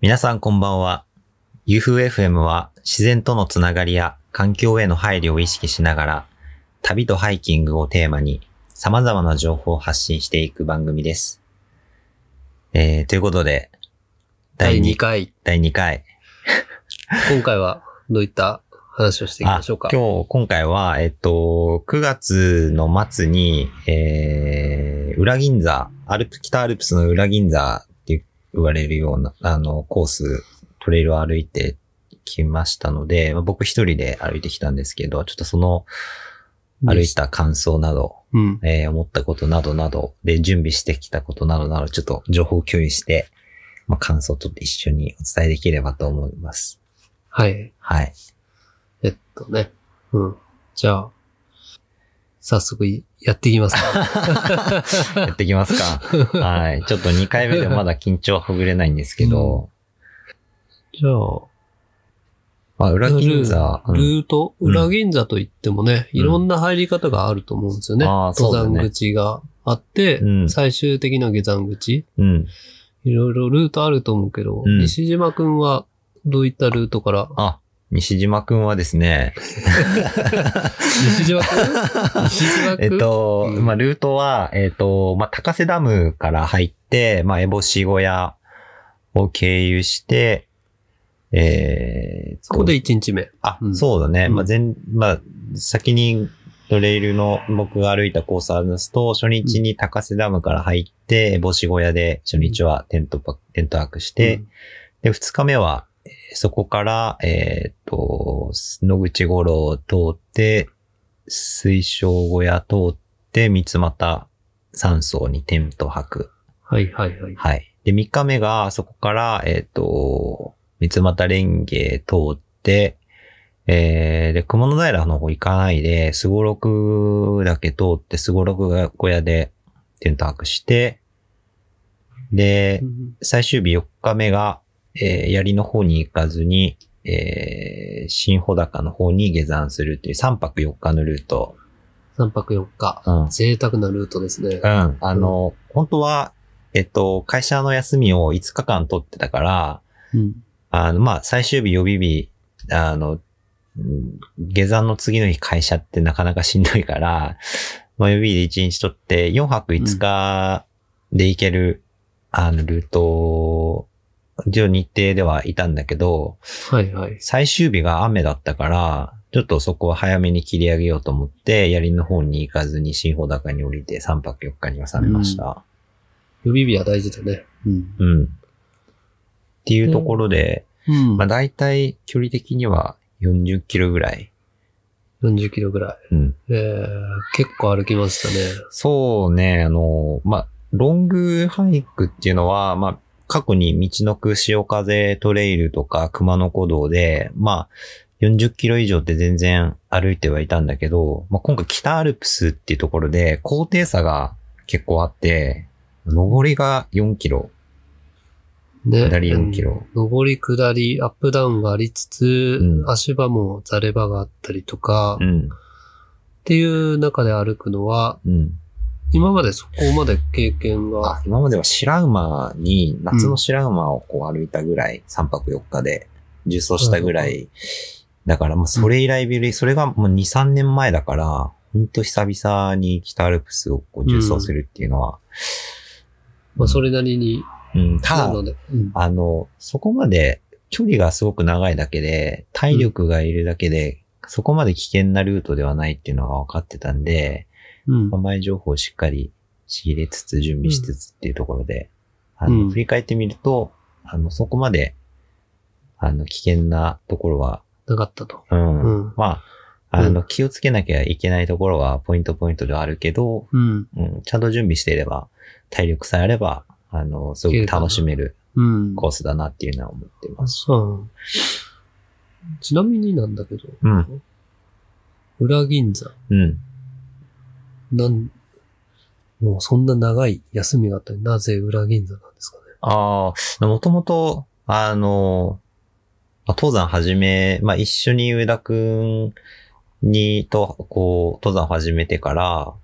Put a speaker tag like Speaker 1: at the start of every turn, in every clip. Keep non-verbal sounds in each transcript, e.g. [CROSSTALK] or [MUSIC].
Speaker 1: 皆さんこんばんは。UFUFM は自然とのつながりや環境への配慮を意識しながら、旅とハイキングをテーマに様々な情報を発信していく番組です。えー、ということで、
Speaker 2: 第
Speaker 1: 第
Speaker 2: 2
Speaker 1: 2,
Speaker 2: 回。
Speaker 1: 第2回。
Speaker 2: 今回はどういった話をしていきましょうか。
Speaker 1: あ今日、今回は、えっと、9月の末に、えー、裏銀座、アルプ、北アルプスの裏銀座って言われるような、あの、コース、トレイルを歩いてきましたので、まあ僕一人で歩いてきたんですけど、ちょっとその歩いた感想など、
Speaker 2: うん。
Speaker 1: えー思ったことなどなど、で、準備してきたことなどなど、ちょっと情報共有して、まあ、感想と一緒にお伝えできればと思います。
Speaker 2: はい。
Speaker 1: はい。
Speaker 2: えっとね。うん。じゃあ、早速いやっていきま
Speaker 1: [LAUGHS]
Speaker 2: すか。
Speaker 1: やっていきます
Speaker 2: [LAUGHS]
Speaker 1: か。はい。ちょっと2回目でまだ緊張はほぐれないんですけど、
Speaker 2: じゃあ、
Speaker 1: まあ、裏銀座、う
Speaker 2: ル
Speaker 1: ん、
Speaker 2: ート、裏銀座といってもね、
Speaker 1: うん
Speaker 2: いろんな入り方があると思うんですよね。
Speaker 1: うんあーそうだね
Speaker 2: 登山口があって、
Speaker 1: うん
Speaker 2: 最終的な下山口。
Speaker 1: うん。
Speaker 2: いろいろルートあると思うけど、
Speaker 1: うん
Speaker 2: 西島くんはどういったルート
Speaker 1: [LAUGHS]
Speaker 2: から
Speaker 1: あ、西島くんはですね、
Speaker 2: 西島くん西島くん
Speaker 1: えっと、
Speaker 2: うん
Speaker 1: まあ、ルートは、えっと、まあ、高瀬ダムから入って、まあ、烏帽子小屋を経由して、えー、
Speaker 2: ここで1日目。
Speaker 1: あ、
Speaker 2: うん
Speaker 1: そうだね。
Speaker 2: うん
Speaker 1: まあ、全、まあ、先にトレイルの僕が歩いたコースを話すと、初日に高瀬ダムから入って、帽子小屋で初日はテントパ、テント泊して、で、二日目は、えーそこから、えーっと、野口五郎を通って、水晶小屋通って、三俣山荘にテント泊。
Speaker 2: はいはいはい。
Speaker 1: はい。で、3日目が、そこから、えっ、と、三俣連芸通って、えー、で、雲の平の方行かないで、すごろくだけ通って、すごろく小屋でテント泊して、で、最終日4日目が、えー、槍の方に行かずに、えー、新穂高の方に下山するっていう3泊4日のルート。
Speaker 2: 3泊4日。
Speaker 1: うん。
Speaker 2: 贅沢なルートですね。
Speaker 1: うん。あの、本当は、えっと、会社の休みを5日間取ってたから、
Speaker 2: うん。
Speaker 1: あの、まあ、最終日、予備日、あの、うん下山の次の日会社ってなかなかしんどいから、 [LAUGHS] まあ、予備日で1日取って、4泊5日で行ける、あの、ルート、一応日程ではいたんだけど、
Speaker 2: はいはい。
Speaker 1: 最終日が雨だったから、ちょっとそこは早めに切り上げようと思って、槍の方に行かずに新穂高に降りて3泊4日に収めました。
Speaker 2: 予備日は大事だね。うん。
Speaker 1: うん。っていうところで、
Speaker 2: うん。
Speaker 1: まあ大体距離的には40キロぐらい。
Speaker 2: 40キロぐらい。
Speaker 1: うん。
Speaker 2: えー、結構歩きましたね。
Speaker 1: そうね、あの、まあ、ロングハイクっていうのは、まあ、過去に道のく潮風トレイルとか熊野古道で、まあ、40キロ以上って全然歩いてはいたんだけど、まあ、今回北アルプスっていうところで高低差が結構あって、上りが4キロ、
Speaker 2: ね。
Speaker 1: 下り4キロ。
Speaker 2: うん。上り下り、アップダウンがありつつ、
Speaker 1: うん
Speaker 2: 足場もザレ場があったりとか、
Speaker 1: う
Speaker 2: っ
Speaker 1: ん、
Speaker 2: ていう中で歩くのは、
Speaker 1: うん。
Speaker 2: 今までそこまで経験が、
Speaker 1: あ、今までは白馬に、夏の白馬をこう歩いたぐらい、3泊4日で、重走したぐらい。だから、もうそれ以来ぶり、それがもう2、3年前だから、ほんと久々に北アルプスをこう重走するっていうのは。
Speaker 2: まあそれなりに、
Speaker 1: うん、た
Speaker 2: な
Speaker 1: だ
Speaker 2: の、で、うん
Speaker 1: あの、そこまで距離がすごく長いだけで、体力がいるだけで、そこまで危険なルートではないっていうのが分かってたんで、
Speaker 2: うん
Speaker 1: まあ前情報をしっかり仕入れつつ、準備しつつっていうところで、あ
Speaker 2: うん
Speaker 1: の、振り返ってみると、あの、そこまで、あの、危険なところは、
Speaker 2: なかったと。
Speaker 1: うん。
Speaker 2: うん
Speaker 1: まあ、あの、気をつけなきゃいけないところは、ポイントポイントではあるけど、
Speaker 2: うん。
Speaker 1: うん、ちゃんと準備していれば、体力さえあれば、あの、すごく楽しめる
Speaker 2: うん。
Speaker 1: コースだなっていうのは思ってます。
Speaker 2: そう。ちなみになんだけど、
Speaker 1: うん。
Speaker 2: 裏銀座、
Speaker 1: うん。
Speaker 2: なん、もうそんな長い休みがあったのになぜ裏銀座なんですかね。
Speaker 1: ああ、もともと、あの、まあ登山始め、まあ、一緒に上田くんにと、こう、登山始めてから、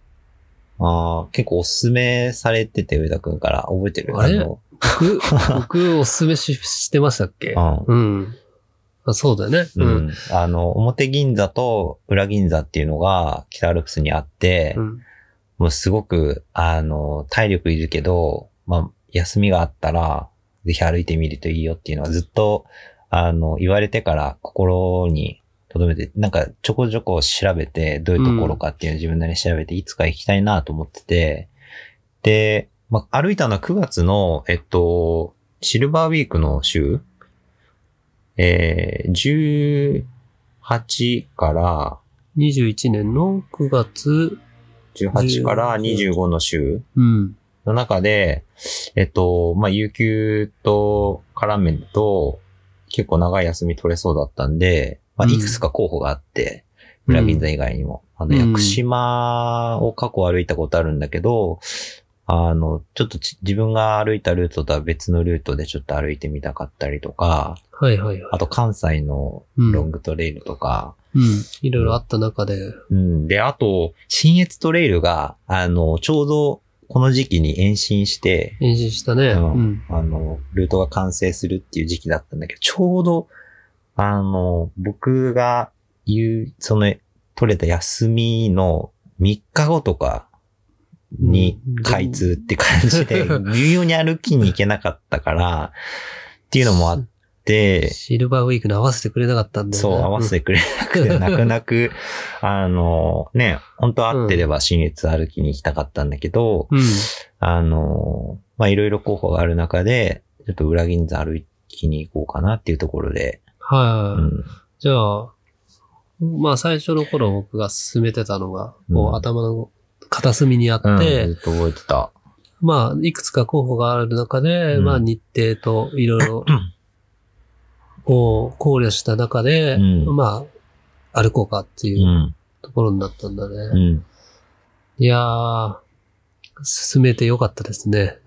Speaker 1: あー結構おすすめされてて、上田くんから覚えてる
Speaker 2: あれ
Speaker 1: の
Speaker 2: 僕、
Speaker 1: [LAUGHS]
Speaker 2: 僕おすすめししてましたっけ
Speaker 1: うん。
Speaker 2: うん。あそうだよね。
Speaker 1: う。ん。あの、表銀座と裏銀座っていうのが北アルプスにあって、
Speaker 2: うん。
Speaker 1: もうすごく、あの、体力いるけど、まあ、休みがあったら、ぜひ歩いてみるといいよっていうのはずっと、あの、言われてから心に留めて、なんかちょこちょこ調べて、どういうところかっていうのを自分なりに調べて、いつか行きたいなと思ってて、で、まあ、歩いたのは9月の、えっと、シルバーウィークの週、えー、18から、
Speaker 2: 21年の9月、
Speaker 1: 18から25の週
Speaker 2: うん。
Speaker 1: の中で、えっと、まあ、有給と絡めると、結構長い休み取れそうだったんで、まあ、
Speaker 2: うん
Speaker 1: いくつか候補があって、裏銀座以外にも。あの、屋久島を過去歩いたことあるんだけど、あの、ちょっとち自分が歩いたルートとは別のルートでちょっと歩いてみたかったりとか、
Speaker 2: はいはいはい。
Speaker 1: あと関西の
Speaker 2: うん。
Speaker 1: ロングトレイルとか、
Speaker 2: うん。いろいろあった中で、
Speaker 1: うん。で、あと、新越トレイルが、あの、ちょうどこの時期に延伸して、
Speaker 2: 演じしたね。
Speaker 1: うん
Speaker 2: うん。
Speaker 1: あの、ルートが完成するっていう時期だったんだけど、ちょうど、あの、僕が言う、その、取れた休みの3日後とかに
Speaker 2: うん
Speaker 1: 開通って感じで
Speaker 2: う、
Speaker 1: [LAUGHS] 微妙に歩きに行けなかったから、っていうのもあって、
Speaker 2: シルバーウィークに合わせてくれなかったんだよ
Speaker 1: そう、
Speaker 2: ね。
Speaker 1: 合わせてくれなくて、泣く泣く、あの、ね、本当合ってれば新越歩きに行きたかったんだけど、
Speaker 2: うん。
Speaker 1: あの、まあ、いろいろ候補がある中で、ちょっと裏銀座歩きに行こうかなっていうところで、う
Speaker 2: はい。
Speaker 1: ん。
Speaker 2: じゃあ、まあ最初の頃僕が進めてたのが、こ
Speaker 1: うん
Speaker 2: う頭の片隅にあって、
Speaker 1: うん、ずっと覚えてた。
Speaker 2: まあいくつか候補がある中で、
Speaker 1: うん
Speaker 2: まあ日程といろ
Speaker 1: [CLEARS THROAT]
Speaker 2: いろ、こう考慮した中で、
Speaker 1: うん
Speaker 2: まあ歩こうかって
Speaker 1: う。
Speaker 2: いうんところになったんだね。
Speaker 1: うん。
Speaker 2: いやー、進めてよかったですね。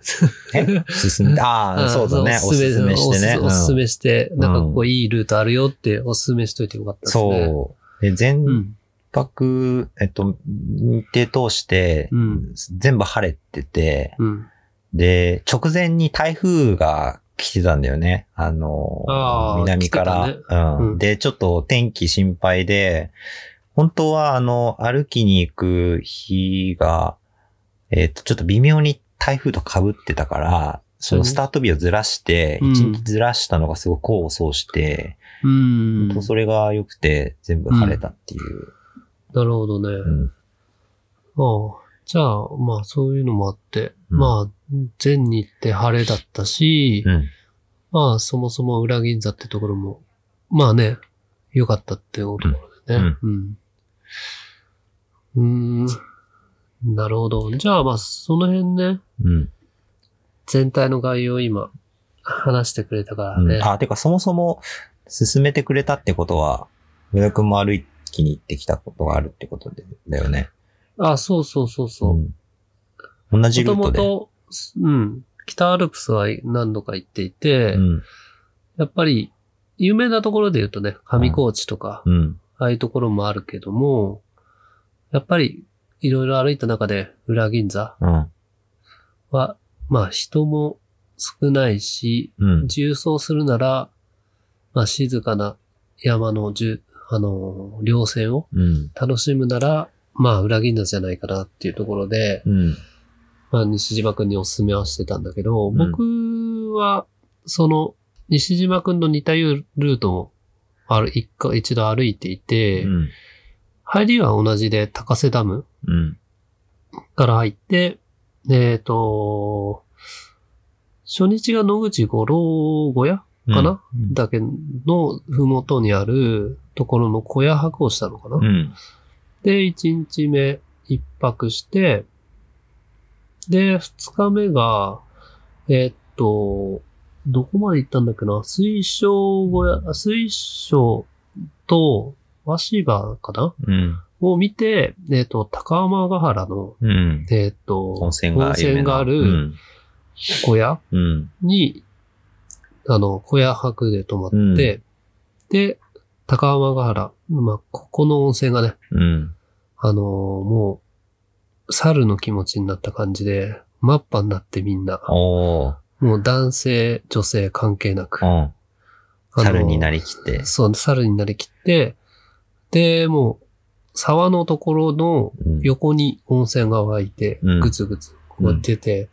Speaker 1: え進
Speaker 2: [LAUGHS]
Speaker 1: んで、ああ、そうだね。
Speaker 2: ん
Speaker 1: おすすめしてね。
Speaker 2: おすおすす
Speaker 1: うん
Speaker 2: めして、なんかこういいルートあるよっておすすめしといてよかったですね。
Speaker 1: そう。で、全
Speaker 2: うん。
Speaker 1: 泊、えっと、日程通して、
Speaker 2: うん
Speaker 1: 全部晴れてて、
Speaker 2: うん。
Speaker 1: で、直前に台風が来てたんだよね。あの、
Speaker 2: あー
Speaker 1: 南から、
Speaker 2: 来て
Speaker 1: うん
Speaker 2: うん
Speaker 1: で、ちょっと天気心配で、本当はあの、歩きに行く日が、えっ、と、ちょっと微妙に台風と被ってたから、そのスタート日をずらして、
Speaker 2: うん
Speaker 1: 一日ずらしたのがすごい功を奏して、
Speaker 2: うん。
Speaker 1: 本当それが良くて全部晴れたっていう。
Speaker 2: なるほどね。
Speaker 1: うん
Speaker 2: ああじゃあ、まあそういうのもあって、
Speaker 1: うん
Speaker 2: まあ、全日程晴れだったし、
Speaker 1: うん
Speaker 2: まあそもそも裏銀座ってところも、まあね、良かったっていうところでね。うん。うん。んなるほど。じゃあまあその辺ね、
Speaker 1: うん
Speaker 2: 全体の概要を今、話してくれたから
Speaker 1: うん
Speaker 2: ね。
Speaker 1: あ、てかそもそも進めてくれたってことは、上田くんも歩きに行ってきたことがあるってことでだよね。
Speaker 2: あ、そうそうそうそう。
Speaker 1: ん同じ
Speaker 2: も
Speaker 1: ルート
Speaker 2: とも
Speaker 1: で。
Speaker 2: と、うん、北アルプスは何度か行っていて、
Speaker 1: うん。
Speaker 2: やっぱり、有名なところで言うとね、上高地とか、
Speaker 1: うん。
Speaker 2: ああいうところもあるけども、やっぱり、いろいろ歩いた中で、裏銀座
Speaker 1: うん。
Speaker 2: は、まあ人も少ないし、
Speaker 1: うん。
Speaker 2: 重装するなら、まあ静かな山のじゅ、あの、稜線を
Speaker 1: うん。
Speaker 2: 楽しむなら、まあ裏銀座じゃないかなっていうところで、
Speaker 1: うん。
Speaker 2: まあ、西島くんにお勧めはしてたんだけど、
Speaker 1: うん
Speaker 2: 僕は、その、西島くんの似たルートも、ある、一回、一度歩いていて、
Speaker 1: うん。
Speaker 2: 入りは同じで、高瀬ダム
Speaker 1: うん。
Speaker 2: から入って、えっ、と、初日が野口五郎小屋かな
Speaker 1: うん
Speaker 2: だけのふもとにあるところの小屋泊をしたのかな、
Speaker 1: うん。
Speaker 2: で、1日目、一泊して、で、二日目が、えーっと、どこまで行ったんだっけな水晶小屋、水晶と鷲羽かな
Speaker 1: うん。
Speaker 2: を見て、えーっと、高天ヶ原の、
Speaker 1: うん。
Speaker 2: えーっと、
Speaker 1: 温泉が
Speaker 2: 温泉があ
Speaker 1: 有名な
Speaker 2: る小屋
Speaker 1: うん。
Speaker 2: に、あの、小屋泊で泊まって、
Speaker 1: うん
Speaker 2: で、高天ヶ原、まあ、ここの温泉がね、
Speaker 1: うん。うん。
Speaker 2: あのーもう、猿の気持ちになった感じで、マッパになってみんな、
Speaker 1: おー。
Speaker 2: もう男性、女性関係なく。
Speaker 1: うん。
Speaker 2: あの
Speaker 1: 猿になりきって。
Speaker 2: そう、猿になりきって、で、もう、沢のところの
Speaker 1: うん
Speaker 2: 横に温泉が湧いて、
Speaker 1: うん
Speaker 2: ぐつぐつこう出て、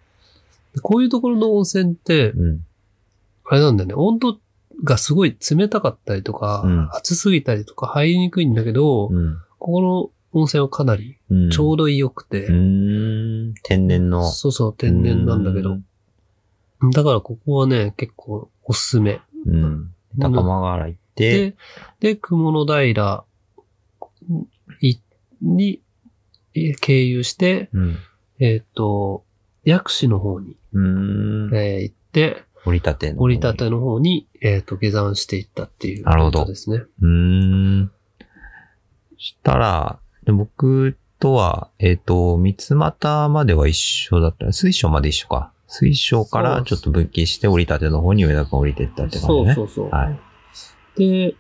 Speaker 2: でこういうところの温泉って、
Speaker 1: うん。
Speaker 2: あれなんだよね、温度がすごい冷たかったりとか、
Speaker 1: うん
Speaker 2: 暑すぎたりとか入りにくいんだけど、
Speaker 1: うん。
Speaker 2: ここの温泉はかなり
Speaker 1: うん。
Speaker 2: ちょう
Speaker 1: う
Speaker 2: ど良くて、
Speaker 1: どん。天然の。
Speaker 2: そうそう、天然なんだけど、だからここはね、結構おすすめ。
Speaker 1: うん。うん。高間原行って、
Speaker 2: で、で、雲の平いにい経由して、
Speaker 1: うん。
Speaker 2: えっ、と、薬師の方に、
Speaker 1: うん。
Speaker 2: えー行って、
Speaker 1: 折りたての。
Speaker 2: 折りた。ての方に、えっ、と、下山していったっていう
Speaker 1: なるほど
Speaker 2: ことですね。
Speaker 1: うん。したら、で僕とは、えっ、と、三股までは一緒だった。水晶まで一緒か。水晶からちょっと分岐して折りたての方に上田君降りてったって感じね。
Speaker 2: そうそうそう。
Speaker 1: はい。
Speaker 2: で、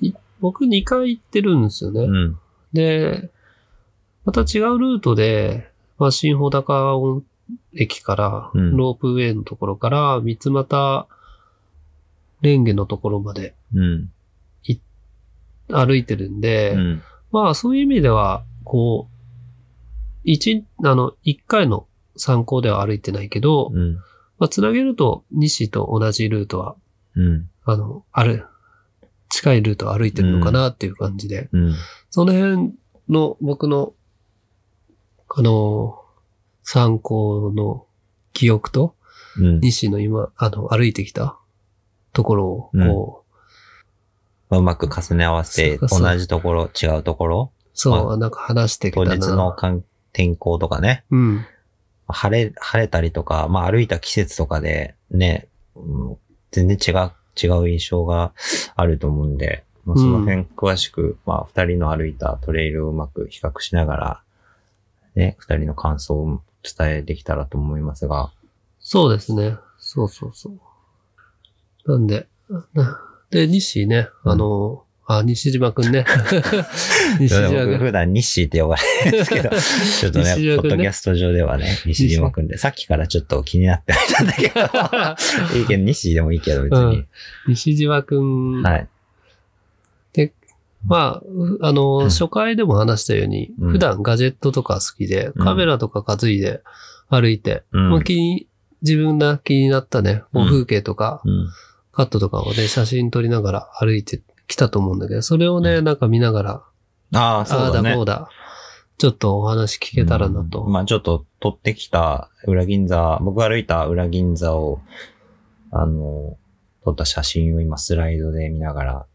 Speaker 2: い僕2回行ってるんですよね。
Speaker 1: うん。
Speaker 2: で、また違うルートで、まあ、新穂高温駅から、
Speaker 1: うん
Speaker 2: ロープウェイのところから、三俣レンゲのところまで
Speaker 1: うん。
Speaker 2: 歩いてるんで、
Speaker 1: うん。
Speaker 2: まあ、そういう意味では、こう、一、あの、一回の参考では歩いてないけど、
Speaker 1: うん。
Speaker 2: まあ、つなげると、西と同じルートは、
Speaker 1: うん。
Speaker 2: あの、ある、近いルートを歩いてるのかなっていう感じで、
Speaker 1: うん。
Speaker 2: その辺の僕の、あの、参考の記憶と、
Speaker 1: うん。
Speaker 2: 西の今、あの、歩いてきたところを、
Speaker 1: うん
Speaker 2: こう、
Speaker 1: まあうまく重ね合わせて、
Speaker 2: そうそう
Speaker 1: 同じところ、違うところ、
Speaker 2: そう、
Speaker 1: ま
Speaker 2: なんか話してき
Speaker 1: 当
Speaker 2: た
Speaker 1: 日の
Speaker 2: な。
Speaker 1: かん天候とかね、
Speaker 2: うん。
Speaker 1: 晴れ、晴れたりとか、まあ歩いた季節とかで、ね、うん全然違う、違う印象があると思うんで、まあ、その辺詳しく、まあ二人の歩いたトレイルをうまく比較しながら、ね、二人の感想を伝えできたらと思いますが、
Speaker 2: そうですね。そうそうそう。なんで、なで、西ね、あの、あ、西島く
Speaker 1: [LAUGHS]
Speaker 2: んね。 [LAUGHS] 西島
Speaker 1: いや僕
Speaker 2: くん。
Speaker 1: 普段日誌って呼ばれるんです
Speaker 2: [LAUGHS]
Speaker 1: けど、ちょっとね、
Speaker 2: 西島君ね
Speaker 1: ポッドキャスト上ではね、西島くんで、さっきからちょっと気になってはいたんだけど、いいけど、西でもいいけど別に。
Speaker 2: [LAUGHS] 西島くん。
Speaker 1: はい。
Speaker 2: まあう、あの、
Speaker 1: うん
Speaker 2: 初回でも話したように、
Speaker 1: うん
Speaker 2: 普段ガジェットとか好きで、
Speaker 1: うん
Speaker 2: カメラとか担いで歩いて、
Speaker 1: うん。
Speaker 2: ま
Speaker 1: う
Speaker 2: あ気に、自分が気になったね、こう風景とか、
Speaker 1: ん。
Speaker 2: カットとかをね、写真撮りながら歩いてきたと思うんだけど、それをね、なんか見ながら、
Speaker 1: ああ、
Speaker 2: あ
Speaker 1: そ
Speaker 2: あ
Speaker 1: うだ
Speaker 2: だ
Speaker 1: ね
Speaker 2: こ。うだ、ちょっとお話聞けたらなと。
Speaker 1: うんまあちょっと取ってきた裏銀座、僕が歩いた裏銀座を、あの、撮った写真を今スライドで見ながら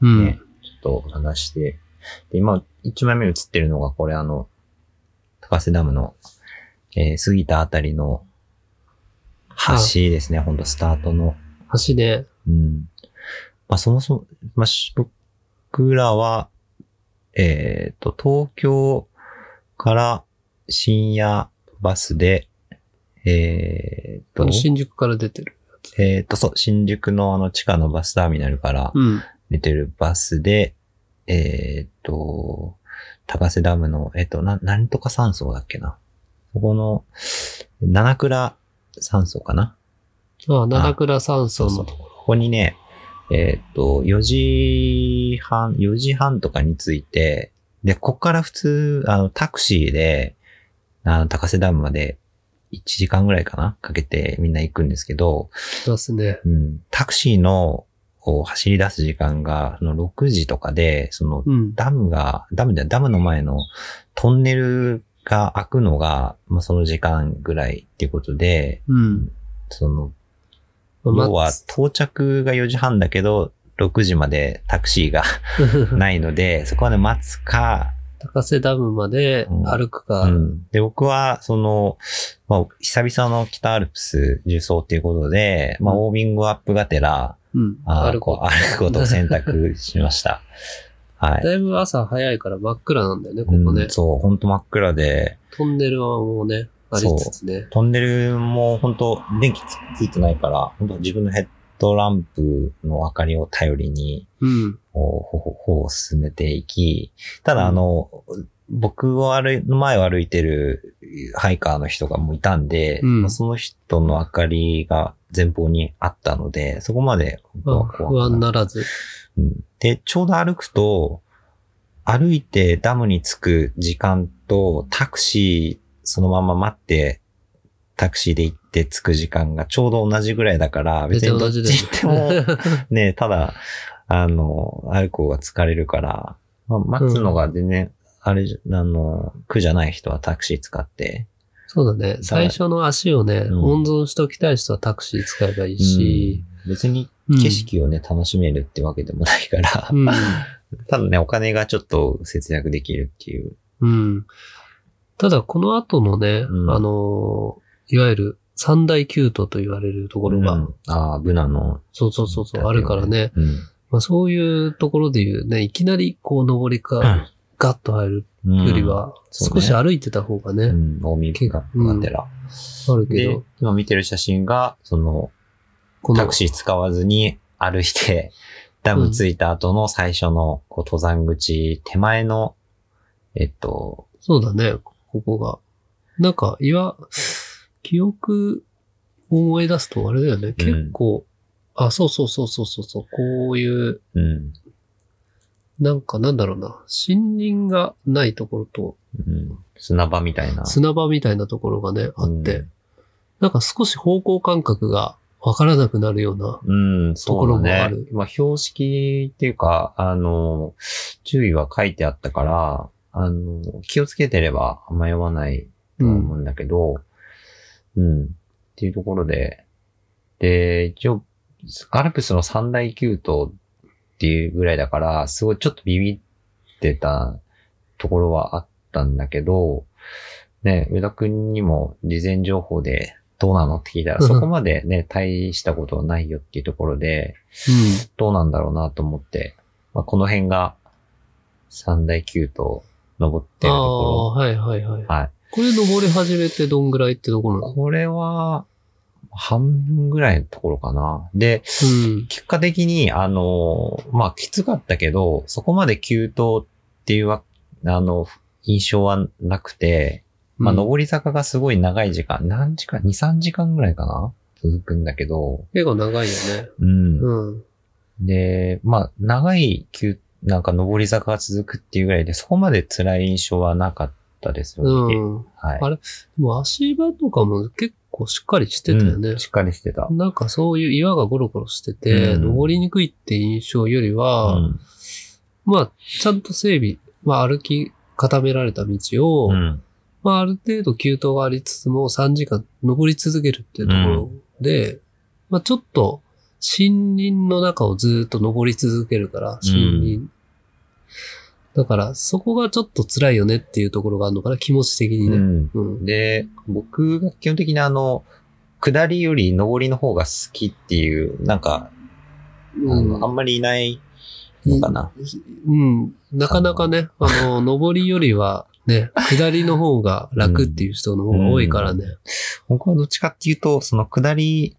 Speaker 2: うん。
Speaker 1: ねちょっと話して、で、今、一枚目映ってるのが、これあの、高瀬ダムの、えー、過ぎたあたりの橋ですね、ほんとスタートの。
Speaker 2: 橋ね。
Speaker 1: うん。まあ、そもそも、まあ、し僕らは、えっ、と、東京から深夜バスで、えっ、
Speaker 2: あ
Speaker 1: と
Speaker 2: の、、新宿から出てる。
Speaker 1: えっ、と、そう、新宿のあの地下のバスターミナルから、
Speaker 2: うん。
Speaker 1: 出てるバスで、えーっと、高瀬ダムの、えっと、な、なんとか山荘だっけな。そこの、七倉山荘かな。
Speaker 2: ああ、七倉山荘
Speaker 1: そ
Speaker 2: の
Speaker 1: うそうここにね、えーっと、4時半、4時半とかに着いて、で、ここから普通、あの、タクシーで、あの、高瀬ダムまで1時間ぐらいかなかけてみんな行くんですけど、
Speaker 2: 出すね。
Speaker 1: うん、タクシーの、こう走り出す時間が、その6時とかで、その、
Speaker 2: うん。
Speaker 1: ダムが、ダムじゃないダムの前のトンネルが開くのが、まあ、その時間ぐらいっていうことで、
Speaker 2: うん。
Speaker 1: その、
Speaker 2: まあ
Speaker 1: 要は到着が4時半だけど、6時までタク
Speaker 2: [LAUGHS]
Speaker 1: シーがないので、そこまで待つか、
Speaker 2: 高瀬ダムまで歩くか。
Speaker 1: うん。で、僕は、その、まあ、久々の北アルプス重走っていうことで、まあ、
Speaker 2: うん
Speaker 1: ウォーミングアップがてら、
Speaker 2: うん。
Speaker 1: あー
Speaker 2: 歩く
Speaker 1: こう歩くことを選択しま
Speaker 2: [LAUGHS]
Speaker 1: した。はい。
Speaker 2: だいぶ朝早いから真っ暗なんだよね、ここね。
Speaker 1: うんそう、ほんと真っ暗で、
Speaker 2: トンネルはもうね、ありつつね。
Speaker 1: トンネルも本当電気つついてないから、本当自分のヘッドランプの明かりを頼りに、
Speaker 2: うん。
Speaker 1: こう、ほほほを進めていき、ただあの、僕を歩い、前を歩いてるハイカーの人がもういたんで、
Speaker 2: うん
Speaker 1: まあその人の明かりが前方にあったので、そこまで
Speaker 2: まあ
Speaker 1: 僕は
Speaker 2: 不
Speaker 1: 怖く
Speaker 2: 安
Speaker 1: な
Speaker 2: ならず。
Speaker 1: うんで、ちょうど歩くと、歩いてダムに着く時間と、タクシーそのまま待って、タクシーで行って着く時間がちょうど同じぐらいだから、別にどっち行っても、ね、ただ、あの、歩く方が疲れるから、まあ、待つのが全然、あれじゃ、あの、苦じゃない人はタクシー使って、
Speaker 2: [LAUGHS] そうだ
Speaker 1: [LAUGHS]
Speaker 2: ね。最初の足をね、
Speaker 1: うん
Speaker 2: 温存しておきたい人はタクシー使えばいいし。
Speaker 1: うん別に
Speaker 2: うん
Speaker 1: 景色をね、楽しめるってわけでもないから、 [LAUGHS]
Speaker 2: うん。
Speaker 1: ただね、お金がちょっと節約できるっていう。
Speaker 2: うん。ただ、この後のね、
Speaker 1: うん
Speaker 2: あのー、いわゆる三大キュートと言われるところが、
Speaker 1: うんああ、ブナの。
Speaker 2: そうそうそうそう、あるからね。
Speaker 1: うん。
Speaker 2: まあ、そういうところで言うね、いきなりこう登りか、
Speaker 1: うん
Speaker 2: ガッと入る
Speaker 1: うん。
Speaker 2: よりは、
Speaker 1: そう
Speaker 2: 少
Speaker 1: ね
Speaker 2: し歩いてた方がね、
Speaker 1: うん、大見がてら。
Speaker 2: あるけ
Speaker 1: で
Speaker 2: ど、、
Speaker 1: 今見てる写真が、その、
Speaker 2: この
Speaker 1: タクシー使わずに歩いて、 [LAUGHS] ダム着いた後の最初の、こう、登山口手前の、えっと、
Speaker 2: そうだね、ここが。なんか、いわ、記憶を思い出すとあれだよね、結構、あ、そうそうそうそうそうそう、こういう、
Speaker 1: うん、
Speaker 2: なんかなんだろうな、森林がないところと、
Speaker 1: うん、砂場みたいな。
Speaker 2: 砂場みたいなところがね、あって、
Speaker 1: うん
Speaker 2: なんか少し方向感覚がわからなくなるような、
Speaker 1: うん、
Speaker 2: とこ
Speaker 1: そう
Speaker 2: ろ
Speaker 1: だ
Speaker 2: も
Speaker 1: ね
Speaker 2: ある。
Speaker 1: まあ、標識っていうか、あの、注意は書いてあったから、あの、気をつけてればあんま読まないと思うんだけど、うん、っていうところで、で、一応、アルプスの三大急登っていうぐらいだから、すごいちょっとビビってたところはあったんだけど、ね、上田くんにも事前情報でどうなのって聞いたら、
Speaker 2: うん
Speaker 1: そこまでね、大したことはないよっていうところで、どうなんだろうなと思って、まあ、この辺が三大急登登って
Speaker 2: あ
Speaker 1: ると
Speaker 2: あ、
Speaker 1: こ
Speaker 2: はいはいはい。
Speaker 1: ろ。はい。
Speaker 2: これ登り始めてどんぐらいってところなの
Speaker 1: これは、半分ぐらいのところかな。で、
Speaker 2: うん。
Speaker 1: 結果的に、あの、まあ、きつかったけど、そこまで急登っていうわ、あの、印象はなくて、まあ、
Speaker 2: うん
Speaker 1: 上り坂がすごい長い時間、何時間 ?2、3時間ぐらいかな続くんだけど、
Speaker 2: 結構長いよね。
Speaker 1: うん。
Speaker 2: うん。
Speaker 1: で、まあ、長い急、なんか上り坂が続くっていうぐらいで、そこまで辛い印象はなかったですよね。
Speaker 2: うん。
Speaker 1: はい。
Speaker 2: あでも足場とかも結構しっかりしてたよ
Speaker 1: う
Speaker 2: ね
Speaker 1: ん。しっかりしてた。
Speaker 2: なんかそういう岩がゴロゴロしてて、
Speaker 1: うん
Speaker 2: 登りにくいって印象よりは、
Speaker 1: うん
Speaker 2: まあ、ちゃんと整備、まあ歩き固められた道を、
Speaker 1: うん。
Speaker 2: まあある程度急登がありつつも3時間登り続けるっていうところで、まあちょっと森林の中をずっと登り続けるから、森林。
Speaker 1: う
Speaker 2: だからそこがちょっと辛いよねっていうところがあるのかな、気持ち的に
Speaker 1: う
Speaker 2: ね。
Speaker 1: ん。
Speaker 2: うん。
Speaker 1: で、僕が基本的にあの、下りより上りの方が好きっていう、なんか、あ
Speaker 2: うん
Speaker 1: のあんまりいないのかな。
Speaker 2: うん。なかなかね、あの、上りよりは
Speaker 1: [LAUGHS]
Speaker 2: ね、下りの方が楽っていう人の方が多いからね。
Speaker 1: 僕はどっちかっていうと、その下り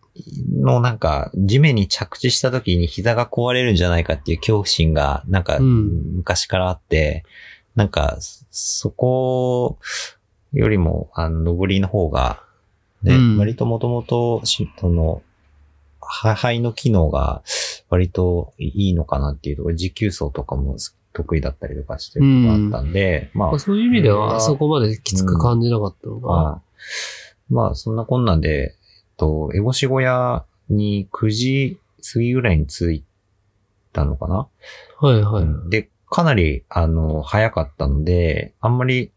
Speaker 1: のなんか、地面に着地した時に膝が壊れるんじゃないかっていう恐怖心が、なんか、
Speaker 2: うん
Speaker 1: 昔からあって、なんか、そこよりも、あの、上りの方が、ね、
Speaker 2: うん
Speaker 1: 割ともともと、しその、は肺の機能が割といいのかなっていうところ、持久走とかも得意だったりとかしてるのがあったんで、まあ
Speaker 2: まあ、そういう意味では、そこまできつく感じなかったのかな。
Speaker 1: はい。まあ、そんなこんなんで、えっと、エボシ小屋に9時過ぎぐらいに着いたのかな、
Speaker 2: はいはい。
Speaker 1: うんで、かなり、あの、早かったので、あんまり、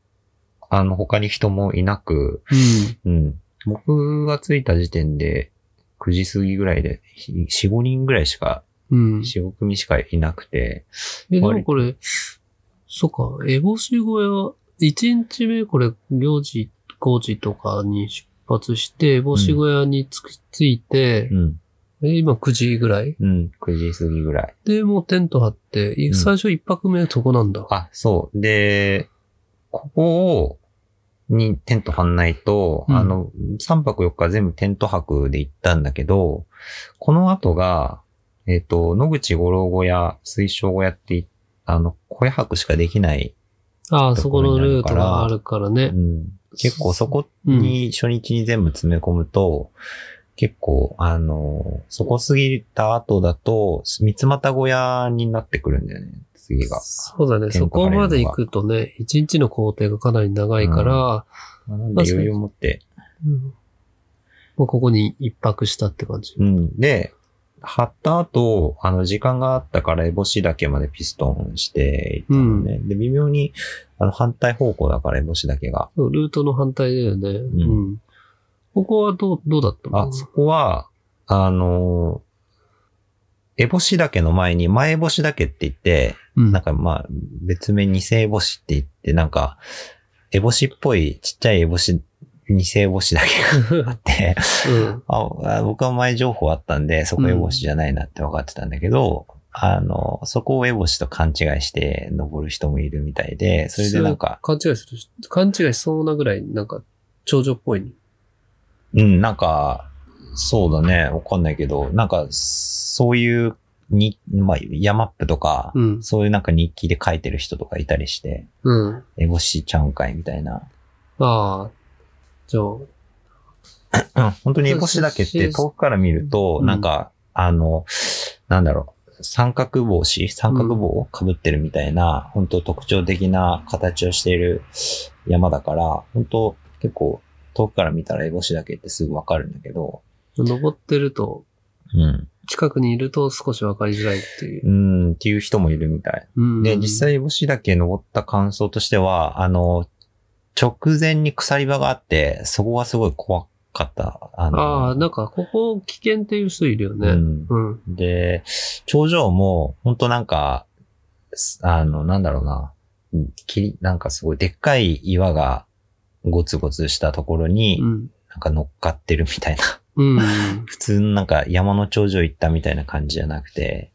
Speaker 1: あの、他に人もいなく、うん。僕が着いた時点で、9時過ぎぐらいで、4、5人ぐらいしか、
Speaker 2: うん。うん。
Speaker 1: 4、5組しかいなくて、
Speaker 2: え、でもこれ、そっか、エボシ小屋、1日目これ、4時、5時とかに出発して、エボシ小屋に着き着いて
Speaker 1: う、ん。
Speaker 2: え今9時ぐらい
Speaker 1: うん。9時過ぎぐらい。
Speaker 2: で、もうテント張って、い
Speaker 1: うん
Speaker 2: 最初1泊目そこなんだ。
Speaker 1: あ、そう。で、ここを、にテント張んないと、
Speaker 2: うん
Speaker 1: あの、3泊4日全部テント泊で行ったんだけど、この後が、えっ、と、野口五郎小屋、水晶小屋ってい、あの、小屋泊しかできない
Speaker 2: ああ、そこのルー
Speaker 1: ところになるか
Speaker 2: ト
Speaker 1: ら
Speaker 2: があるからね
Speaker 1: う。ん、結構そこに初日に全部詰め込むと、結構、あの、そこ過ぎた後だと、三股小屋になってくるんだよね、次が。
Speaker 2: そうだね。
Speaker 1: テン
Speaker 2: そ
Speaker 1: ト
Speaker 2: こ
Speaker 1: 張れるの
Speaker 2: ま
Speaker 1: が
Speaker 2: で行くとね、一日の工程がかなり長いから、
Speaker 1: まあなんで余裕を持って。
Speaker 2: うんもうここに一泊したって感じ。
Speaker 1: うん。で、貼った後、あの、時間があったから、烏帽子だけまでピストンしていったのね。で、微妙に、あの、反対方向だから、烏帽子だけが。
Speaker 2: ルートの反対だよね。うんん。ここはどう、どうだったの
Speaker 1: あ、そこは、あの、烏帽子だけの前に、前烏帽子だけって言って、
Speaker 2: うん
Speaker 1: なんかまあ、別名二世帽子って言って、なんか、烏帽子っぽいちっちゃい烏帽子、二世帽子だけがあって、
Speaker 2: うん。
Speaker 1: ああ僕は前情報あったんで、そこ烏帽子じゃないなって分かってたんだけど、あの、そこを烏帽子と勘違いして登る人もいるみたいで、それでなんか、
Speaker 2: 勘違いするし、勘違いしそうなぐらい、なんか、頂上っぽい、ね。
Speaker 1: うん、なんか、そうだね、わかんないけど、なんか、そういう、に、まあ、ヤマップとか、
Speaker 2: うん。
Speaker 1: そういうなんか日記で書いてる人とかいたりして、
Speaker 2: うん。
Speaker 1: 烏帽子ちゃうんかいみたいな。
Speaker 2: ああ。じゃあ、
Speaker 1: うん、本当に烏帽子だけって遠くから見ると、
Speaker 2: うん
Speaker 1: なんか、あの、なんだろう、三角帽子三角帽を被ってるみたいな、本当特徴的な形をしている山だから、本当結構遠くから見たら烏帽子だけってすぐわかるんだけど、
Speaker 2: 登ってると、
Speaker 1: うん。
Speaker 2: 近くにいると少し分かりづらいっていう
Speaker 1: う。ん、っていう人もいるみたい。
Speaker 2: うん
Speaker 1: で、実際烏帽子だけ登った感想としては、あの、直前に鎖場があって、そこがすごい怖かった。あの
Speaker 2: ああ、なんか、ここ危険っていう人いるよ
Speaker 1: う
Speaker 2: ね。
Speaker 1: ん
Speaker 2: うん。
Speaker 1: で、頂上も、ほんとなんか、すあの、なんだろうな、きり、なんかすごいでっかい岩がゴツゴツしたところに
Speaker 2: う、ん。
Speaker 1: なんか乗っかってるみたいな。 [LAUGHS]
Speaker 2: うん。
Speaker 1: 普通のなんか山の頂上行ったみたいな感じじゃなくて、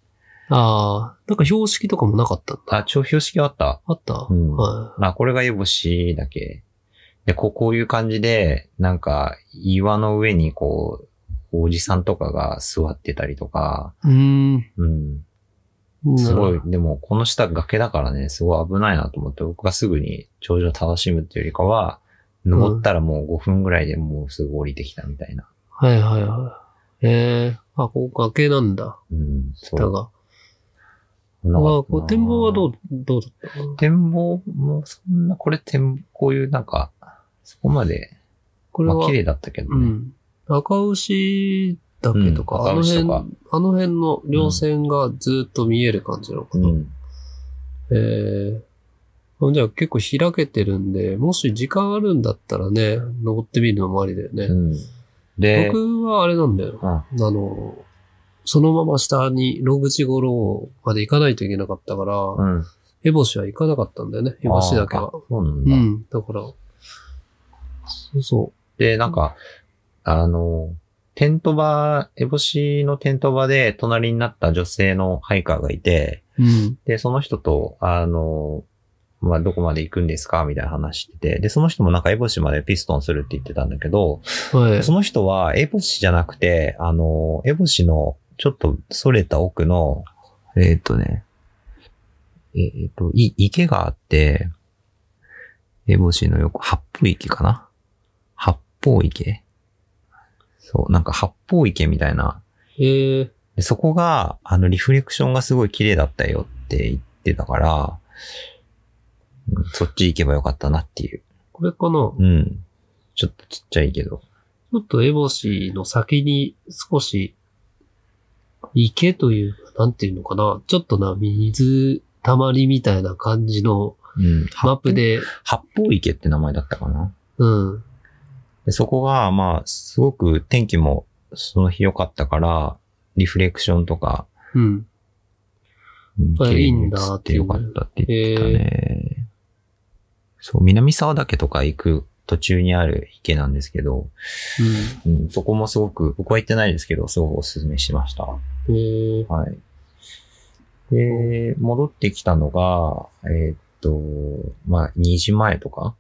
Speaker 2: ああ、なんか標識とかもなかったんだ。
Speaker 1: あ、超標識あった。
Speaker 2: あった、
Speaker 1: うん
Speaker 2: は
Speaker 1: まあ、これが烏帽子だけ。で、こう、こういう感じで、なんか、岩の上にこう、おじさんとかが座ってたりとか、
Speaker 2: い。うん。
Speaker 1: うん。すご、
Speaker 2: ない
Speaker 1: でもこの下崖だからね、すごい危ないなと思って、僕がすぐに頂上楽しむっていうよりかは、登ったらもう5分ぐらいでもうすぐ降りてきたみたいな。
Speaker 2: はいはいはい。ええあ、ここ崖なんだ。
Speaker 1: うん、そ
Speaker 2: だ
Speaker 1: う。
Speaker 2: が。
Speaker 1: 危な
Speaker 2: あ
Speaker 1: かっ
Speaker 2: こ
Speaker 1: たな
Speaker 2: う展望はどう、どうだったの
Speaker 1: 展望もそんな、これ展、こういうなんか、そこまで、
Speaker 2: これ
Speaker 1: ま
Speaker 2: は、
Speaker 1: あ綺麗だったけど
Speaker 2: う
Speaker 1: ね。
Speaker 2: ん。赤牛岳とか、
Speaker 1: うん
Speaker 2: あ
Speaker 1: 赤
Speaker 2: の
Speaker 1: 牛
Speaker 2: 辺、
Speaker 1: とか
Speaker 2: あの辺の稜線がずっと見える感じなのか
Speaker 1: う
Speaker 2: な。
Speaker 1: ん。
Speaker 2: ええあじゃあ結構開けてるんで、もし時間あるんだったらね、登ってみるのもありだよね。
Speaker 1: うんで、
Speaker 2: 僕はあれなんだよ。
Speaker 1: うん
Speaker 2: あの、そのまま下に野口五郎まで行かないといけなかったから、
Speaker 1: うん。
Speaker 2: 烏帽子は行かなかったんだよね、烏帽子だけ
Speaker 1: あ
Speaker 2: は。
Speaker 1: そうなん
Speaker 2: う
Speaker 1: だ。
Speaker 2: ん、だから、そうそ
Speaker 1: で、なんか、あの、テント場、烏帽子のテント場で隣になった女性のハイカーがいて、
Speaker 2: う。うん。
Speaker 1: で、その人と、あの、まあ、どこまで行くんですかみたいな話してて、で、その人もなんかエボシまでピストンするって言ってたんだけど、
Speaker 2: はい。
Speaker 1: その人はエボシじゃなくて、あの、エボシのちょっと逸れた奥の、えーっ、とね、えーっ、と、い、池があって、エボシの横、八方池かな八方池そう、なんか八方池みたいな
Speaker 2: ええ
Speaker 1: でそこが、あの、リフレクションがすごい綺麗だったよって言ってたから、うんそっち行けばよかったなっていう。
Speaker 2: これかな
Speaker 1: うん。ちょっとちっちゃいけど。
Speaker 2: ちょっとエボシの先に少し、池というか、なんていうのかな、ちょっとな、水たまりみたいな感じの
Speaker 1: うん。
Speaker 2: マップで、
Speaker 1: 八方。八方池って名前だったかな。
Speaker 2: うん。
Speaker 1: でそこが、まあ、すごく天気もその日良かったから、リフレクションとか、
Speaker 2: うん。
Speaker 1: うん
Speaker 2: あ
Speaker 1: 綺麗に映ってよかったって言ってた
Speaker 2: いいん
Speaker 1: ね。そう、南沢岳とか行く途中にある池なんですけど、うん、そこもすごく、僕は行ってないですけど、すごくおすすめしました。
Speaker 2: うん。えー、
Speaker 1: はい。で、戻ってきたのが、えーっと、まあ、2時前とか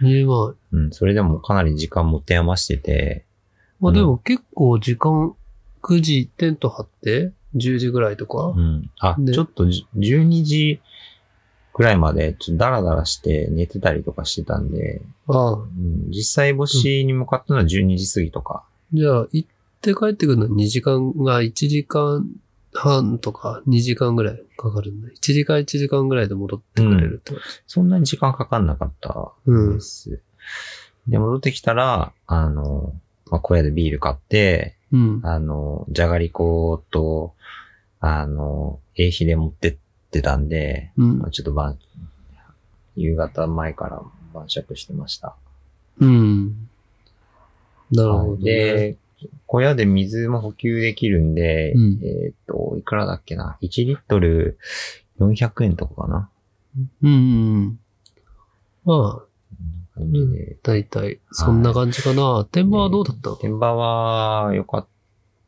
Speaker 2: えー、まあ、
Speaker 1: うん、それでもかなり時間持て余してて、
Speaker 2: ま
Speaker 1: う
Speaker 2: あ
Speaker 1: ん
Speaker 2: でも結構時間、9時テント張って、10時ぐらいとか
Speaker 1: う、ん。あ、
Speaker 2: で
Speaker 1: ちょっとじ12時くらいまで、ちょっとダラダラして寝てたりとかしてたんで、
Speaker 2: ああ
Speaker 1: う。ん、実際星に向かったのは12時過ぎとか。
Speaker 2: じゃあ、行って帰ってくるのに2時間が1時間半とか2時間ぐらいかかるんだ。1時間1時間ぐらいで戻ってくれるってこと。
Speaker 1: そんなに時間かかんなかった
Speaker 2: うん
Speaker 1: で。す。で、戻ってきたら、あの、まあ、小屋でビール買って、
Speaker 2: うん。
Speaker 1: あの、じゃがりこと、あの、えひで持ってってたんで、
Speaker 2: うん
Speaker 1: まあ。ちょっと晩、夕方前から晩酌してました。
Speaker 2: うん。なるほど、ね。
Speaker 1: で、小屋で水も補給できるんで、
Speaker 2: うん
Speaker 1: えーっと、いくらだっけな。1リットル400円とかかな。
Speaker 2: うんうんうん。まあ、
Speaker 1: 感じで。
Speaker 2: だいたい、そんな感じかな。天板はどうだったの
Speaker 1: 現場は良かっ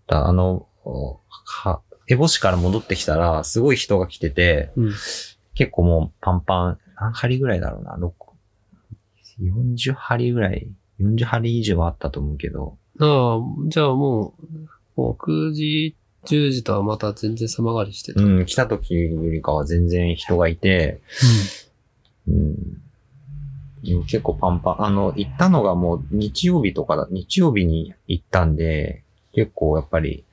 Speaker 1: た。あの、は、エボ市から戻ってきたら、すごい人が来てて、
Speaker 2: うん
Speaker 1: 結構もうパンパン、何針ぐらいだろうな、6、40針ぐらい、40針以上はあったと思うけど、
Speaker 2: ああ、じゃあもう、6時、10時とはまた全然様変わりしてた。
Speaker 1: うん、来た時よりかは全然人がいて、うん。でも結構パンパン。あの、行ったのがもう日曜日とかだ、日曜日に行ったんで、結構やっぱり、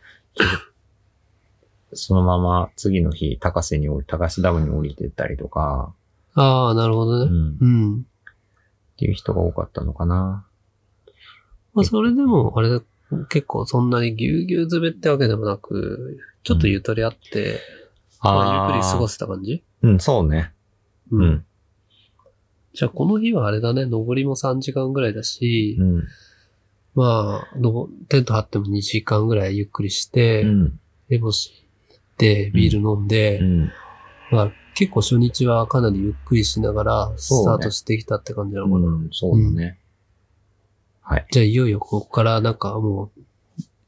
Speaker 1: そのまま次の日、高瀬に降り、高瀬ダムに降りてったりとか、
Speaker 2: ああ、なるほ
Speaker 1: う
Speaker 2: どね。
Speaker 1: ん、っ
Speaker 2: うん。
Speaker 1: ていう人が多かったのかな。
Speaker 2: まあ、それでも、あれだ、結構そんなにぎゅうぎゅう詰めってわけでもなく、ちょっとゆとりあって、まあ、ゆっくり過ご
Speaker 1: す。
Speaker 2: せた感じ
Speaker 1: うん、そうね。う。ん。
Speaker 2: じゃあ、この日はあれだね、登りも3時間ぐらいだし、
Speaker 1: うん。
Speaker 2: まあ、のテント張っても2時間ぐらいゆっくりして、
Speaker 1: うん。
Speaker 2: エボシ行って、ビール飲んで、
Speaker 1: うん。
Speaker 2: まあ、結構初日はかなりゆっくりしながら、スタートしてきたって感じなのかな。
Speaker 1: うん、そうだね。はい。
Speaker 2: じゃあ、いよいよここからなんかもう、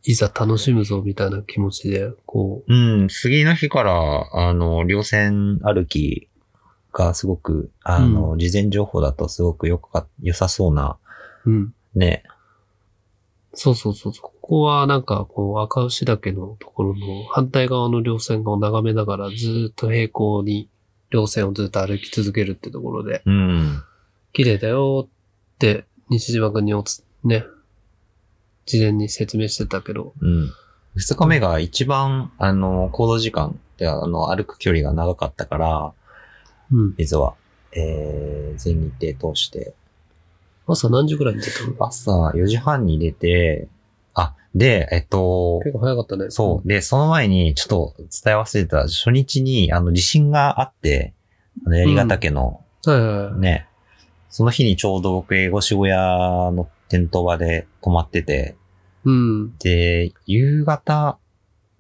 Speaker 2: いざ楽しむぞみたいな気持ちで、こ
Speaker 1: うん、次の日から、あの、稜線歩きがすごく、あの、事前情報だとすごくよくか、良さそうな、
Speaker 2: う、うん。
Speaker 1: ね。
Speaker 2: そうそうそうそう。ここはなんか、こう、赤牛岳のところの反対側の稜線を眺めながら、ずーっと平行に稜線をずっと歩き続けるってところで、
Speaker 1: うん。
Speaker 2: 綺麗だよって、西島君におつ、ね、事前に説明してたけど、
Speaker 1: うん。二日目が一番、あの、行動時間で、あの、歩く距離が長かったから、
Speaker 2: うん。
Speaker 1: 実は、えー、全日程通して、
Speaker 2: 朝何時ぐらいに出たの
Speaker 1: 朝4時半に出て、あ、で、えっと、
Speaker 2: 結構早かったね。
Speaker 1: そう。で、その前に、ちょっと伝え忘れてた、初日に、あの、地震があって、あの、槍ヶ岳の、
Speaker 2: う。はいはいはい。
Speaker 1: ね、その日にちょうど僕、英語し小屋のテント場で泊まってて、
Speaker 2: うん。
Speaker 1: で、夕方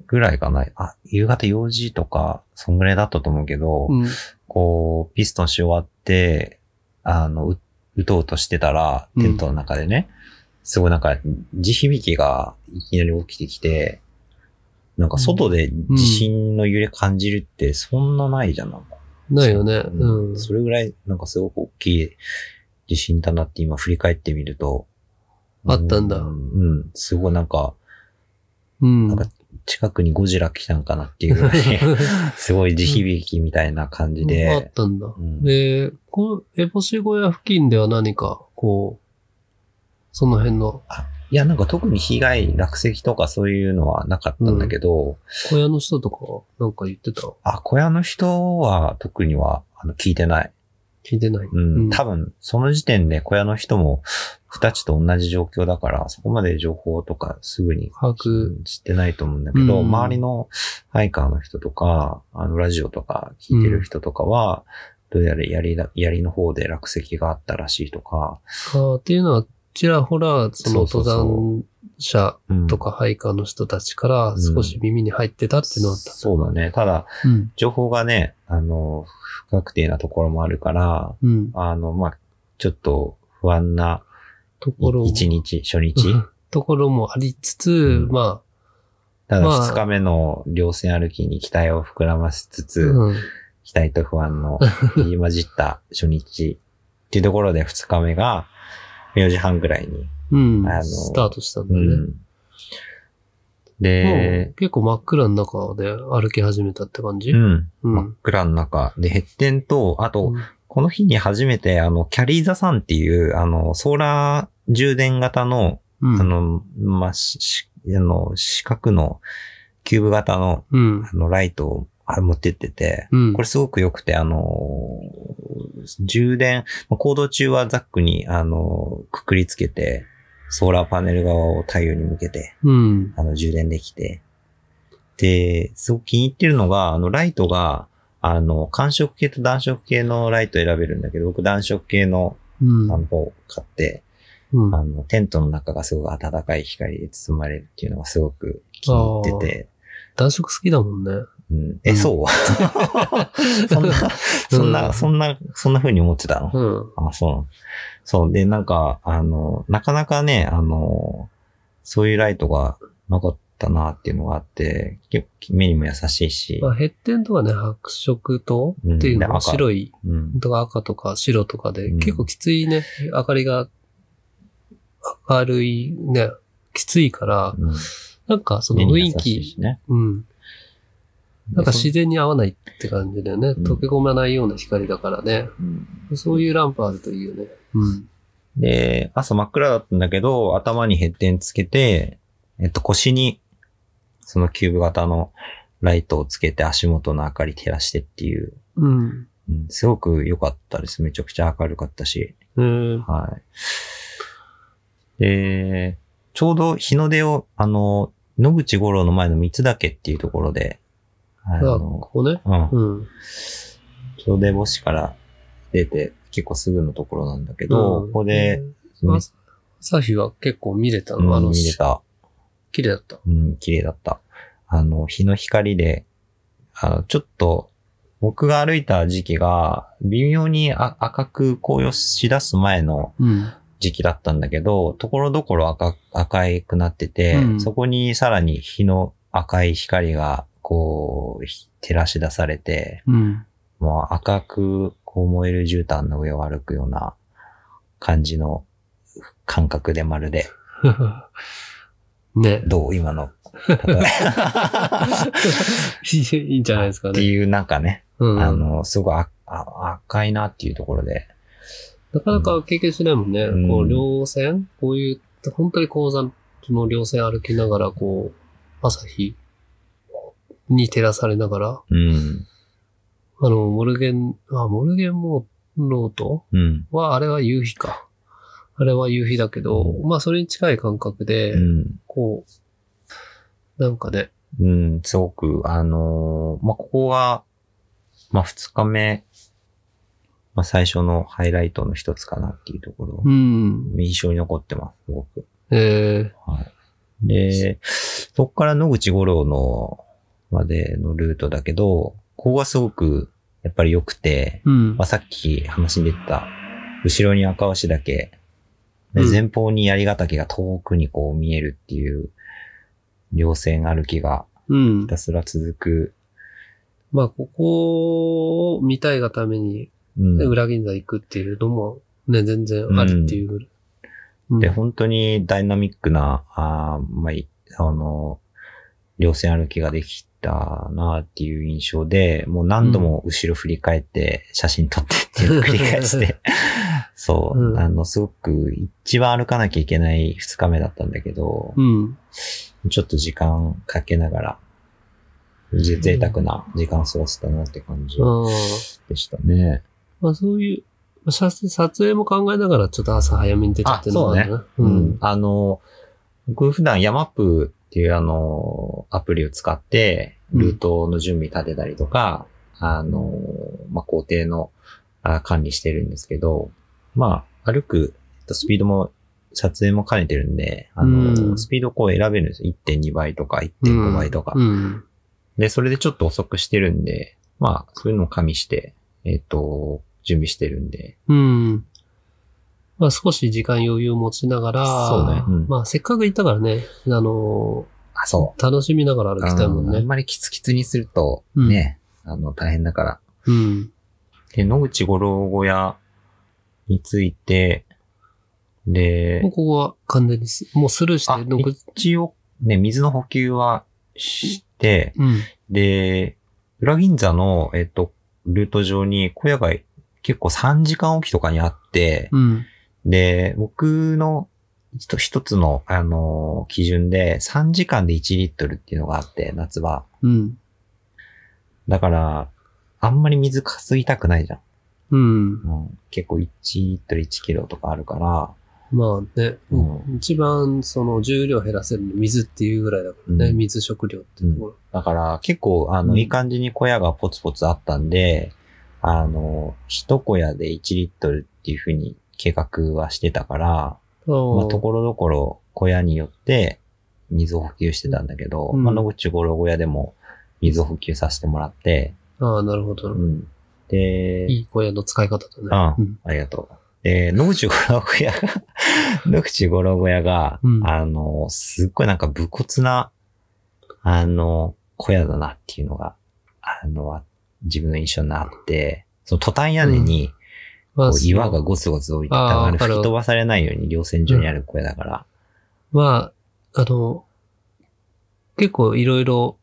Speaker 1: ぐらいかな、あ、夕方4時とか、そんぐらいだったと思うけど、
Speaker 2: うん。
Speaker 1: こう、ピストンし終わって、あの、う、打とうとしてたら、テントの中でね、すごいなんか、地響きがいきなり起きてきて、なんか外で地震の揺れ感じるってそんなないじゃん。なんか
Speaker 2: ないよね。
Speaker 1: う
Speaker 2: うんん。
Speaker 1: それぐらい、なんかすごく大きい地震だなって今振り返ってみると。
Speaker 2: あったんだ
Speaker 1: うん、うんすごいなんか、
Speaker 2: うん。
Speaker 1: なんか近くにゴジラ来たんかなって [LAUGHS] いうぐら
Speaker 2: [LAUGHS]
Speaker 1: い、すごい地響きみたいな感じ
Speaker 2: あっ
Speaker 1: で。
Speaker 2: たんだ。
Speaker 1: うん
Speaker 2: で、このエボシ小屋付近では何か、こう、その辺の
Speaker 1: いや、なんか特に被害、落石とかそういうのはなかったんだけど、
Speaker 2: 小屋の人とかなんか言ってた
Speaker 1: あ、小屋の人は特にはあの聞いてない。
Speaker 2: 聞いてない。
Speaker 1: うん、
Speaker 2: うん
Speaker 1: 多分、その時点で小屋の人も、二ちと同じ状況だから、そこまで情報とかすぐに
Speaker 2: 把握
Speaker 1: うん知ってないと思うんだけど、
Speaker 2: うん
Speaker 1: 周りのハイカーの人とか、あの、ラジオとか聞いてる人とかは、どうやら槍だ、槍の方で落石があったらしいとか、
Speaker 2: あーっていうのは、ちらほら、その
Speaker 1: そうそう
Speaker 2: 登
Speaker 1: そう
Speaker 2: 山者
Speaker 1: うん
Speaker 2: とかハイカーの人たちから少し耳に入ってたっていうのはあった。
Speaker 1: そうだね。ただ、
Speaker 2: うん。
Speaker 1: 情報がね、あの、不確定なところもあるから、
Speaker 2: うん。
Speaker 1: あの、まあ、ちょっと不安な
Speaker 2: ところも。
Speaker 1: 一日、初日。
Speaker 2: [LAUGHS] ところもありつつ、
Speaker 1: うん
Speaker 2: ま
Speaker 1: ただ
Speaker 2: まあ
Speaker 1: 2日目の稜線歩きに期待を膨らましつ
Speaker 2: あ、
Speaker 1: つ、
Speaker 2: うん。
Speaker 1: 期待と不安の入り混じった初日っていうところで2日目が4時半ぐらいに、
Speaker 2: うん
Speaker 1: あの
Speaker 2: スタートしたんだ
Speaker 1: う
Speaker 2: ね。
Speaker 1: ん、
Speaker 2: も
Speaker 1: で
Speaker 2: う、結構真っ暗の中で歩き始めたって感じ
Speaker 1: う。ん。
Speaker 2: う
Speaker 1: 真っ
Speaker 2: ん。
Speaker 1: 暗の中。で、ヘッテンと、あと、
Speaker 2: うん
Speaker 1: この日に初めて、あの、キャリーザさんっていう、あの、ソーラー充電型の、
Speaker 2: うん。
Speaker 1: あの、まあ、ししあの、四角の、キューブ型の、
Speaker 2: うん。
Speaker 1: あの、ライトをあ持ってってて、
Speaker 2: うん。
Speaker 1: これすごく良くて、あのー充電、まあ行動中はザックに、あのーくくりつけて、ソーラーパネル側を太陽に向けて、
Speaker 2: うん。
Speaker 1: あの、充電できて。で、すごく気に入ってるのが、あの、ライトが、あの、寒色系と暖色系のライト選べるんだけど、僕暖色系の、
Speaker 2: うん
Speaker 1: あ。の、方を買って、
Speaker 2: うん
Speaker 1: あの、テントの中がすごく暖かい光で包まれるっていうのがすごく気に入ってて、
Speaker 2: 暖色好きだもんね。
Speaker 1: うん、え、
Speaker 2: うん
Speaker 1: そう [LAUGHS] そんな、そん
Speaker 2: う
Speaker 1: な、
Speaker 2: ん
Speaker 1: そんな、そんな風に思ってたの。
Speaker 2: うん。
Speaker 1: あ、そう。そう。で、なんか、あの、なかなかね、あの、そういうライトがなかったなっていうのがあって、結構目にも優しいし
Speaker 2: ま、あ、ヘッテンとかね、白色灯っていうの
Speaker 1: うん
Speaker 2: は
Speaker 1: 赤
Speaker 2: 白い
Speaker 1: うん。
Speaker 2: とか赤とか白とかで、
Speaker 1: うん
Speaker 2: 結構きついね、明かりが明るいね、きついから、
Speaker 1: うん
Speaker 2: なんかその
Speaker 1: 目
Speaker 2: 雰
Speaker 1: に優
Speaker 2: 囲
Speaker 1: しい
Speaker 2: 気、
Speaker 1: しね。
Speaker 2: うん。なんか
Speaker 1: で
Speaker 2: 自然に合わないって感じだよね。
Speaker 1: ん
Speaker 2: 溶け込まないような光だからね。
Speaker 1: そうん
Speaker 2: そういうランプあるといいよね。うん。
Speaker 1: で、朝真っ暗だったんだけど、頭にヘッテンつけて、えっと、腰に、そのキューブ型のライトをつけて足元の明かり照らしてっていう、
Speaker 2: うん。
Speaker 1: うん、すごく良かったです。めちゃくちゃ明るかったし。
Speaker 2: えー、
Speaker 1: はい。で、ちょうど日の出を、あの、野口五郎の前の三つ岳っていうところで、あ
Speaker 2: あ、こ
Speaker 1: の、
Speaker 2: こね。
Speaker 1: うん、
Speaker 2: うん。
Speaker 1: ちょうど帽子から出て、結構すぐのところなんだけど、
Speaker 2: うん
Speaker 1: ここで、、
Speaker 2: うん
Speaker 1: め
Speaker 2: 朝日は結構見れた
Speaker 1: う
Speaker 2: の、あ
Speaker 1: ん
Speaker 2: の、
Speaker 1: 見れた。
Speaker 2: 綺麗だった。
Speaker 1: うん、綺麗だった。あの、日の光で、あの、ちょっと、僕が歩いた時期が、微妙にあ赤く紅葉しだす前の
Speaker 2: うん。
Speaker 1: 時期だったんだけど、ところどころ赤、赤いくなってて、
Speaker 2: うん
Speaker 1: そこにさらに日の赤い光が、こう、ひ照らし出されて、
Speaker 2: [LAUGHS] うん。
Speaker 1: もう赤く、こう燃える絨毯の上を歩くような感じの感覚でまるで、
Speaker 2: [LAUGHS] ね。
Speaker 1: どう今の。例え
Speaker 2: [LAUGHS] いいいいんじゃないですか
Speaker 1: って
Speaker 2: ね。
Speaker 1: いうなんかね、
Speaker 2: うん、
Speaker 1: あの、すごいああ赤いなっていうところで、
Speaker 2: なかなか経験しないもんね。
Speaker 1: うん
Speaker 2: こう、稜線こういう、本当に鉱山の稜線歩きながら、こう、朝日に照らされながら、
Speaker 1: うん、
Speaker 2: あの、モルゲン、あ、モルゲンモーロート
Speaker 1: うん、
Speaker 2: は、あれは夕日か。あれは夕日だけど、
Speaker 1: う
Speaker 2: まあ、それに近い感覚で、
Speaker 1: うん。
Speaker 2: こう、なんかね、
Speaker 1: うん、すごく、あのーまあ、ここが、まあ、二日目、まあ、最初のハイライトの一つかなっていうところ
Speaker 2: う、ん、
Speaker 1: 印象に残ってます、すごく。
Speaker 2: え
Speaker 1: はい。で、そこから野口五郎の、までのルートだけど、ここがすごく、やっぱり良くて、
Speaker 2: ー、うん
Speaker 1: まあ、、さっき話に出てた、後ろに赤牛だけ、で
Speaker 2: うん
Speaker 1: 前方に槍ヶ岳が遠くにこう見えるっていう、稜線歩きが
Speaker 2: うん
Speaker 1: ひ。たすら続く
Speaker 2: まあ、ここを見たいがために、
Speaker 1: うん
Speaker 2: で裏銀座行くっていうのも、ね、全然ありっていうぐらい。うん
Speaker 1: で、本当にダイナミックな、あーまあい、あの、稜線歩きができたなっていう印象で、もう何度も後ろ振り返って写真撮ってっていうのを繰り返
Speaker 2: [LAUGHS]
Speaker 1: して、そう、
Speaker 2: うん
Speaker 1: あの、すごく一番歩かなきゃいけない二日目だったんだけど、
Speaker 2: うん。
Speaker 1: ちょっと時間かけながら、ぜ贅沢な時間を過ごせたなって感じ
Speaker 2: うん。
Speaker 1: でしたね。
Speaker 2: まあ、そういう、まあ写真撮影も考えながら、ちょっと朝早めに出たっていうのもあるな。う
Speaker 1: うん
Speaker 2: ん。。
Speaker 1: あの、僕普段ヤマップっていうあの、アプリを使って、ルートの準備立てたりとか、あの、まあ、工程のあ管理してるんですけど、まあ、歩くえっとスピードも、撮影も兼ねてるんで、あの、
Speaker 2: うん
Speaker 1: スピードをこう選べるんですよ。1.2倍とか1.5倍とか。
Speaker 2: うん。
Speaker 1: で、それでちょっと遅くしてるんで、まあ、そういうのも加味して、えっ、と、準備してるんで、
Speaker 2: うん。まあ、少し時間余裕を持ちながら、
Speaker 1: そうねうん
Speaker 2: まあ、せっかく行ったからね、あの
Speaker 1: あ、そう。
Speaker 2: ー楽しみながら歩きたいもん
Speaker 1: あのあん
Speaker 2: ね。
Speaker 1: まりキツキツにすると
Speaker 2: うん
Speaker 1: ね、あの、大変だから。
Speaker 2: うん。
Speaker 1: で、野口五郎小屋について、で
Speaker 2: もう、ここは完全にす、もうスルーして、
Speaker 1: あ
Speaker 2: のぐ
Speaker 1: 一応ね、水の補給はして、
Speaker 2: うん。
Speaker 1: で、裏銀座の、えっと、ルート上に小屋が結構3時間おきとかにあって、
Speaker 2: うん。
Speaker 1: で、僕の一一つの、あのー基準で3時間で1リットルっていうのがあって、夏場。
Speaker 2: うん。
Speaker 1: だから、あんまり水かすぎたくないじゃん。
Speaker 2: うん。
Speaker 1: うん、結構1リットル1キロとかあるから、
Speaker 2: まあね、
Speaker 1: う
Speaker 2: 一番その重量減らせるの水っていうぐらいだからね、
Speaker 1: うん
Speaker 2: 水食料っていうところ。
Speaker 1: だから結構、あ
Speaker 2: う
Speaker 1: の、
Speaker 2: ん
Speaker 1: いい感じに小屋がポツポツあったんで、あの、一小屋で1リットルっていうふうに計画はしてたから、まあ、ところどころ小屋によって水を補給してたんだけど、
Speaker 2: うん
Speaker 1: まあ、野口五郎小屋でも水を補給させてもらって、
Speaker 2: ああ、なるほ
Speaker 1: う
Speaker 2: ど。
Speaker 1: ん。で、
Speaker 2: いい小屋の使い方だ
Speaker 1: あ
Speaker 2: ね。うん。
Speaker 1: ありがとう。で、野口五郎小
Speaker 2: [LAUGHS]
Speaker 1: 屋が、野口五郎小屋が、
Speaker 2: うん
Speaker 1: あの、すっごいなんか武骨な、あの、小屋だなっていうのが、あの、自分の印象になって、そのトタン屋根に、
Speaker 2: まあ
Speaker 1: こう岩がゴツゴツ置いてあった
Speaker 2: あー
Speaker 1: あれ
Speaker 2: わかる
Speaker 1: 吹き飛ばされないように稜線上にある小屋だから、
Speaker 2: まあ、あの、結構いろいろ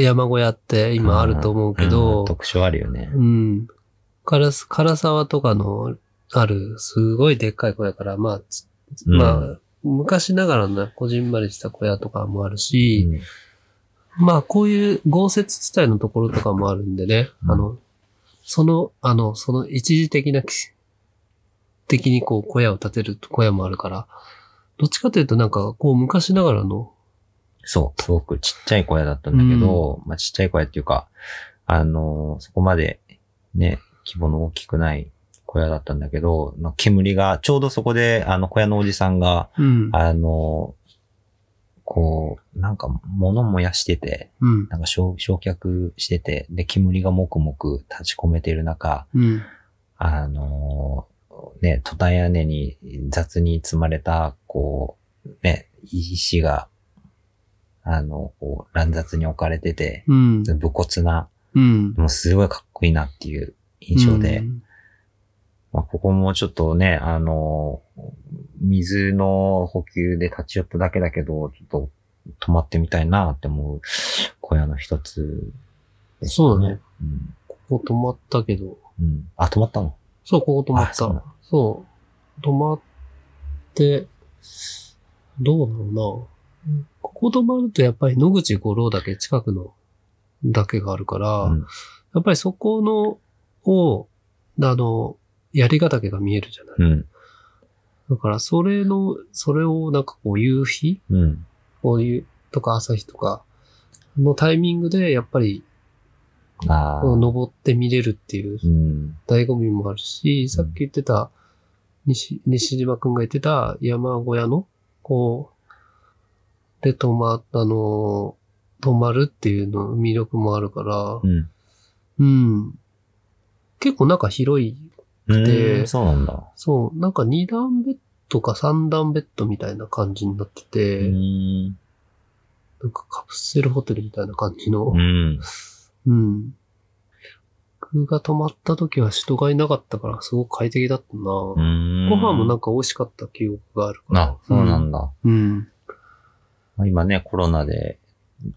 Speaker 2: 山小屋って今あると思うけ
Speaker 1: うん
Speaker 2: ど、
Speaker 1: 特徴あるよね
Speaker 2: う。ん。唐沢唐沢とかのある、すごいでっかい小屋から、まあ、つ
Speaker 1: うん
Speaker 2: まあ、昔ながらのねこじんまりした小屋とかもあるし、
Speaker 1: うん
Speaker 2: まあ、こういう豪雪地帯のところとかもあるんでね、
Speaker 1: うん
Speaker 2: あの、その、あの、その一時的なき、的にこう小屋を建てる小屋もあるから、どっちかというとなんか、こう昔ながらの
Speaker 1: そう、すごくちっちゃい小屋だったんだけど、まあちっちゃい小屋っていうか、あの、そこまでね、規模の大きくない小屋だったんだけど、まあ煙が、ちょうどそこで、あの、小屋のおじさんが、
Speaker 2: うん。
Speaker 1: あの、こう、なんか物燃やしてて、
Speaker 2: うん。
Speaker 1: なんか焼焼却してて、で、煙がもくもく立ち込めてる中、
Speaker 2: うん。
Speaker 1: あのーね、トタン屋根に雑に積まれた、こう、ね、石が、あの、こう、乱雑に置かれてて、
Speaker 2: うん。
Speaker 1: 武骨な、
Speaker 2: うん。
Speaker 1: もうすごいかっこいいなっていう印象で、まあ、ここもちょっとね、あのー水の補給で立ち寄っただけだけど、ちょっと泊まってみたいなって思う小屋の一つ
Speaker 2: う
Speaker 1: で
Speaker 2: ん。
Speaker 1: した
Speaker 2: そうだね。。
Speaker 1: うん。
Speaker 2: ここ泊まったけど。
Speaker 1: うん。あ、泊まったの
Speaker 2: そう、ここ泊まっ
Speaker 1: あ
Speaker 2: た。
Speaker 1: そうな
Speaker 2: そ
Speaker 1: の
Speaker 2: う。泊まって、どうだろうな。ここ泊まるとやっぱり野口五郎岳近くのだけがあるから、
Speaker 1: うん。
Speaker 2: やっぱりそこのを、あの、槍ヶ岳が見えるじゃない。
Speaker 1: うん。
Speaker 2: だからそれの、それをなんかこう夕日
Speaker 1: うん。
Speaker 2: こういうとか朝日とかのタイミングでやっぱり
Speaker 1: ああ。
Speaker 2: こう登って見れるっていう
Speaker 1: うん。
Speaker 2: 醍醐味もあるし、さっき言ってた西西島くんが言ってた山小屋のこうで泊ま、あの、泊まるっていうの魅力もあるから
Speaker 1: う、ん。
Speaker 2: うん。結構中広い。
Speaker 1: うんそうなんだ。
Speaker 2: そう、なんか2段ベッドか3段ベッドみたいな感じになって
Speaker 1: う
Speaker 2: て、
Speaker 1: ん。
Speaker 2: なんかカプセルホテルみたいな感じの、
Speaker 1: うん。
Speaker 2: うん。僕が泊まった時は人がいなかったからすごく快適だったな。
Speaker 1: ご
Speaker 2: ご飯もなんんか美味しかった記憶があるから。
Speaker 1: あ、そうなんだ。
Speaker 2: うん。
Speaker 1: まあ今ね、コロナで、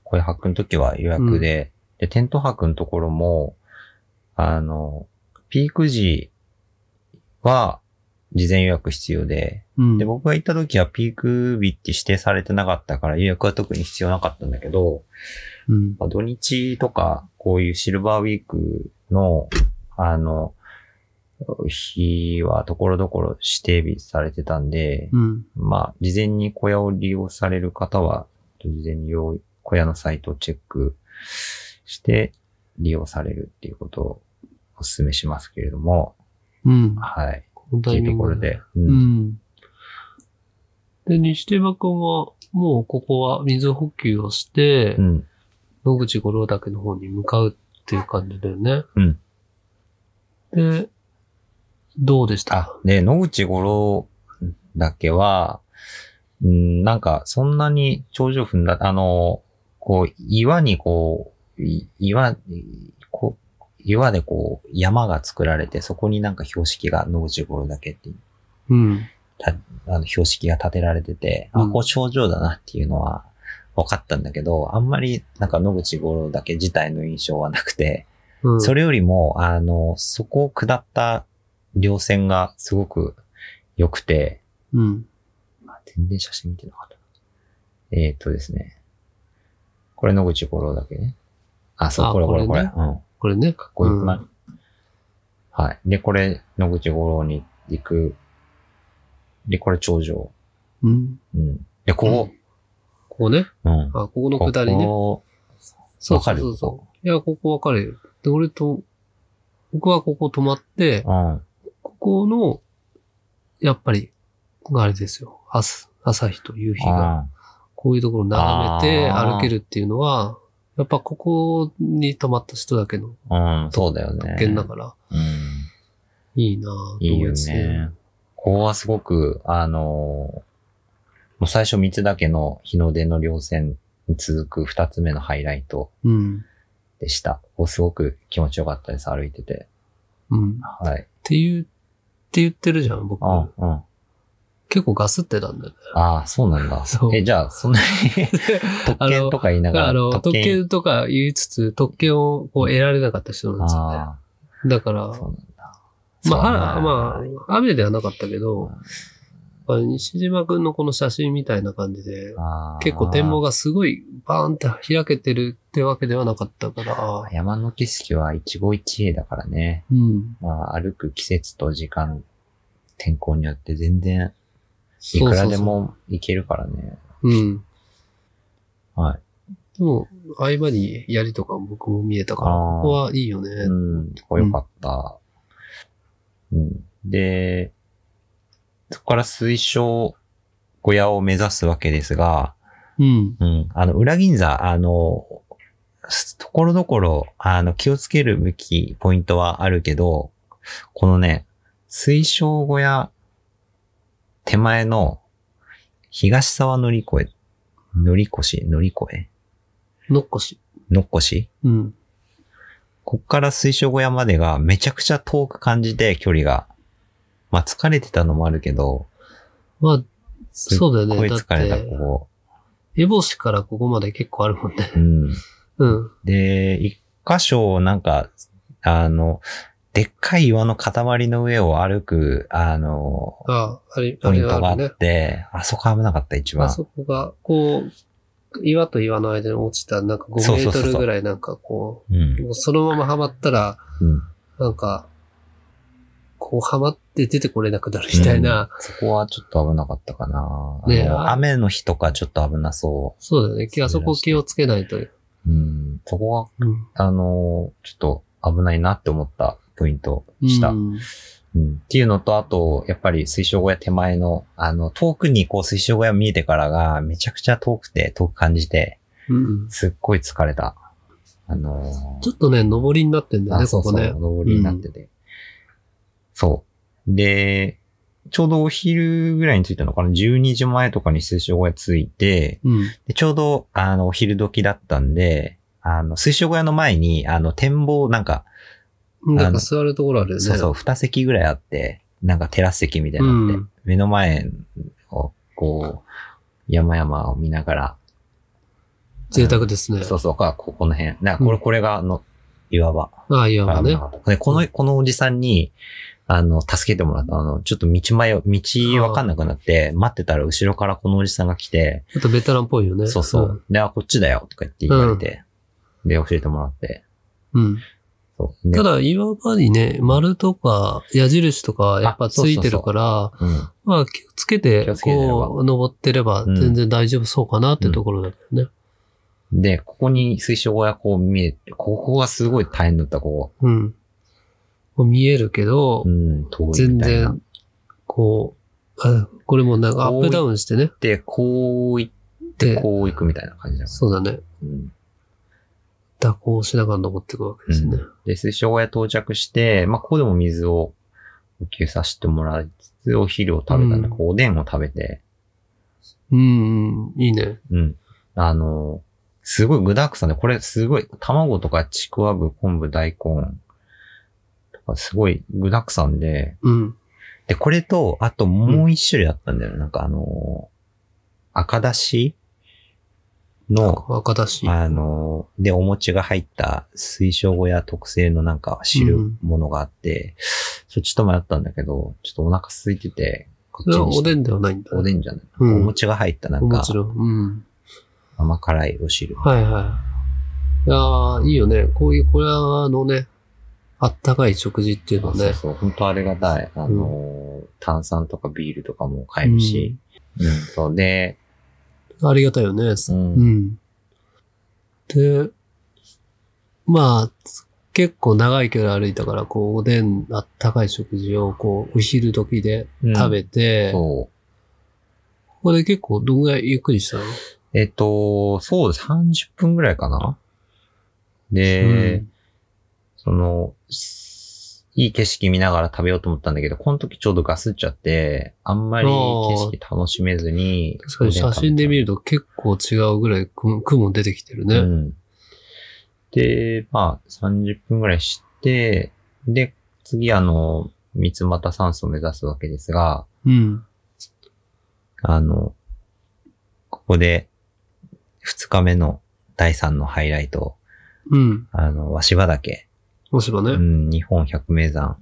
Speaker 1: 声泊の時は予約で、で、テント泊のところも、あの、ピーク時は、事前予約必要で、
Speaker 2: うん。
Speaker 1: で、僕が行った時はピーク日って指定されてなかったから予約は特に必要なかったんだけど、
Speaker 2: うん。
Speaker 1: まあ土日とか、こういうシルバーウィークの、あの、日はところどころ指定日されてたんで、
Speaker 2: うん。
Speaker 1: まあ、事前に小屋を利用される方は、事前に用意小屋のサイトをチェックして利用されるっていうことをお勧めしますけれども、
Speaker 2: うん。
Speaker 1: はい。
Speaker 2: この
Speaker 1: と
Speaker 2: タ
Speaker 1: い
Speaker 2: イ
Speaker 1: うと
Speaker 2: ミン
Speaker 1: ころ
Speaker 2: グ。
Speaker 1: で。う
Speaker 2: うんん。で、西手間くんは、もうここは水補給をして、
Speaker 1: うん。
Speaker 2: 野口五郎岳の方に向かうっていう感じだよね。
Speaker 1: うん。
Speaker 2: で、どうでした
Speaker 1: あ、で、野口五郎だけは、うん、なんか、そんなに頂上踏んだ、あの、こう、岩にこう、い岩、いこう岩でこう、山が作られて、そこになんか標識が野口五郎だけっていう、
Speaker 2: うん。
Speaker 1: たあの標識が立てられてて、
Speaker 2: う
Speaker 1: あ、
Speaker 2: ん
Speaker 1: こう頂上だなっていうのは、分かったんだけど、あんまりなんか野口五郎だけ自体の印象はなくて、
Speaker 2: うん。
Speaker 1: それよりも、あの、そこを下った稜線がすごく良くて、
Speaker 2: うん。
Speaker 1: あ全然写真見てなかったな。えーっ、とですね。これ野口五郎だけね。あ、そ
Speaker 2: あ
Speaker 1: う、これこれこ
Speaker 2: こ
Speaker 1: れ。
Speaker 2: れ
Speaker 1: うん。
Speaker 2: ね
Speaker 1: か
Speaker 2: これね。か
Speaker 1: っこよくない、はい。で、これ野口五郎に行く。で、これ頂上。
Speaker 2: うん。
Speaker 1: うん。で、こ
Speaker 2: ここね。
Speaker 1: う。うん。
Speaker 2: あ、ここの下りね。
Speaker 1: ここ
Speaker 2: そう
Speaker 1: わ
Speaker 2: そ
Speaker 1: か
Speaker 2: う
Speaker 1: る
Speaker 2: そうそう。いや、ここわかるよ。で、俺と、僕はここ止まって、
Speaker 1: こうん。
Speaker 2: ここの、やっぱり、あれですよ。朝、朝日と夕日が、
Speaker 1: あ
Speaker 2: こういうところを眺めて
Speaker 1: あー
Speaker 2: 歩けるっていうのは、やっぱここに泊まった人だけの
Speaker 1: ーうん、そうだよね。
Speaker 2: 特権だから、
Speaker 1: うん。
Speaker 2: いいなぁと
Speaker 1: いい
Speaker 2: 思い
Speaker 1: よ
Speaker 2: ます
Speaker 1: ね。。ここはすごく、あのーもう最初三つだけの日の出の稜線に続く二つ目のハイライト
Speaker 2: うん。
Speaker 1: でした。ここすごく気持ちよかったです、歩いてて。
Speaker 2: うん。っ
Speaker 1: はい。
Speaker 2: ていう、って言ってるじゃん、僕。
Speaker 1: あ、うん。あ
Speaker 2: 結構ガスってたんだよね。
Speaker 1: あ、そうなんだ
Speaker 2: [LAUGHS] そ。う
Speaker 1: え、じゃあ、そんなに特権とか言いな
Speaker 2: だか
Speaker 1: が
Speaker 2: ら、
Speaker 1: ら
Speaker 2: あ、の、特
Speaker 1: 権。
Speaker 2: 権とか言いつつ、特権をこう得られなかった人なんですよね。
Speaker 1: あ
Speaker 2: だか
Speaker 1: あ、
Speaker 2: ら、
Speaker 1: そうなんだ。
Speaker 2: ま
Speaker 1: そうだ
Speaker 2: あ、
Speaker 1: な
Speaker 2: あまあ、雨ではなかったけど、まあ西島くんのこの写真みたいな感じで、
Speaker 1: あー
Speaker 2: 結構展望がすごいバーンって開けてるってわけではなかったから、
Speaker 1: 山の景色は一期一会だからね。
Speaker 2: うん。
Speaker 1: まあ、歩く季節と時間、天候によって全然、い
Speaker 2: そう
Speaker 1: く
Speaker 2: そ
Speaker 1: ら
Speaker 2: う
Speaker 1: で
Speaker 2: そ
Speaker 1: も行けるからね。
Speaker 2: う。うん。
Speaker 1: はい。
Speaker 2: でも、合間に槍とか僕も見えたから、
Speaker 1: あー
Speaker 2: ここはいいよね。
Speaker 1: うん、ここ良かった。うん。で、そこから水晶小屋を目指すわけですが、
Speaker 2: うん。
Speaker 1: うん、あの、裏銀座、あの、すところどころ、あの、気をつけるべきポイントはあるけど、このね、水晶小屋手前の東沢乗り越え、乗り越し、乗り越え、
Speaker 2: のっこし。
Speaker 1: のっこし
Speaker 2: うん。
Speaker 1: こっから水晶小屋までがめちゃくちゃ遠く感じて距離が。まあ疲れてたのもあるけど、
Speaker 2: まあ、
Speaker 1: すっ
Speaker 2: そうだよ
Speaker 1: ご
Speaker 2: ね。
Speaker 1: い
Speaker 2: だ
Speaker 1: 疲れた、
Speaker 2: って、
Speaker 1: こ
Speaker 2: エボシからここまで結構あるもんね。
Speaker 1: こ。うん。
Speaker 2: うん。
Speaker 1: で、一箇所なんか、あの、でっかい岩の塊の上を歩く、あの、
Speaker 2: ああ、あれ、あ
Speaker 1: ポイ
Speaker 2: れ
Speaker 1: ントが
Speaker 2: は
Speaker 1: あ
Speaker 2: ある
Speaker 1: っ
Speaker 2: ね。
Speaker 1: て、あそこ危なかった、一
Speaker 2: あ
Speaker 1: 番。
Speaker 2: そこが、こう、岩と岩の間に落ちた、なんか5
Speaker 1: そう
Speaker 2: メ
Speaker 1: そうそ
Speaker 2: ート
Speaker 1: うそう
Speaker 2: ルぐらいなんかこ
Speaker 1: うん
Speaker 2: う、。もうそのままハマったら、
Speaker 1: うん。
Speaker 2: なんか、こうハマって出てこれなくなるみたいな、
Speaker 1: そこはちょっと危なかったかな。
Speaker 2: ねえ
Speaker 1: あの雨の日とかちょっと危なそ
Speaker 2: そうだよね。きあそこ気をつけないと。
Speaker 1: う。うん。そこは、
Speaker 2: うん。
Speaker 1: あの、ちょっと危ないなって思ったポイントでした。
Speaker 2: うん
Speaker 1: うんっていうのと、あと、やっぱり水晶小屋手前の、あの、遠くにこう水晶小屋見えてからが、めちゃくちゃ遠くて、遠く感じて、
Speaker 2: うん。
Speaker 1: すっごい疲れた。あのー
Speaker 2: ちょっとね、上りになってんだよ
Speaker 1: あ
Speaker 2: ね、
Speaker 1: そう
Speaker 2: こ
Speaker 1: そう、
Speaker 2: こね。
Speaker 1: 登りになってて、そう。で、ちょうどお昼ぐらいに着いたのかな ?12 時前とかに水晶小屋着いて、
Speaker 2: うん。
Speaker 1: でちょうど、あの、お昼時だったんで、あの、水晶小屋の前に、あの、展望、なんか、
Speaker 2: なんか座るところあるよね。
Speaker 1: そうそう、二席ぐらいあって、なんかテラス席みたいになって、
Speaker 2: うん
Speaker 1: 目の前を、こう、山々を見ながら、
Speaker 2: 贅沢ですね。
Speaker 1: そうそう、か、ここの辺。なんかこれ、
Speaker 2: うん
Speaker 1: これが、あの、岩場。
Speaker 2: ああ、いや、まあね。
Speaker 1: で、この、このおじさんに、あの、助けてもらった。あの、ちょっと道迷う、道わかんなくなって、待ってたら後ろからこのおじさんが来て、
Speaker 2: ちょっとベテランっぽいよね。
Speaker 1: そうそう。で、あ、こっちだよ、とか言って言われて、で、教えてもらって。
Speaker 2: うん。うん。
Speaker 1: そう。で
Speaker 2: た、だ、岩場にね、丸とか矢印とかやっぱついてるから、
Speaker 1: うん。
Speaker 2: まあ気をつけて
Speaker 1: 気を、つけてれば
Speaker 2: こう、登ってれば全然大丈夫そうかなってところだけどね。
Speaker 1: で、ここに水晶小屋こう見えて、ここがすごい大変だった、ここ。
Speaker 2: うん。こう見えるけど
Speaker 1: う、ん、遠い
Speaker 2: 全
Speaker 1: みたいな。
Speaker 2: 然、こう、あこれもなんかアップダウンしてね。
Speaker 1: で、こう行って、
Speaker 2: で、
Speaker 1: こう行くみたいな感じだか
Speaker 2: そうだね。
Speaker 1: ら。うん
Speaker 2: 蛇行しながら登っていくわけですね。
Speaker 1: で、水晶小屋到着して、まあ、ここでも水を補給させてもらいつつ、お昼を食べたんで、
Speaker 2: うん
Speaker 1: こうおでんを食べて、
Speaker 2: うん、うん、いいね。
Speaker 1: うん。あの、すごい具だくさんで、これすごい、卵とかちくわぶ、昆布、大根、とかすごい具だくさんで、
Speaker 2: うん。
Speaker 1: で、これと、あともう一種類あったんだよね。なんかあの、赤だしの、
Speaker 2: 若だし。
Speaker 1: あの、で、お餅が入った水晶小屋特製のなんか汁物があって、それちょっと迷ったんだけど、ちょっとお腹空いてて、こ
Speaker 2: それはおで
Speaker 1: ん
Speaker 2: んではないんだ、
Speaker 1: おで
Speaker 2: ん。
Speaker 1: んじゃない、
Speaker 2: うん
Speaker 1: お餅が入ったなん
Speaker 2: も
Speaker 1: か
Speaker 2: ちろん。うん。
Speaker 1: 甘辛いお汁。
Speaker 2: はいはい。いやー、いいよね。こういう小屋のね、あったかい食事っていうのは
Speaker 1: そう
Speaker 2: ね。
Speaker 1: そう、本当あれが大、あの、炭酸とかビールとかも買えるし、うん、そうで、
Speaker 2: うんありがたいよね。
Speaker 1: うん
Speaker 2: うん。で、まあ、結構長い距離歩いたから、こう、おでん、あったかい食事を、こう、お昼時で食べて、
Speaker 1: そ
Speaker 2: こ
Speaker 1: う。
Speaker 2: こで結構、どんぐらいゆっくりしたの
Speaker 1: えっと、そうです。30分ぐらいかな。で、
Speaker 2: うん
Speaker 1: その、すいい景色見ながら食べようと思ったんだけど、この時ちょうどガスっちゃって、あんまり景色楽しめずに。
Speaker 2: 確かに写真で見
Speaker 1: る
Speaker 2: ると結構違うぐらい雲雲出てきてるね。
Speaker 1: うん。で、まあ、30分ぐらいして、で、次あの、三股酸素を目指すわけですが、
Speaker 2: うん。
Speaker 1: あの、ここで、2日目の第3のハイライト、
Speaker 2: うん。
Speaker 1: あの、鷲羽岳。
Speaker 2: もしば
Speaker 1: う
Speaker 2: ね。
Speaker 1: ん、日本百名山。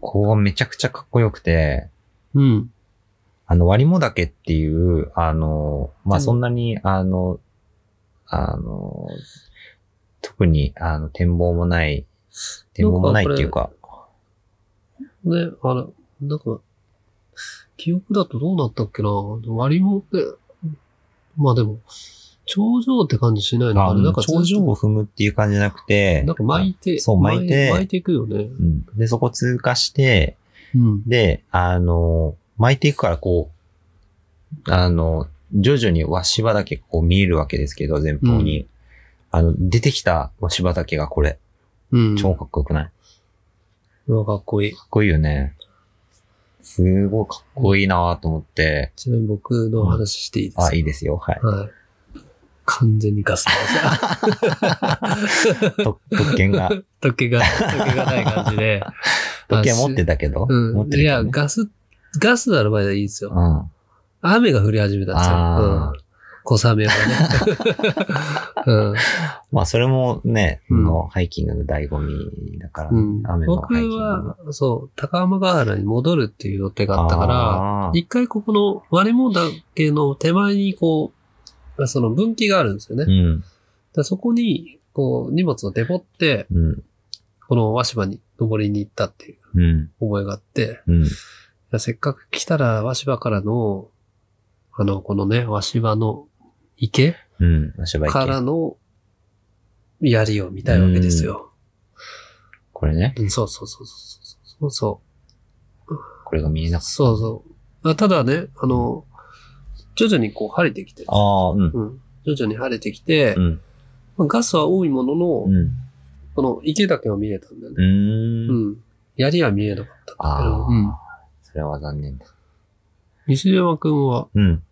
Speaker 1: ここがめちゃくちゃかっこよくて、
Speaker 2: うん。
Speaker 1: あの、割も岳っていう、あの、まあ、
Speaker 2: うん
Speaker 1: そんなに、あの、あの、特に、あの、展望もない、展望もないっていうか、
Speaker 2: ね、あれ、なんか、記憶だとどうなったっけな割もって、まあでも、頂上って感じしないの
Speaker 1: あ
Speaker 2: かね。なんかずっ
Speaker 1: 頂
Speaker 2: と
Speaker 1: 上を踏むっていう感じじゃなくて、
Speaker 2: なんか巻いて、
Speaker 1: そう巻いて
Speaker 2: 巻いていくよね。
Speaker 1: うんで、そこ通過して、
Speaker 2: うん。
Speaker 1: で、あの、巻いていくからこう、あの、徐々に鷲羽岳がこう見えるわけですけど、前方に。あの、出てきた鷲羽岳がこれ、
Speaker 2: うん。
Speaker 1: 超かっこよくない、
Speaker 2: うわ、かっこいい。
Speaker 1: かっこいいよね。すごいかっこいいなと思って、
Speaker 2: ちなみに僕の話していいですか、
Speaker 1: あ、いいですよ、はい。
Speaker 2: はい。完全にガスだ。
Speaker 1: と特権
Speaker 2: [LAUGHS]
Speaker 1: が、
Speaker 2: 時計が、時計がない感じ
Speaker 1: [LAUGHS]
Speaker 2: で。
Speaker 1: 特権持ってたけど、
Speaker 2: うん。
Speaker 1: 持って
Speaker 2: い
Speaker 1: るけ
Speaker 2: や、
Speaker 1: どね、
Speaker 2: ガス、ガスならまだいいですよ。
Speaker 1: うん。
Speaker 2: 雨が降り始めたんですよ。
Speaker 1: あー
Speaker 2: うん。小雨がね。
Speaker 1: [LAUGHS]
Speaker 2: うん。
Speaker 1: まあ、それもね、
Speaker 2: うん
Speaker 1: のハイキングの醍醐味だから、
Speaker 2: うん
Speaker 1: 雨の
Speaker 2: 僕
Speaker 1: ハイキングの。
Speaker 2: は、そう、高天ヶ原に戻るっていう予定があったから、
Speaker 1: あー
Speaker 2: 一回ここの割れ物岳の手前にこう、その分岐があるんですよね。
Speaker 1: う
Speaker 2: だか
Speaker 1: ん、
Speaker 2: らそこに、こう、荷物をデボって、
Speaker 1: うん、
Speaker 2: この和島に登りに行ったっていう
Speaker 1: うん、
Speaker 2: 覚えがあって、
Speaker 1: うん。
Speaker 2: いやせっかく来たら和島からの、あの、このね、和島の池
Speaker 1: うん。足場
Speaker 2: か
Speaker 1: 行
Speaker 2: ら
Speaker 1: け。
Speaker 2: の槍を見たいわけですよ。
Speaker 1: これね。
Speaker 2: うん、そうそうそうそうそうそう。
Speaker 1: これが見えなかった。
Speaker 2: そうそう。あただね、あの、徐々にこう晴れてきてる。
Speaker 1: ああ、うん。
Speaker 2: うん。徐々に晴れてきて、
Speaker 1: うん。
Speaker 2: まあガスは多いものの、
Speaker 1: うん。
Speaker 2: この池だけは見れたんだよ
Speaker 1: う
Speaker 2: ね。
Speaker 1: ー。
Speaker 2: うんん。槍は見えなかったんだけ
Speaker 1: あ
Speaker 2: ど、
Speaker 1: あ、
Speaker 2: うん。
Speaker 1: それは残念だ。
Speaker 2: 西山くんは、
Speaker 1: うん。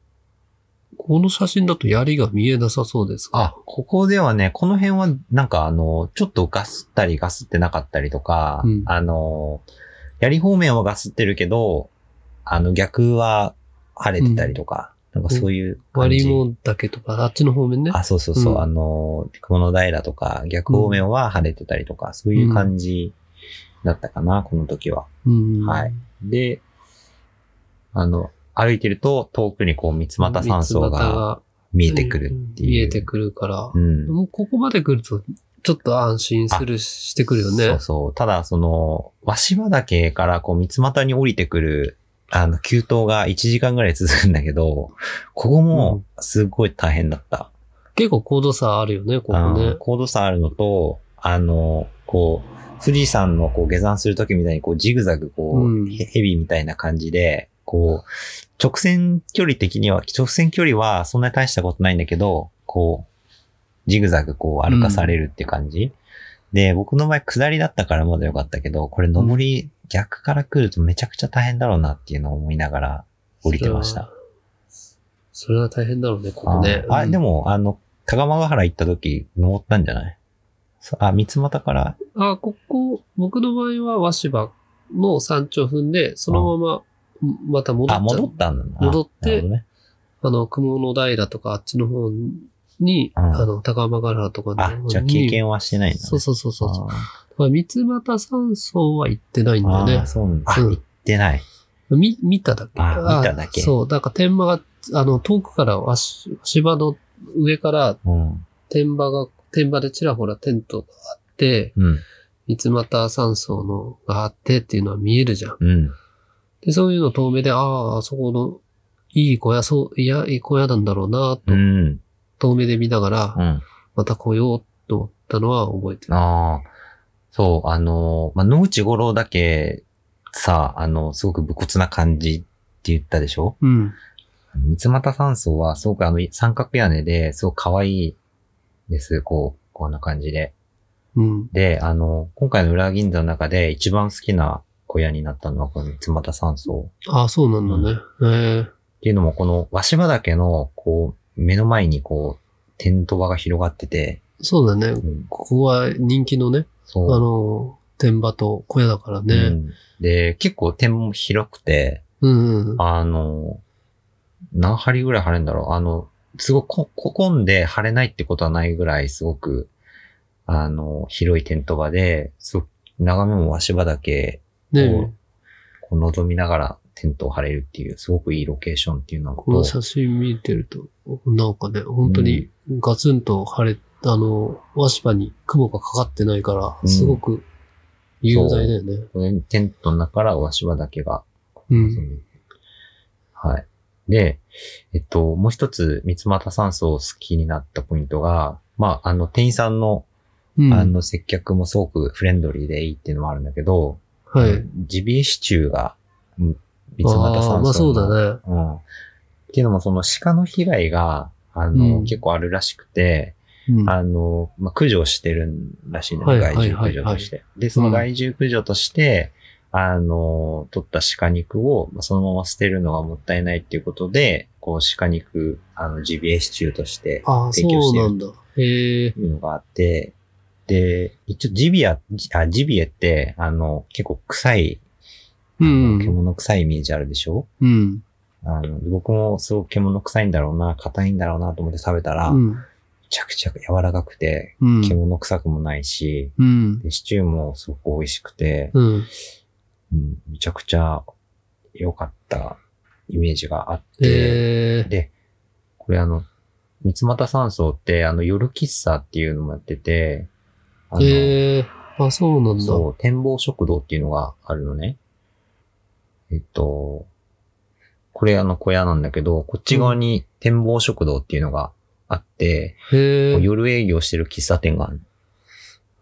Speaker 2: この写真だと槍が見えなさそうですが。
Speaker 1: あ、ここではね、この辺は、なんかあの、ちょっとガスったりガスってなかったりとか、
Speaker 2: うん
Speaker 1: あの、槍方面はガスってるけど、あの、逆は晴れてたりとか、なんかそういう感
Speaker 2: 割
Speaker 1: じ。
Speaker 2: りもだけとか、あっちの方面ね。
Speaker 1: あ、そうそうそう、
Speaker 2: うん
Speaker 1: あの、雲の平とか、逆方面は晴れてたりとか、そういう感じだったかな、この時は。
Speaker 2: うん。
Speaker 1: はい。で、あの、歩いてると遠くにこう三つ股山荘
Speaker 2: 三つ股
Speaker 1: が見えてくるっていう。
Speaker 2: 見えてくるから。
Speaker 1: うん。
Speaker 2: もうここまで来ると、ちょっと安心する、してくるよね。
Speaker 1: そうそう。ただ、その、鷲羽岳からこう三つ股に降りてくる、あの、急登が1時間ぐらい続くんだけど、ここもすごい大変だった。
Speaker 2: 結構高度差あるよね、ここ
Speaker 1: あ
Speaker 2: ね
Speaker 1: の。高度差あるのと、あの、こう、富士山のこう下山するときみたいにこうジグザグこう、
Speaker 2: うん
Speaker 1: ヘヘビみたいな感じで、こう、直線距離的には、直線距離はそんなに大したことないんだけど、こう、ジグザグこう歩かされるって感じ。で、僕の場合下りだったからまだ良かったけど、これ上り逆から来るとめちゃくちゃ大変だろうなっていうのを思いながら降りてました。
Speaker 2: それは大変だろうね、ここね。
Speaker 1: ああ、
Speaker 2: うん
Speaker 1: で、も、あの、高間ヶ原行った時、登ったんじゃないそあ、三股から、
Speaker 2: あ、ここ、僕の場合は和芝の山頂踏んで、そのまま、また戻っちゃ
Speaker 1: あ、
Speaker 2: う。
Speaker 1: 戻ったんだな。
Speaker 2: 戻って
Speaker 1: なるほどね
Speaker 2: あの、雲の平とかあっちの方に、
Speaker 1: うん
Speaker 2: あの、高浜ヶ原とかの方
Speaker 1: あ
Speaker 2: に。、
Speaker 1: じゃあ経験はしてないんだ、ね。
Speaker 2: そうそうそうそうそう。
Speaker 1: あ
Speaker 2: だから三俣山荘は行ってないんだよ
Speaker 1: ーあ
Speaker 2: ね
Speaker 1: ー、。そうなんだ。あ、
Speaker 2: うん
Speaker 1: 行ってない。
Speaker 2: み、見ただけ。
Speaker 1: あ
Speaker 2: ー
Speaker 1: 見ただけ
Speaker 2: そう。だから天馬が、あの、遠くからわし、芝の上から
Speaker 1: うん。
Speaker 2: 天馬が、天馬でちらほらテントがあって、
Speaker 1: うん。
Speaker 2: 三俣山荘のがあってっていうのは見えるじゃん。
Speaker 1: うん。
Speaker 2: で、そういうの遠目で、ああ、あそこの、いい小屋、そう、いや、いい小屋なんだろうな、
Speaker 1: う
Speaker 2: と、
Speaker 1: ん。
Speaker 2: 遠目で見ながら、
Speaker 1: うん。
Speaker 2: また来ようと思ったのは覚えてる。
Speaker 1: ああ。そう、あの、まあ、野口五郎だけ、さ、あの、すごく武骨な感じって言ったでしょ
Speaker 2: うん。
Speaker 1: 三俣山荘は、すごくあの、三角屋根で、すごく可愛いです。こう、こんな感じで。
Speaker 2: うん。
Speaker 1: で、あの、今回の裏銀座の中で一番好きな小屋になったのは、この三俣山荘。
Speaker 2: ああ、そうなんだね。え
Speaker 1: っていうのも、この、和島岳の、こう、目の前に、こう、テント場が広がってて、
Speaker 2: えそうだね。
Speaker 1: うん
Speaker 2: ここは人気のね、あ
Speaker 1: そう。
Speaker 2: の、天馬と小屋だから
Speaker 1: う
Speaker 2: ね。
Speaker 1: んで、結構点も広くて、
Speaker 2: うん。うん。
Speaker 1: あの、何針ぐらい貼れんだろう。あの、すごくこ、ここんで貼れないってことはないぐらい、すごく、あの、広いテント場で、すごく眺めも和芝岳
Speaker 2: ねえ
Speaker 1: こを望みながらテントを張れるっていう、すごくいいロケーションっていうの
Speaker 2: この
Speaker 1: と、
Speaker 2: 写真見てると、なんかね、本当にガツンと晴れ、あの、和芝に雲がかかってないから、
Speaker 1: うん
Speaker 2: すごく雄大だよね。
Speaker 1: このテントの中から和芝岳が
Speaker 2: うん。
Speaker 1: はい。で、えっと、もう一つ、三俣山荘を好きになったポイントが、まあ、あの、店員さんの、
Speaker 2: うん。
Speaker 1: あの、接客もすごくフレンドリーでいいっていうのもあるんだけど、
Speaker 2: はい。
Speaker 1: ジビエシチューが、うん三俣山
Speaker 2: あ
Speaker 1: 荘
Speaker 2: あ、
Speaker 1: の。
Speaker 2: まあそうだね。
Speaker 1: うん。っていうのも、その鹿の被害が、あの、
Speaker 2: うん
Speaker 1: 結構あるらしくて、
Speaker 2: うん。
Speaker 1: あの、まあ、駆除してるらしいね。
Speaker 2: はい
Speaker 1: 害獣
Speaker 2: はい
Speaker 1: 駆除として。で、その害獣駆除として、あの、取った鹿肉をまあそのまま捨てるのがもったいないっていうことで、こう鹿肉、あの、ジビエシチューとして、
Speaker 2: ああ、
Speaker 1: 提供し
Speaker 2: そう
Speaker 1: てる
Speaker 2: なんだ。へえ。
Speaker 1: いうのがあって、で、一応ジビア、ジあジビエって、あの、結構臭い、あ
Speaker 2: う
Speaker 1: の
Speaker 2: ん。
Speaker 1: 獣臭いイメージあるでしょ、
Speaker 2: うん。
Speaker 1: あの僕もすごく獣臭いんだろうな、硬いんだろうなと思って食べたら、
Speaker 2: う
Speaker 1: め
Speaker 2: ん。
Speaker 1: ちゃくちゃ柔らかくて、
Speaker 2: うん。
Speaker 1: 獣臭くもないし、
Speaker 2: うん。
Speaker 1: で、シチューもすごく美味しくて、
Speaker 2: うん。
Speaker 1: うん、めちゃくちゃ良かったイメージがあって、
Speaker 2: ええ。
Speaker 1: で、これあの、三俣山荘ってあの夜喫茶っていうのもやってて、あの、
Speaker 2: ええ。あ、そうなんだ。
Speaker 1: そう、展望食堂っていうのがあるのね。えっと、これあの小屋なんだけど、こっち側に展望食堂っていうのがあって、
Speaker 2: へえ。
Speaker 1: 夜営業してる喫茶店がある。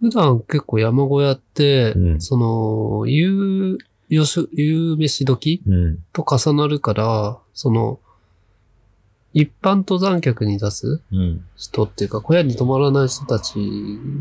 Speaker 2: 普段結構山小屋って、
Speaker 1: うん
Speaker 2: その、夕、よし、夕飯時
Speaker 1: うん。
Speaker 2: と重なるから、その、一般登山客に出す
Speaker 1: うん。
Speaker 2: 人っていうか、小屋に泊まらない人たち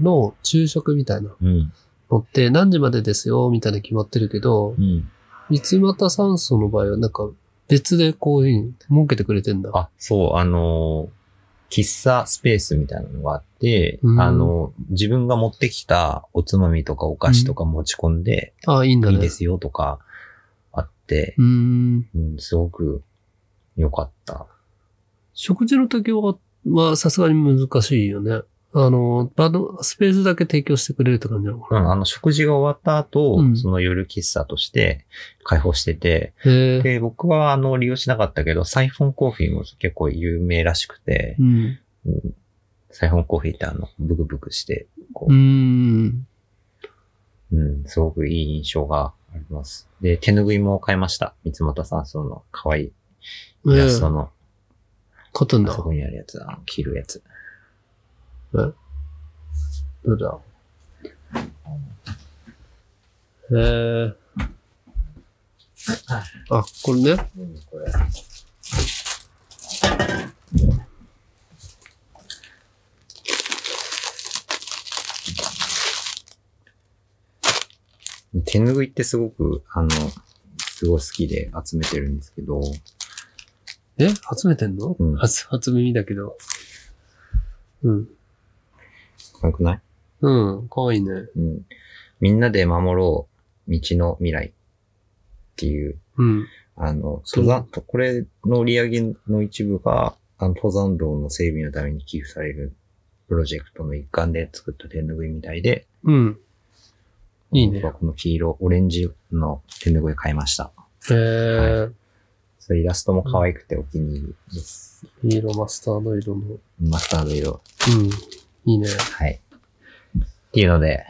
Speaker 2: の昼食みたいな
Speaker 1: うん。
Speaker 2: のって何時までですよ、みたいな決まってるけど
Speaker 1: う、ん。
Speaker 2: 三俣山荘の場合はなんか別でこういうふうに設けてくれてんだ。
Speaker 1: あ、そう、あのー、喫茶スペースみたいなのがあって、
Speaker 2: うん
Speaker 1: あの、自分が持ってきたおつまみとかお菓子とか持ち込んで、
Speaker 2: あいいんだね。
Speaker 1: いいですよとかあって
Speaker 2: う、ーん。
Speaker 1: うん、すごく良かった。
Speaker 2: 食事の時は、はさすがに難しいよね。あの、場の、スペースだけ提供してくれるって感じなのか
Speaker 1: う
Speaker 2: な。
Speaker 1: ん、あの、食事が終わった後、
Speaker 2: うん
Speaker 1: その夜喫茶として開放してて、
Speaker 2: へえ。
Speaker 1: で、僕はあの、利用しなかったけど、サイフォンコーヒーも結構有名らしくて
Speaker 2: う、ん。
Speaker 1: うんサイフォンコーヒーってあの、ブクブクして、こう
Speaker 2: うー、ん。
Speaker 1: うん、すごくいい印象があります。で、手拭いも買いました。三俣山荘の可愛い
Speaker 2: え
Speaker 1: イ
Speaker 2: え
Speaker 1: ラストの、
Speaker 2: 勝ったん
Speaker 1: あそ
Speaker 2: だ。
Speaker 1: こにあるやつ、あの着るやつ。
Speaker 2: どうだ。へえ。あ、これね。
Speaker 1: これ。手拭いってすごく、あの、すごい好きで集めてるんですけど、
Speaker 2: え集めてんの、
Speaker 1: うん
Speaker 2: 初、初耳だけど。うん。
Speaker 1: かわいくない
Speaker 2: うん。かわいいね。
Speaker 1: うん。みんなで守ろう、道の未来っていう
Speaker 2: うん。
Speaker 1: あの、
Speaker 2: そう
Speaker 1: 登山、これの売り上げの一部が、あの、登山道の整備のために寄付されるプロジェクトの一環で作った手拭いみたいで、
Speaker 2: うん。いいね
Speaker 1: 僕はこの黄色、オレンジの手拭い買いました。
Speaker 2: えー、
Speaker 1: それイラストも可愛くてお気に入りです。
Speaker 2: 黄色マスタード色の。うん。
Speaker 1: マスタード色。
Speaker 2: いいね。
Speaker 1: はい。っていうので、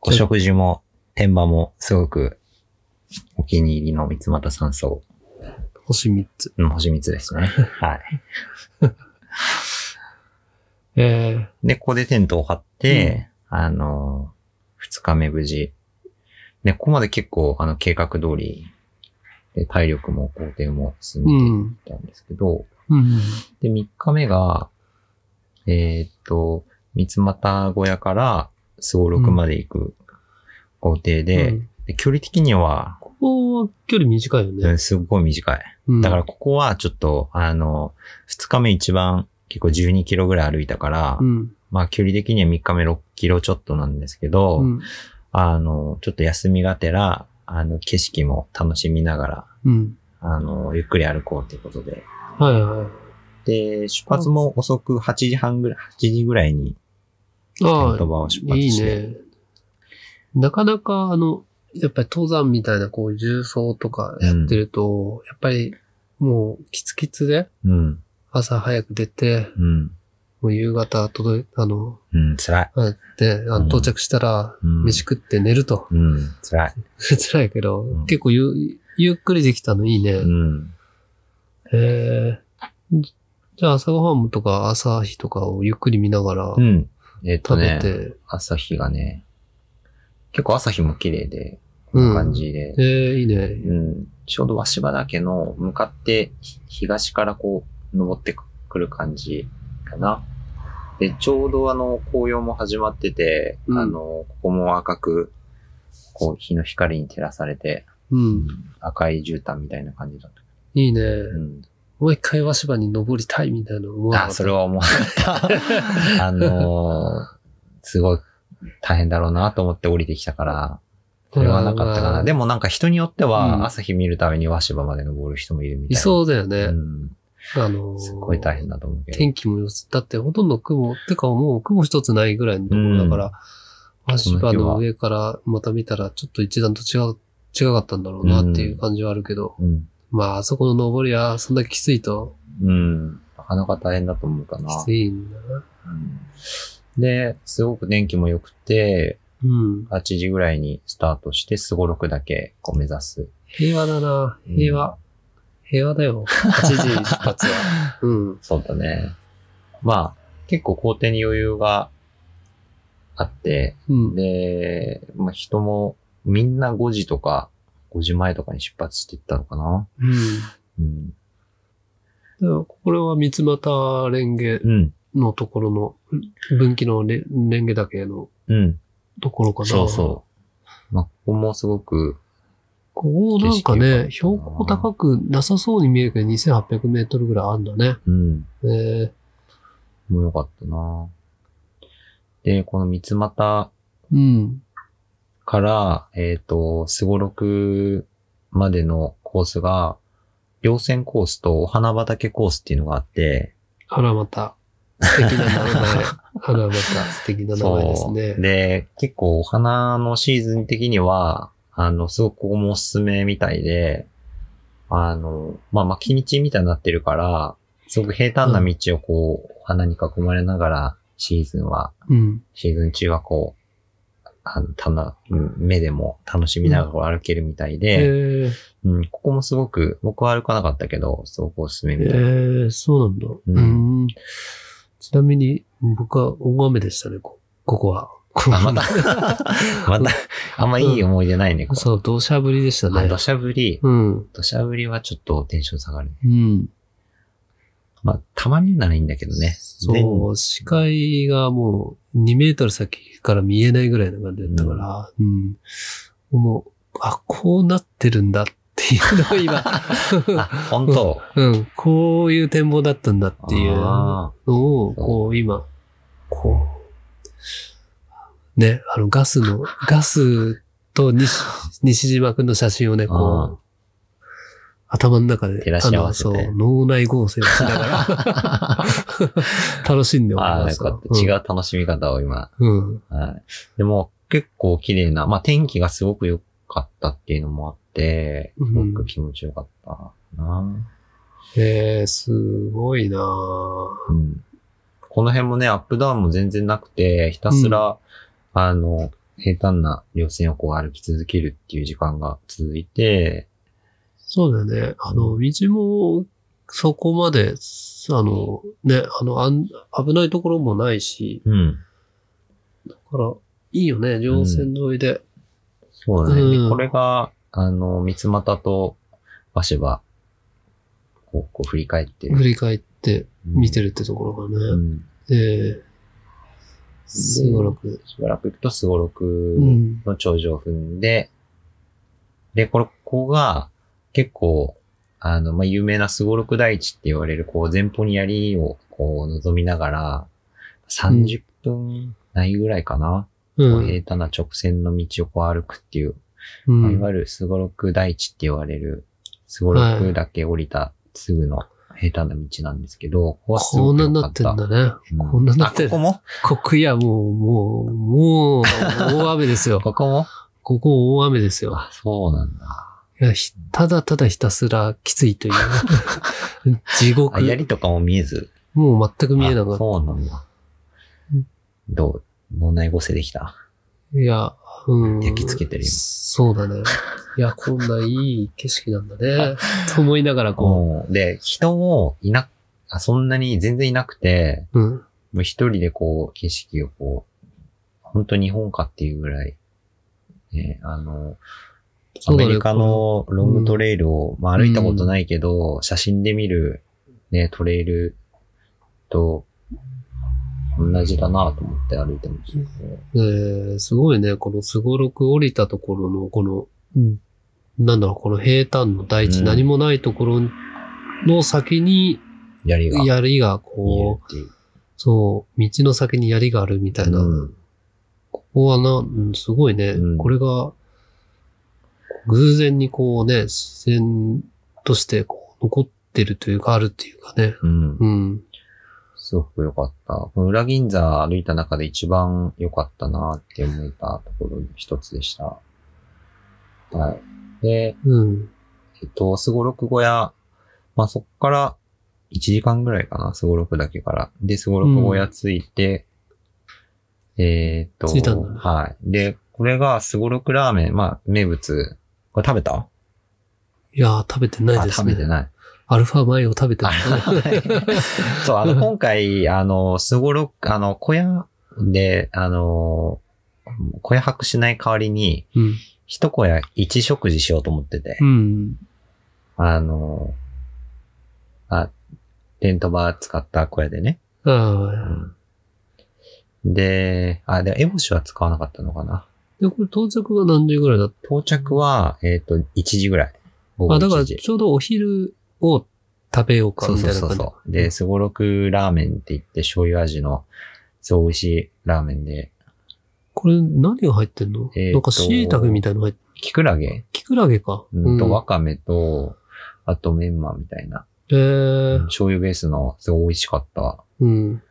Speaker 1: お食事も、天馬もすごくお気に入りの三俣山荘
Speaker 2: 星3つ。
Speaker 1: の星蜜です
Speaker 2: [LAUGHS]
Speaker 1: ね。はい。
Speaker 2: えー、
Speaker 1: で、ここでテントを張って、あの、二日目無事。で、ここまで結構、あの、計画通り、で体力も工程も進
Speaker 2: う
Speaker 1: め
Speaker 2: ん。
Speaker 1: ていったんですけど、
Speaker 2: うん。
Speaker 1: で、三日目が、えーっと、三俣小屋からすごろくまで行く工程で、
Speaker 2: うん
Speaker 1: で距離的には、
Speaker 2: ここは距離短いよ
Speaker 1: う
Speaker 2: ね。
Speaker 1: んすっごい短い。
Speaker 2: うん
Speaker 1: だから、ここはちょっと、あの、二日目一番結構12キロぐらい歩いたから、
Speaker 2: うん。
Speaker 1: まあ距離的には3日目6キロちょっとなんですけど、
Speaker 2: うん。
Speaker 1: あの、ちょっと休みがてら、あの、景色も楽しみながら、
Speaker 2: うん。
Speaker 1: あの、ゆっくり歩こうということで。
Speaker 2: はいはい。
Speaker 1: で、出発も遅く8時半ぐらい、8時ぐらいに
Speaker 2: あ
Speaker 1: ント場を
Speaker 2: あ、
Speaker 1: 出発
Speaker 2: いい
Speaker 1: して
Speaker 2: ね。なかなか、あの、やっぱり登山みたいな、こう、重装とかやってると、やっぱり、もう、キツキツで、
Speaker 1: うん、
Speaker 2: 朝早く出て、
Speaker 1: うん、
Speaker 2: もう夕方届い、あの、
Speaker 1: うん、辛い。
Speaker 2: あって、あ
Speaker 1: うん
Speaker 2: の到着したら、
Speaker 1: うん、
Speaker 2: 飯食って寝ると。 [LAUGHS]
Speaker 1: うん、辛い。
Speaker 2: 辛いけど、
Speaker 1: ん
Speaker 2: 結構ゆ、ゆっくりできたのいいね。
Speaker 1: うん、
Speaker 2: へえ。じじゃあ朝ごはんとか朝日とかをゆっくり見ながら
Speaker 1: うん。えっ、と
Speaker 2: 食べ
Speaker 1: ね、
Speaker 2: て。
Speaker 1: 朝日がね、結構朝日も綺麗で、こ
Speaker 2: うん
Speaker 1: んな感じで、
Speaker 2: ええいいね。
Speaker 1: うん、ちょうど鷲羽岳の向かってひ東からこう登ってくる感じかな。で、ちょうどあの紅葉も始まってて、
Speaker 2: うん
Speaker 1: あの、ここも赤く、こう日の光に照らされて、
Speaker 2: うん。
Speaker 1: 赤い絨毯みたいな感じだった。
Speaker 2: いいね。
Speaker 1: うん。
Speaker 2: もう一回和芝に登りたいみたいな思わなかっ
Speaker 1: あ、
Speaker 2: た
Speaker 1: それは思わなか
Speaker 2: [LAUGHS]
Speaker 1: った。あのーすごい大変だろうなと思って降りてきたから、それはなかったか
Speaker 2: う
Speaker 1: な。
Speaker 2: ん
Speaker 1: でもなんか人によって
Speaker 2: うん
Speaker 1: は朝日見るために鷲羽まで登る人もいるみたい
Speaker 2: い
Speaker 1: な。
Speaker 2: そうだよね。
Speaker 1: うん
Speaker 2: あのー
Speaker 1: すごい大変だと思うけど。
Speaker 2: 天気もよす。だってほとんど雲、ってかもう雲一つないぐらいのところだから、和芝の上からまた見たらちょっと一段と違う、違かったんだろうなっていう感じはあるけど、
Speaker 1: うん。
Speaker 2: まああそこの登りはそんだけきついと、
Speaker 1: うん。なかなか大変だと思うかな。
Speaker 2: きついんだな。
Speaker 1: うんで、すごく天気も良くて、
Speaker 2: うん。
Speaker 1: 8時ぐらいにスタートして、すごろくだけこう目指す。
Speaker 2: 平和だな。平和。平和だよ。8時出発
Speaker 1: [LAUGHS]
Speaker 2: は。うん。
Speaker 1: そうだね。まあ、結構工程に余裕があって、
Speaker 2: うん。
Speaker 1: で、まあ人も、みんな5時とか、5時前とかに出発していったのかな。
Speaker 2: うん。
Speaker 1: うん。
Speaker 2: だからこれは三俣蓮華
Speaker 1: うん。
Speaker 2: のところの、分岐のれ蓮華岳の
Speaker 1: うん。
Speaker 2: ところかな。
Speaker 1: そうそう。まあ、ここもすごく、
Speaker 2: ここなんかね、
Speaker 1: 景色
Speaker 2: 標
Speaker 1: よかったな
Speaker 2: 高高くなさそうに見えるけど、2800メートルぐらいあるんだね。
Speaker 1: うん、
Speaker 2: え
Speaker 1: もう良かったなで、この三股
Speaker 2: ー、うん。
Speaker 1: から、えっ、と、すごろくまでのコースが、稜線コースとお花畑コースっていうのがあって、
Speaker 2: あらまた、素敵な名
Speaker 1: [LAUGHS]
Speaker 2: 前。あらまた、素敵な名前です
Speaker 1: そう
Speaker 2: ね。
Speaker 1: で、結構お花のシーズン的には、あの、すごくここもおすすめみたいで、あの、まあ、巻き道みたいになってるから、すごく平坦な道をこう、お花に囲まれながら、シーズンは
Speaker 2: うん。
Speaker 1: シーズン中はこう、あの、たな、うん目でも楽しみながら歩けるみたい
Speaker 2: え
Speaker 1: で、
Speaker 2: ー、
Speaker 1: うん、ここもすごく、僕は歩かなかったけど、すごくおすすめ
Speaker 2: え
Speaker 1: みたいな。
Speaker 2: ー、そうなんだ。う
Speaker 1: うん
Speaker 2: ん。ちなみに、僕は大雨でしたね、こここは。
Speaker 1: あ、また、また、あんまいい思い出ないね、ここ。
Speaker 2: [LAUGHS] そう、土砂降りでした
Speaker 1: あ
Speaker 2: ね
Speaker 1: 土。砂降り、
Speaker 2: うん。
Speaker 1: 土砂降りはちょっとテンション下がるね。
Speaker 2: うん。
Speaker 1: まあ、たまにならいいんだけどね。
Speaker 2: そう、視界がもう2メートル先から見えないぐらいの感じだったから、うん。もう、あ、こうなってるんだっていうのを
Speaker 1: 全。
Speaker 2: 今、
Speaker 1: あ、本当。 [LAUGHS]
Speaker 2: うん、こういう展望だったんだ [LAUGHS] っていうの
Speaker 1: あ
Speaker 2: を、こう今、こう、ね、あ
Speaker 1: [LAUGHS]
Speaker 2: のガスの、ガスと西西島くんの写真をね、
Speaker 1: あ
Speaker 2: こう、頭の中で、
Speaker 1: 照らし合わせて
Speaker 2: あのそう、脳内合成をしなが
Speaker 1: [LAUGHS]
Speaker 2: [LAUGHS] ら楽しんでおり
Speaker 1: ああ、
Speaker 2: ま
Speaker 1: よ
Speaker 2: す
Speaker 1: か
Speaker 2: わ。
Speaker 1: った。違う楽しみ方を今。
Speaker 2: うん。うん。
Speaker 1: はい。でも、結構綺麗な、まあ、天気がすごく良かったっていうのもあって、すごく気持ちよかったな。
Speaker 2: えー、すごいなぁ
Speaker 1: うん。この辺もね、アップダウンも全然なくて、ひたすら、あの、平坦な稜線をこう歩き続けるっていう時間が続いて、
Speaker 2: そうだよね。あの、道も、そこまで、あの、ね、あの、あん危ないところもないし、
Speaker 1: うん。
Speaker 2: だから、いいよね、稜線沿いで。
Speaker 1: そうだね。
Speaker 2: うん
Speaker 1: でこれが、あの、三つ股と場所は、こう、こう振り返ってる
Speaker 2: 振。り返って見て
Speaker 1: る。
Speaker 2: るってところが
Speaker 1: う
Speaker 2: ね。
Speaker 1: ん。
Speaker 2: ええすごろく。
Speaker 1: しばらく行くとすごろく
Speaker 2: うん。
Speaker 1: の頂上を踏んで、で、これ、ここが、結構、あの、まあ、有名なすごろく台地って言われる、こう、前方に槍を、こう、望みながら、30分ないぐらいかな。
Speaker 2: う。
Speaker 1: こうん平坦な直線の道をこう歩くっていう
Speaker 2: う
Speaker 1: まあいわ
Speaker 2: ん。
Speaker 1: ゆるスゴロク大地って言われる、スゴロクだけ降りたすぐの平坦な道なんですけど、ここはす
Speaker 2: こ
Speaker 1: ご
Speaker 2: ん
Speaker 1: く
Speaker 2: なに
Speaker 1: 良
Speaker 2: な
Speaker 1: か
Speaker 2: っ
Speaker 1: ってた。
Speaker 2: んだね。
Speaker 1: うん
Speaker 2: こんなになって
Speaker 1: あ
Speaker 2: る
Speaker 1: ここも
Speaker 2: ここいや、もう、もう、もう、大雨です [LAUGHS] よ。
Speaker 1: ここも
Speaker 2: ここ大雨ですよ。
Speaker 1: あ、そうなんだ。
Speaker 2: いや、ひただただひたすらきつ
Speaker 1: [LAUGHS]
Speaker 2: いという。地獄
Speaker 1: あ、。槍とかも見えず。
Speaker 2: もう全く見えなか
Speaker 1: あ
Speaker 2: っ
Speaker 1: そうなんだ
Speaker 2: うん。
Speaker 1: どう脳内合成できた。
Speaker 2: た。いや、うん。
Speaker 1: 焼き付けてるよ
Speaker 2: そうだね。いや、こんないい景色なんだ
Speaker 1: [LAUGHS]
Speaker 2: ね。と思いながらこ
Speaker 1: こうで、人もいな、あそんなに全然いなくて、
Speaker 2: う。うん。
Speaker 1: もう一人でこう、景色をこう、本当日本かっていうぐらい、ね、あの、ア
Speaker 2: そうだ
Speaker 1: メ
Speaker 2: ね
Speaker 1: リカのロングトレイルを、まあ歩いたことないけど、写真で見る、ね、トレイルと、同じだなと思って歩いてましたね。
Speaker 2: えー、すごいね。このすごろく降りたところの、この、うん。なんだろう、この平坦の大地、
Speaker 1: うん
Speaker 2: 何もないところの先に、
Speaker 1: 槍が見える
Speaker 2: 槍がこう、
Speaker 1: っていう。
Speaker 2: そう、道の先に槍があるみたいな。
Speaker 1: うん
Speaker 2: ここはな、うん、すごいね。
Speaker 1: うん
Speaker 2: これが、偶然にこうね、自然としてこう残ってるというか、あるっていうかね。
Speaker 1: うん。
Speaker 2: うん。
Speaker 1: すごく良かった。この裏銀座歩いた中で一番良かったなって思えたところの一つでした。はい。で、
Speaker 2: うん。
Speaker 1: えっと、すごろく小屋、まあ、そっから1時間ぐらいかな、すごろくだけから。で、すごろく小屋ついて、えーっと、
Speaker 2: 着いたんだね
Speaker 1: はい。で、これがすごろくラーメン、まあ、名物。これ食べた
Speaker 2: いやー、食べてない
Speaker 1: あ、
Speaker 2: です
Speaker 1: 食
Speaker 2: ね。
Speaker 1: べてない。
Speaker 2: アルファ米を食べてない。
Speaker 1: [LAUGHS] そう、あの、今回、あの、すごろく、あの、小屋で、あの、小屋泊しない代わりに、
Speaker 2: うん。
Speaker 1: 一小屋一食事しようと思ってて
Speaker 2: う、ん。
Speaker 1: あの、あ、テントバー使った小屋でね。
Speaker 2: ああ。
Speaker 1: で、あ、で、エボシは使わなかったのかな。
Speaker 2: で、これ到着が何時ぐらいだっ
Speaker 1: 到着は、えっ、と、1時ぐらい。午
Speaker 2: た
Speaker 1: 後
Speaker 2: あ、だか
Speaker 1: 1
Speaker 2: ら
Speaker 1: 時。
Speaker 2: ちょうどお昼を食べようか、
Speaker 1: そう
Speaker 2: み
Speaker 1: そ
Speaker 2: た
Speaker 1: うそ
Speaker 2: いな感
Speaker 1: う
Speaker 2: じ。
Speaker 1: そう。で、すごろくラーメンって言って、醤油味の、すごい美味しいラーメンで、
Speaker 2: これ何が入ってんの、
Speaker 1: えーと
Speaker 2: なんか椎茸みたいなの入って、
Speaker 1: キクラゲ
Speaker 2: キクラゲか。
Speaker 1: うんと、
Speaker 2: うん
Speaker 1: わかめと、あとメンマみたいな、
Speaker 2: えー、
Speaker 1: 醤油ベースの、すごい美味しかった。
Speaker 2: うん。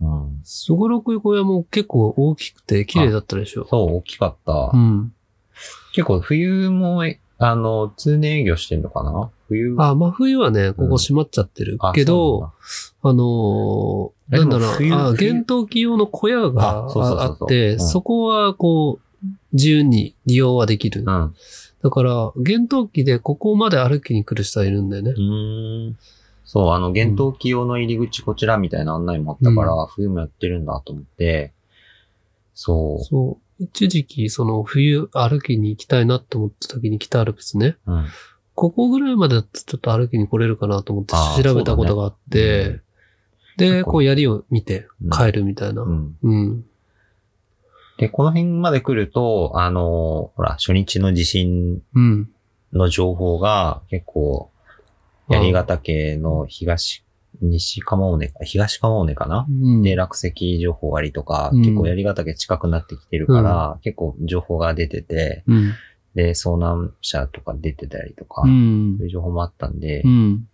Speaker 1: うん。
Speaker 2: すごろく小屋も結構大きくて綺麗だったでしょ。
Speaker 1: そう、大きかった。
Speaker 2: うん。
Speaker 1: 結構冬も、えあの、通年営業してんのかな冬
Speaker 2: あ、真冬はね、ここ閉まっちゃってる
Speaker 1: あ
Speaker 2: け
Speaker 1: そうなん、だ
Speaker 2: どあのー
Speaker 1: え
Speaker 2: な
Speaker 1: で
Speaker 2: ん
Speaker 1: も
Speaker 2: だろう、
Speaker 1: 冬
Speaker 2: あ
Speaker 1: 冬
Speaker 2: 厳冬期用の小屋が
Speaker 1: あそうそうそ
Speaker 2: あ
Speaker 1: う
Speaker 2: あ
Speaker 1: そう
Speaker 2: って、
Speaker 1: うん
Speaker 2: そこはこう、自由に利用はできる。
Speaker 1: うん。
Speaker 2: だから、厳冬期でここまで歩きに来る人はいるんだよね
Speaker 1: う。ーん。そう、あの、厳冬期用の入り口こちらみたいな案内もあったから、冬もやってるんだと思って、そ
Speaker 2: そう。一時期、その冬歩きに行きたいなって思った時に北アルプスね。
Speaker 1: う。うん。
Speaker 2: ここぐらいまでだとちょっと歩きに来れるかなと思って
Speaker 1: あー
Speaker 2: 調べたことがあっ
Speaker 1: そ
Speaker 2: て
Speaker 1: う、
Speaker 2: で、こう槍を見て帰るみたいな。
Speaker 1: うん。
Speaker 2: うん。
Speaker 1: で、この辺まで来ると、あの、ほら、初日の地震
Speaker 2: うん。
Speaker 1: の情報が結構、槍ヶ岳の東、西釜尾根か、東釜尾根かな
Speaker 2: うん。
Speaker 1: で、落石情報ありとか、
Speaker 2: うん
Speaker 1: 結構槍ヶ岳近くなってきてるから、結構情報が出てて、
Speaker 2: うん。
Speaker 1: で、遭難者とか出てたりとか、
Speaker 2: うん
Speaker 1: そうい。う情報もあったんで
Speaker 2: う、ん。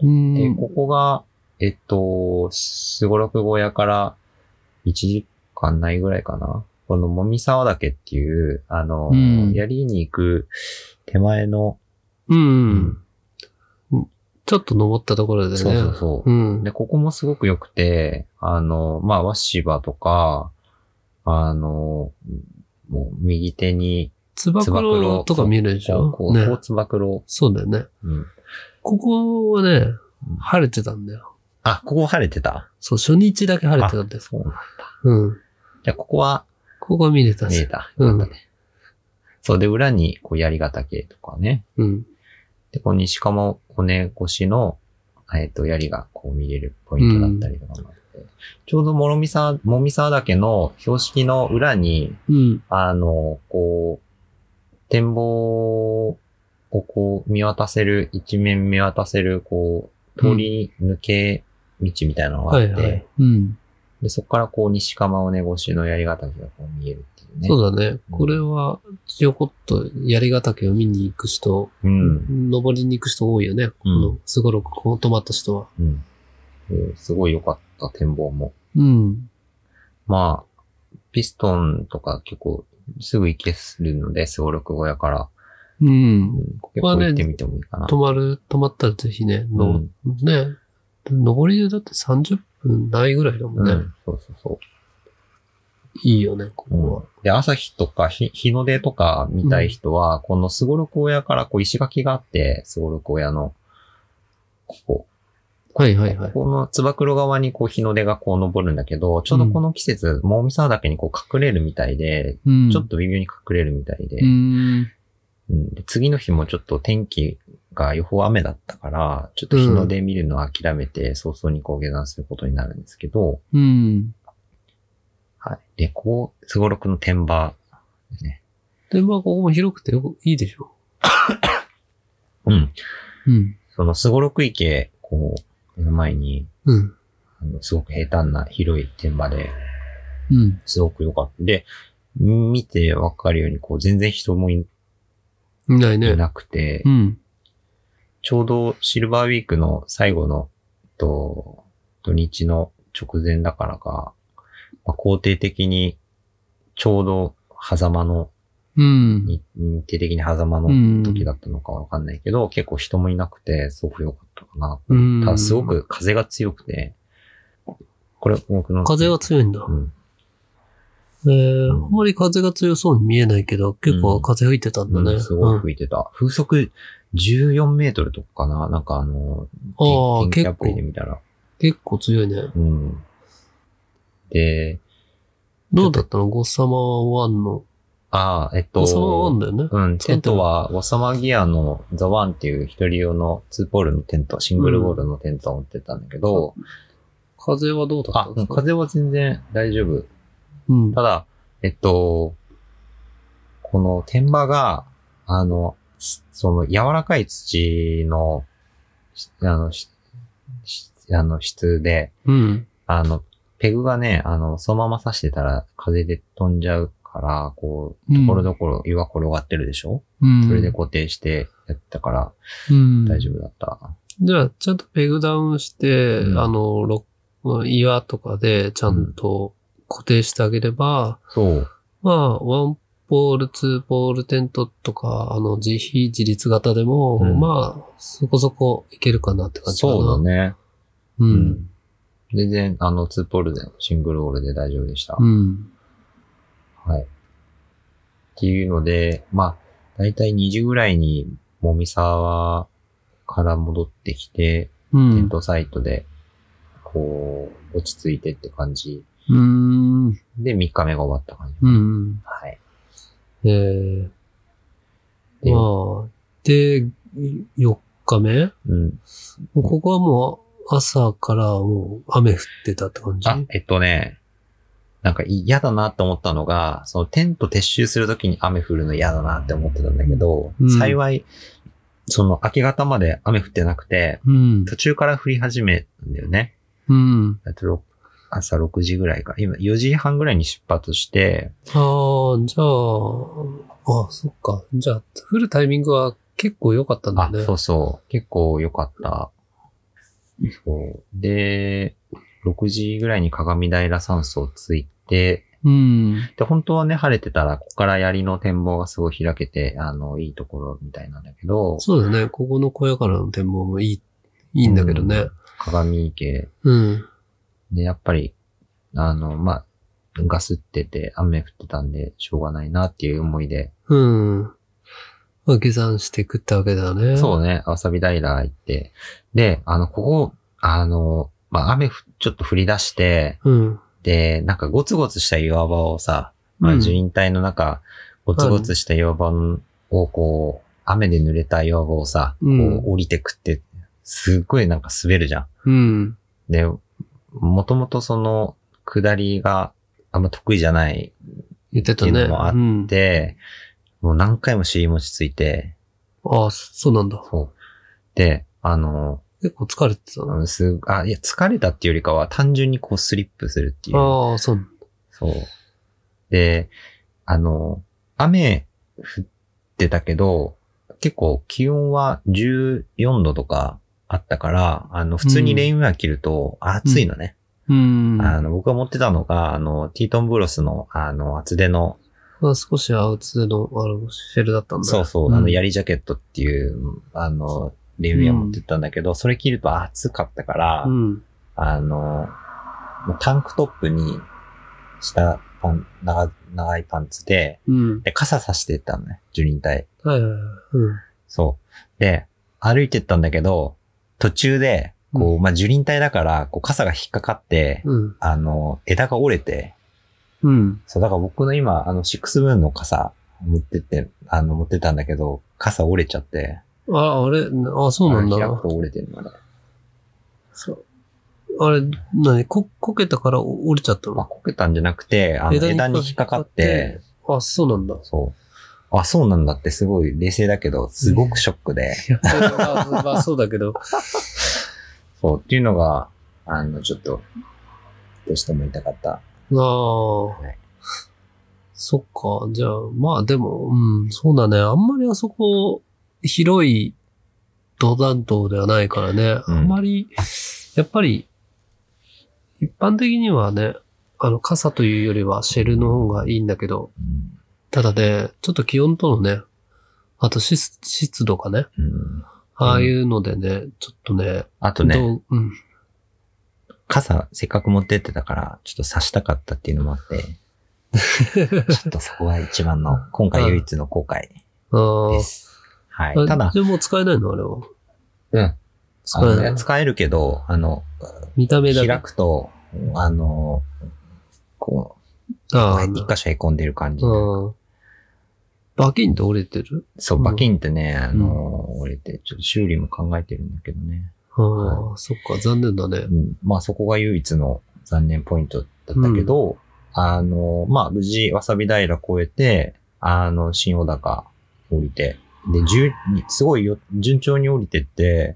Speaker 2: うん。
Speaker 1: で、ここが、えっと、すごろく小屋から1時間ないぐらいかな。このもみ沢岳っていう、あの、
Speaker 2: うん
Speaker 1: やりに行く手前の、
Speaker 2: う。
Speaker 1: うん
Speaker 2: ちょっと登ったところでね。
Speaker 1: そうそうそう。
Speaker 2: うん。
Speaker 1: で、ここもすごく良くて、あの、まあ、ワシバとか、あの、もう右手に、
Speaker 2: つば九郎とか見えるでし
Speaker 1: こう、こ
Speaker 2: ょ
Speaker 1: う、
Speaker 2: ね
Speaker 1: こ。うつば九郎。
Speaker 2: そうだよね。
Speaker 1: うん。
Speaker 2: ここはね、晴れてたんだよ。
Speaker 1: あ、ここ晴れてた。
Speaker 2: そう、初日だけ晴れてたんだよ。
Speaker 1: そう。
Speaker 2: うん。
Speaker 1: じゃあ、ここは
Speaker 2: ここは見れた
Speaker 1: 見え
Speaker 2: し。
Speaker 1: た。
Speaker 2: う
Speaker 1: よ
Speaker 2: ん
Speaker 1: かったね。そう、で、裏に、こう、槍ヶ岳とかね。
Speaker 2: うん。
Speaker 1: で、こう、西釜骨越しの、えっ、と、槍がこう見れるポイントだったりとかもあって、ちょうど諸見沢、もみ沢岳の標識の裏に、
Speaker 2: うん。
Speaker 1: あの、こう、展望をこう見渡せる、一面見渡せる、こう、通り抜け道みたいなのがあっ
Speaker 2: は
Speaker 1: て、
Speaker 2: いはい。うん。
Speaker 1: でそこからこう西釜尾根越しの槍ヶ岳がこう見えるっていうね。
Speaker 2: そううだね。これは、ちょこっと槍ヶ岳を見に行く人、
Speaker 1: ん。
Speaker 2: 登りに行く人多いよね。この、すごろくこう泊まった人は。
Speaker 1: うん。うんすごい良かった展望も。
Speaker 2: うん。
Speaker 1: まあ、ピストンとか結構すぐ行けるので、すごろく小屋から。
Speaker 2: う。
Speaker 1: うんん、結
Speaker 2: こは
Speaker 1: 構
Speaker 2: ね
Speaker 1: 行ってみてもいいかな。
Speaker 2: 泊まる、泊まったらぜひね、
Speaker 1: う
Speaker 2: の、
Speaker 1: ん
Speaker 2: ね。登りでだって30分ないぐらいだもん
Speaker 1: う
Speaker 2: ね。
Speaker 1: ん、そうそうそう。
Speaker 2: いいよね、ここは。
Speaker 1: うんで、朝日とか日日の出とか見たい人は、このすごろく小屋からこう石垣があって、すごろく小屋の、ここ、
Speaker 2: はいはいはい。
Speaker 1: このつば九郎側にこう日の出がこう登るんだけど、ちょうどこの季節、もみ沢岳にこう隠れるみたいで、
Speaker 2: うん
Speaker 1: ちょっと微妙に隠れるみたいで、
Speaker 2: うん。
Speaker 1: うんで次の日もちょっと天気が予報雨だったから、ちょっと日の出見るのを諦めて、早々にこう下山することになるんですけど、
Speaker 2: うん。
Speaker 1: はい。で、ここ、すごろくの天場ですね。
Speaker 2: で、まあ、ここも広くてよく、いいでしょ。
Speaker 1: うん。
Speaker 2: うん。
Speaker 1: そのすごろく池、こう、目の前に、
Speaker 2: うん。
Speaker 1: あのすごく平坦な広い天場で、
Speaker 2: うん。
Speaker 1: すごく良かった。で、見てわかるように、こう、全然人もい
Speaker 2: いない
Speaker 1: い
Speaker 2: ね。
Speaker 1: なくて、
Speaker 2: うん。
Speaker 1: ちょうどシルバーウィークの最後の、えっと、土日の直前だからか、まあ、肯定的に、ちょうど、狭間の、
Speaker 2: うん。
Speaker 1: 日日程的に狭間
Speaker 2: う
Speaker 1: の
Speaker 2: ん。
Speaker 1: 時だったのかわかんないけど、結構人もいなくて、すごく良かったかな。
Speaker 2: うん。
Speaker 1: ただすご。く風が強くて、これ僕の。
Speaker 2: 風が強いんだ
Speaker 1: う。ん。
Speaker 2: えー、あんまり風が強そうに見えないけど、結構風吹いてたんだ
Speaker 1: う
Speaker 2: ね。
Speaker 1: んすごい
Speaker 2: い。
Speaker 1: 吹いてた。風速14メートルとかかななんかあの、
Speaker 2: ああ、
Speaker 1: 天気
Speaker 2: 結
Speaker 1: アプリで
Speaker 2: 構、
Speaker 1: 見たら。
Speaker 2: 結構強いね。
Speaker 1: うん。で、
Speaker 2: どうだったのゴッサマワンの。
Speaker 1: ああ、えっ
Speaker 2: ゴ
Speaker 1: と
Speaker 2: ッ、サマワンだよね。
Speaker 1: うん、テントは、ワサマギアのザワンっていう一人用のツーポールのテント、シングルウォールのテントを持ってたんだけど、
Speaker 2: 風はどうだった
Speaker 1: あ
Speaker 2: ん、で
Speaker 1: うん
Speaker 2: すか
Speaker 1: 風は全然大丈夫。
Speaker 2: うん。
Speaker 1: ただ、えっと、この天場が、あの、すその柔らかい土の、しあの、ししあの質で、
Speaker 2: うん。
Speaker 1: あの、ペグがね、あの、そのまま刺してたら風で飛んじゃうから、こう、
Speaker 2: う
Speaker 1: と
Speaker 2: ん
Speaker 1: ころどころ岩転がってるでしょ、
Speaker 2: うん。
Speaker 1: それで固定してやったから
Speaker 2: うん。
Speaker 1: 大丈夫だった。
Speaker 2: じゃあ、ちゃんとペグダウンして、
Speaker 1: うん
Speaker 2: あの、ロ岩とかでちゃんと固定してあげれば、
Speaker 1: そう。
Speaker 2: まあ、ワンポール、ツーポールテントとか、あの、自費自立型でも、
Speaker 1: うん
Speaker 2: まあ、そこそこいけるかなって感じかな。
Speaker 1: そうだ。ね。
Speaker 2: う。。
Speaker 1: うん全然、あの、ツーポールで、シングルオールで大丈夫でした。
Speaker 2: うん。
Speaker 1: はい。っていうので、まあ、だいたい2時ぐらいに、もみ沢から戻ってきて、
Speaker 2: う
Speaker 1: テン
Speaker 2: ん。
Speaker 1: トサイトで、こう、落ち着いてって感じ。
Speaker 2: うん。
Speaker 1: で、3日目が終わった感じ。
Speaker 2: うん。
Speaker 1: はい。
Speaker 2: えー、
Speaker 1: で、
Speaker 2: まあ、で、4日目
Speaker 1: うん。
Speaker 2: もうここはもう、朝からもう雨降ってたって感じ
Speaker 1: あ、えっとね、なんか嫌だなって思ったのが、そのテント撤収するときに雨降るの嫌だなって思ってたんだけど、
Speaker 2: うん
Speaker 1: 幸い、その明け方まで雨降ってなくて、
Speaker 2: うん。
Speaker 1: 途中から降り始めたんだよね。
Speaker 2: うん。
Speaker 1: えっとろ朝6時ぐらいか。今、4時半ぐらいに出発して、
Speaker 2: ああ、じゃあ、あ、そっか。じゃあ、降るタイミングは結構良かったんだ
Speaker 1: あ、
Speaker 2: ね。
Speaker 1: そうそう。結構良かった。そう。で、6時ぐらいに鏡平山荘着いて、
Speaker 2: うん。
Speaker 1: で、本当はね、晴れてたら、ここから槍の展望がすごい開けて、あの、いいところみたいなんだけど、
Speaker 2: そうだね。ここの小屋からの展望もいい、いいんだけどね。
Speaker 1: 鏡池
Speaker 2: うん。
Speaker 1: で、やっぱり、あの、まあ、ガスってて、雨降ってたんで、しょうがないなっていう思いで、
Speaker 2: うん。まあ、下山して食ったわけだね。
Speaker 1: そうね、わさび平行って、で、あの、ここ、あの、まあ、雨ふちょっと降り出して、
Speaker 2: う。うん。
Speaker 1: で、なんかゴツゴツした岩場をさ、ま
Speaker 2: う
Speaker 1: あ、
Speaker 2: ん
Speaker 1: 樹林帯の中、ゴツゴツした岩場をこう、雨で濡れた岩場をさ、こ
Speaker 2: うん
Speaker 1: う降りてくって、すっごいなんか滑るじゃん。
Speaker 2: うん。
Speaker 1: で、もともとその、下りがあんま得意じゃない
Speaker 2: 言ってたね。
Speaker 1: っていうのもあっ
Speaker 2: うん、
Speaker 1: で、もう何回も尻餅ついて、
Speaker 2: ああ、そうなんだ。
Speaker 1: そう。で、あの、
Speaker 2: 結構疲れてた
Speaker 1: あ
Speaker 2: な。
Speaker 1: のす、あ、いや、疲れたっていうよりかは単純にこうスリップするっていう。
Speaker 2: ああ、そう。
Speaker 1: そう。で、あの、雨降ってたけど、結構気温は14度とかあったから、あの、普通にレインウェア着ると暑いのね。
Speaker 2: うん。
Speaker 1: あの、僕が持ってたのが、あの、ティートンブロスの、あの、厚手の
Speaker 2: まあ、少しアウツでの、あの、シェルだったんだ。
Speaker 1: そうそう、あ
Speaker 2: う
Speaker 1: の、
Speaker 2: ん
Speaker 1: やりジャケットっていう、あの、レビューを持ってったんだけど、それ着ると暑かったから、
Speaker 2: うん。
Speaker 1: あの、もうタンクトップに、下、パン、長、長いパンツで、
Speaker 2: うん。
Speaker 1: で、傘さしてったのね、樹林帯。
Speaker 2: はいはいはい。うん。
Speaker 1: そう。で、歩いてったんだけど、途中で、こう、まあ、樹林帯だから、こう、傘が引っかかって、
Speaker 2: うん。
Speaker 1: あの、枝が折れて、
Speaker 2: うん。
Speaker 1: そう、だから僕の今、あの、シックスブーンの傘、持ってって、あの、持ってたんだけど、傘折れちゃって、
Speaker 2: あ、あれ、あ、そうなんだ
Speaker 1: あれ開くと折れてるのね。
Speaker 2: そう。あれ、なに、こ、こけたからお折れちゃった
Speaker 1: まあ、
Speaker 2: の
Speaker 1: こけたんじゃなくて、あの枝に引っかかって、。
Speaker 2: あ、そうなんだ。
Speaker 1: そう。あ、そうなんだってすごい冷静だけど、すごくショックで、
Speaker 2: いや、それは、まあ、そうだけど。
Speaker 1: そう、っていうのが、あの、ちょっと、どうしても痛かった。
Speaker 2: [LAUGHS] ああ
Speaker 1: はい。
Speaker 2: そっか。じゃあ、まあでも、うん、そうだね。あんまりあそこ、広い土壇島ではないからね。
Speaker 1: うん
Speaker 2: あんまり、やっぱり、一般的にはね、あの、傘というよりはシェルの方がいいんだけど、ただね、ちょっと気温とのね、あと湿湿度かね、
Speaker 1: うん。うん、
Speaker 2: ああいうのでね、ちょっとね、
Speaker 1: あとね、
Speaker 2: どう、うん。
Speaker 1: 傘せっかく持ってってたから、ちょっと差したかったっていうのもあって、
Speaker 2: [LAUGHS]
Speaker 1: ちょっとそこが一番の、今回唯一の後悔
Speaker 2: あ
Speaker 1: で
Speaker 2: ー
Speaker 1: す。はい
Speaker 2: あ。。
Speaker 1: ただ、
Speaker 2: でも使えないのあれは。
Speaker 1: うん。
Speaker 2: 使
Speaker 1: あ
Speaker 2: え
Speaker 1: の
Speaker 2: ない
Speaker 1: ね。使えるけど、あの、
Speaker 2: 見た目だけ。
Speaker 1: 開くと、あの、こう、
Speaker 2: ああ、
Speaker 1: 一箇所へこんでる感じ。
Speaker 2: うん。バキンって折れてる
Speaker 1: そうう、
Speaker 2: ん
Speaker 1: バキンってね、あの、折れて、ちょっと修理も考えてるんだけどね。
Speaker 2: ああ、そっか、残念だね
Speaker 1: う。ん。まあそこが唯一の残念ポイントだったけど、あの、まあ無事、わさび平越えて、あの、新小高降りて、で、じゅうすごいよ、順調に降りてって、